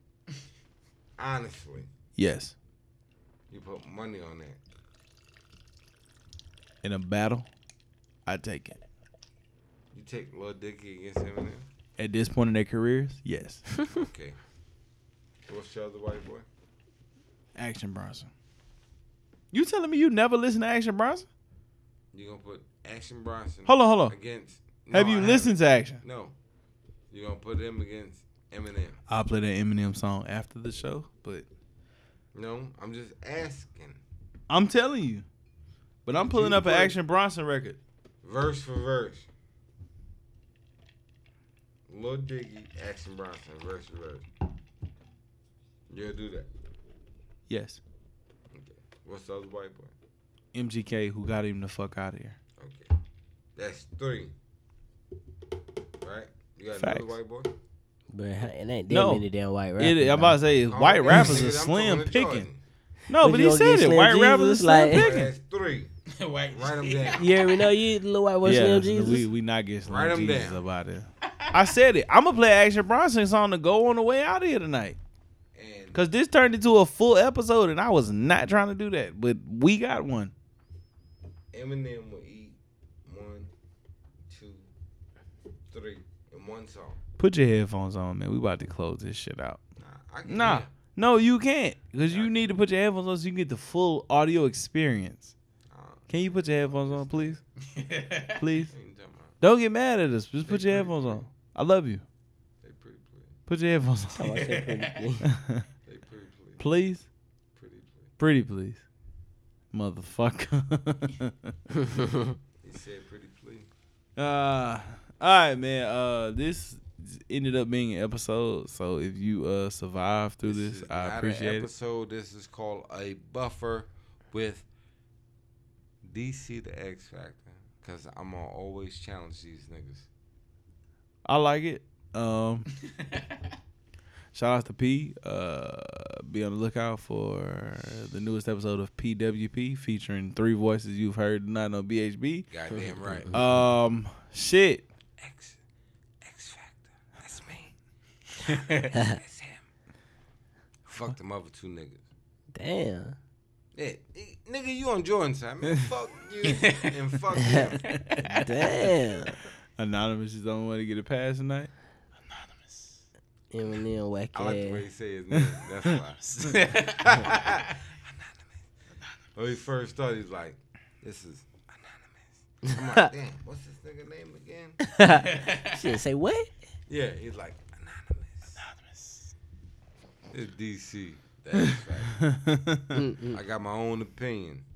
Honestly, Yes. you put money on that. In a battle, I take it. You take Lil Dicky against Eminem? At this point in their careers, (laughs) yes. okay. What's your other white boy? Action Bronson. You telling me you never listen to Action Bronson? You gonna put Action Bronson? Hold on, hold on. Against? Have you listened to haven't. Action? No. You gonna put him against Eminem? I'll play that Eminem song after the show, but No, I'm just asking. I'm telling you. But I'm Would pulling you up an put- Action Bronson record. Verse for verse. Lil Diggy, Action Bronson, verse for verse. You'll do that. Yes. What's the other white boy? MGK who got him the fuck out of here. Okay. That's three. Right? You got Facts. another white boy? But it ain't that No. many damn white It- (laughs) rappers. I'm about to say, it's Oh, white you rappers see are it, I'm slim talking to picking. Jordan. No, but, you he gonna get said it. Slim White rappers are Jesus, slim like- picking. That's three. Write them down. You already know you little white boy Slim Jesus. We we not getting Slim Write 'em Jesus down. about it. (laughs) I said it. I'm gonna play Action Bronson song to go on the way out of here tonight. And Cause this turned into a full episode, and I was not trying to do that, but we got one. Eminem will eat one, two, three in one song. Put your headphones on, man. We about to close this shit out. I can Nah, hear. no, you can't, cause you need to put your headphones on so you can get the full audio experience. Can you put your headphones on, (laughs) please? please. Don't get mad at us. Just put your headphones on. I love you. Put your headphones on. Oh, I said pretty (laughs) please. They pretty please. please. Pretty please. (laughs) (laughs) Motherfucker. He said pretty please. (laughs) uh, all right, man. Uh, this ended up being an episode. So if you uh survived through this, is not I an appreciate it. episode. This is called a buffer with DC the X Factor. Cause I'm gonna always challenge these niggas. I like it. (laughs) Um, shout out to P. Uh, be on the lookout for the newest episode of PWP featuring three voices you've heard tonight on BHB. Goddamn right. Um, shit. That's me. (laughs) That's him. Fuck them other two niggas. Damn. Yeah, eh, nigga, you on Jordan's side, man. Fuck (laughs) you and fuck him. Damn. Anonymous is the only way to get it past tonight. (laughs) Eminem whack I like the way ass. he say his name. That's why. Anonymous. When he first started, he's like, "This is anonymous." I'm like, "Damn, what's this nigga name again?" Shit, (laughs) say what? Yeah, he's like anonymous. Anonymous. It's DC. That's Mm, right. I got my own opinion. (laughs)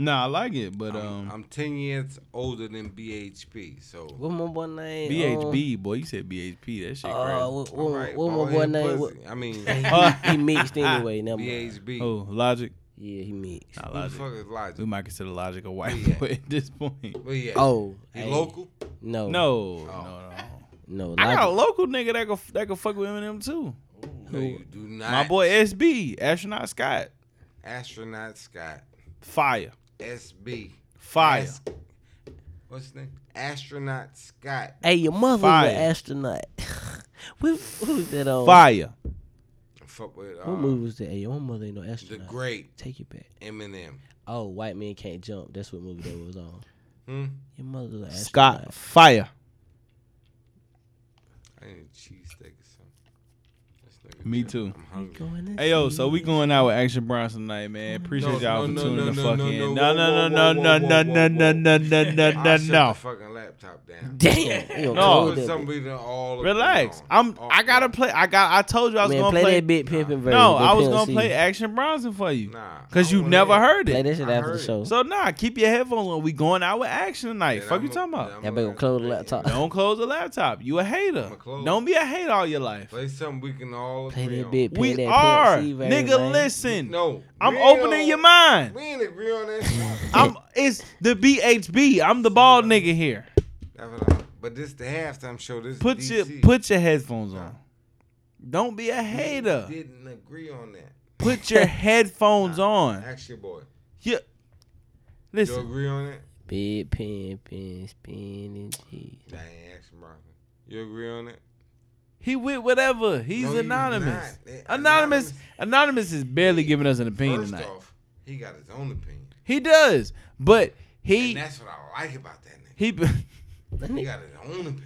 Nah, I like it, but um, I'm ten years older than BHP, so What my boy name? BHB um, boy, you said BHP. That shit Um, uh, what, what, Alright, what bald my boy head name? pussy. What- I mean, (laughs) (laughs) (laughs) he, he mixed anyway. Never mind. BHB. crazy. Oh, Logic. Yeah, he mixed. Not Who the Logic. fuck is Logic? We might consider Logic a white Yeah. boy at this point. Where he at? Oh, he hey. local. No, No, no, no. no. I got a Logic- local nigga that could that could fuck with Eminem too. No, you do not. My boy SB, astronaut Scott, astronaut Scott fire, SB. fire. Ask- what's his name? Astronaut Scott. Hey, your mother was Fire. an astronaut. (laughs) we, who was that on? Fire. Fuck with uh, What movie was that? Hey, your mother ain't no The astronaut. Great Take it back. Eminem. Oh, White Men Can't Jump. That's what movie that was on. Hmm? Your mother was an astronaut. Scott Fire. I need a cheesesteak or something. Me too. going to Hey yo, so we going out with Action Bronson tonight, man. Appreciate No, no, y'all for no, tuning no, the no, fuck no, in. no, No, no, no, no, whoa, whoa, no, no, no, no, no, no, no, no, I'll shut no. the fucking laptop down. (laughs) Damn. No, No. for some reason all Relax. I'm. Oh, I gotta play. I got. I told you I was Man, gonna play play. that big pimpin' version. No, that I was Pimp gonna C. play Action Bronson for you. Nah. Cause you've never heard it. Play that shit I after the heard it. show. So nah, keep your headphones on. We going out with action tonight. Fuck you talking about? That gonna close the laptop. Don't close the laptop. You a hater. Don't be a hater all your life. Play something we can all Play agree that on. bit. Play We that are. Pimp C version, Nigga, man. listen. No. I'm we opening don't- your mind. We ain't agree on (laughs) that shit. I'm. It's the BHB. I'm the bald nigga here. That's what I'm- But this the halftime show. This Put is your DC. put your headphones on. Don't be a We hater. Didn't agree on that. Put (laughs) your headphones on. Ask your boy. Yeah. You Listen. agree on it? Big pimpin', spinning cheese. Dang, ask him, Robin. You agree on it? He with whatever. He's No, you anonymous. not. Eh, Anonymous. Anonymous is barely giving us an opinion First tonight. off, he got his own opinion. He does, but he and that's what I like about that nigga. he. (laughs) He got his own opinion.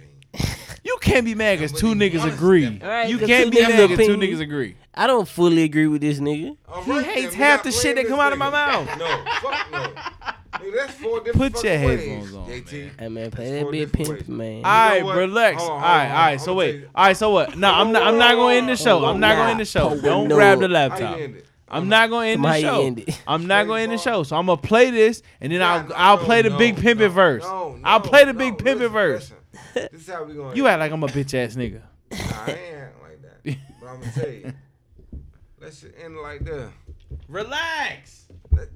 You can't be mad because two niggas agree. Alright, you the can't two be niggas mad because two opinion. niggas agree. I don't fully agree with this nigga. All He right, hates then, we half not the shit playing that come this out of my nigga. mouth. No, fuck no. Nigga, that's four different Put your fucking ways, headphones on, JT. Hey man, play that big pimpin', man. All what? right, relax. Hold All on, hold right, on, all right. So wait. All right, so what? No, I'm not. I'm not going to end the show. I'm not going to end the show. Don't grab the laptop. I'm not going to end Somebody the end show. it. (laughs) I'm not going to end the show. So I'm gonna play this, and then I'll I'll play the big pimpin' verse. no, I'll no, play the no, big pimpin' verse. This is how we going. (laughs) You act like I'm a bitch ass nigga. I ain't like that. But I'm gonna tell you, let's just end it like that. Relax. Just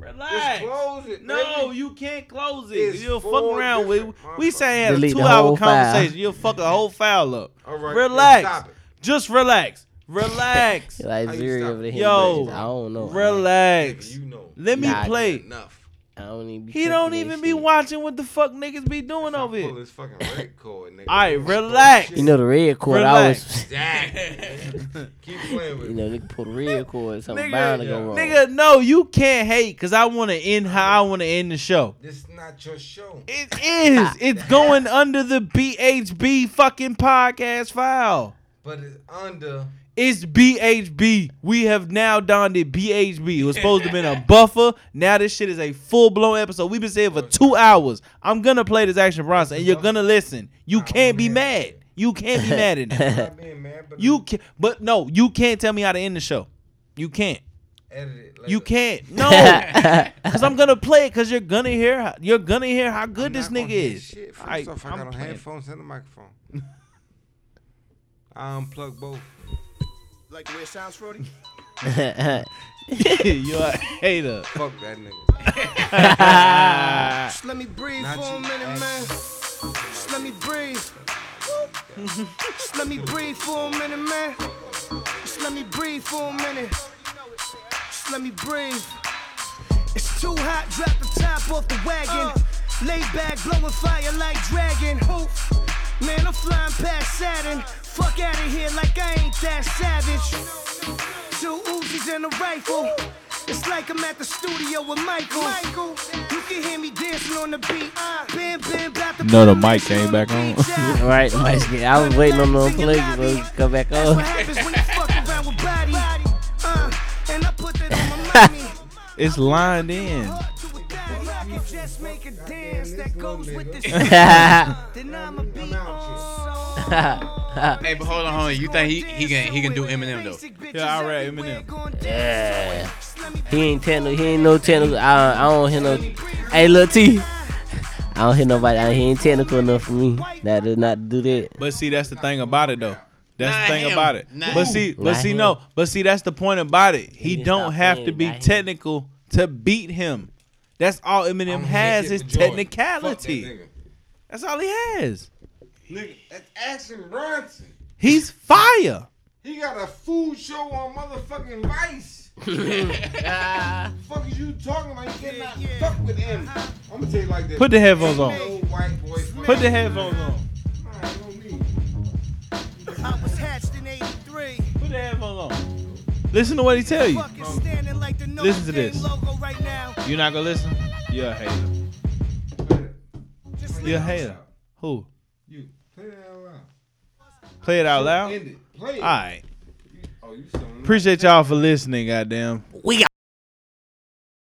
close it. No, baby. you can't close it. It's You'll fuck four around with. different We say had a Delete the two-hour whole file. conversation. You'll fuck the whole file up. All right, then relax. stop it. Just relax. (laughs) Relax. Like zero over the Yo, I don't know. Relax. You know. Let me Nah, I play. Enough. I don't even. Be He don't clicking that even be shit. watching what the fuck niggas be doing over Pull here. his fucking red cord, nigga. All right, Pull his cord. relax. You know the red cord. I (laughs) (laughs) was. Exactly. nigga. Keep playing with You me. know, nigga put a red cord. Something bound to go Nigga, wrong. nigga, no, you can't hate because I want to end how I want to end the show. This is not your show. (laughs) It is. It's going under the BHB fucking podcast file. But it's under. It's BHB. We have now donned it BHB. It was supposed to have been a buffer. Now this shit is a full blown episode. We've been saying for two hours. I'm gonna play this action Bronson and you're gonna listen. You can't be mad. You can't be (laughs) mad at I'm it. not being mad, but You can but no, you can't tell me how to end the show. You can't. edit it. Later. You can't. (laughs) No. Cause I'm gonna play it cause you're gonna hear how, you're gonna hear how good I'm this not gonna nigga hear is. Shit. First All right, off, I I'm got on playing. headphones and a microphone. I unplug both. Like the way it sounds, Frody? (laughs) you're a hater. Fuck that nigga. (laughs) Just let me breathe Not for a you, minute, Ash. man. Just let me breathe. Just let me breathe for a minute, man. Just let me breathe for a minute. Just let me breathe. It's too hot, drop the top off the wagon. Uh, Lay back, blowing fire like dragon. Hope, man, I'm flying past Saturn. Fuck out of here like I ain't that savage. Two Uzis and a rifle. It's like I'm at the studio with Michael. Michael, you can hear me dancing on the beat. Bam, bam, bap the No, the mic came back on. (laughs) Right, Mike's getting- I was waiting on the play to come back That's on. what happens when you fuck around with body. Uh, and I put that (laughs) on my mommy. It's lined in. You just make a dance that goes with this. (laughs) Then I'ma be Hey, but hold on, hold on. You think he he can he can do Eminem though? Yeah, I read Eminem. Yeah. Uh, He ain't Tanner. He ain't no technical. I, I don't hear no. Hey, Lil T. I don't hear nobody. I, he ain't technical enough for me. That does not do that. But see, that's the thing about it though. That's Not the thing him. about it. Not but him. see, but Not see, him. no, but see, that's the point about it. He Nigga, don't stop have playing. to be Not him. technical to beat him. That's all Eminem I'm has hit is with Jordan. Fuck technicality. that That's all he has. Nigga, nigga that's Action Bronson. He's fire. (laughs) He got a food show on motherfucking Vice. fuck is you talking about? You cannot fuck with him. I'm gonna tell you like this. Put the headphones on. Ain't no white boy fucking- Put the headphones on. I was hatched in 83. Put the headphones on. Listen to what he tell you. Fucking standing like the no Listen to Game this. logo right now. You're not gonna listen. You're a hater. You're a hater. Who? You play that out loud. Play it out loud. End it. Play it. All right. Oh, you so Appreciate y'all for listening. Goddamn.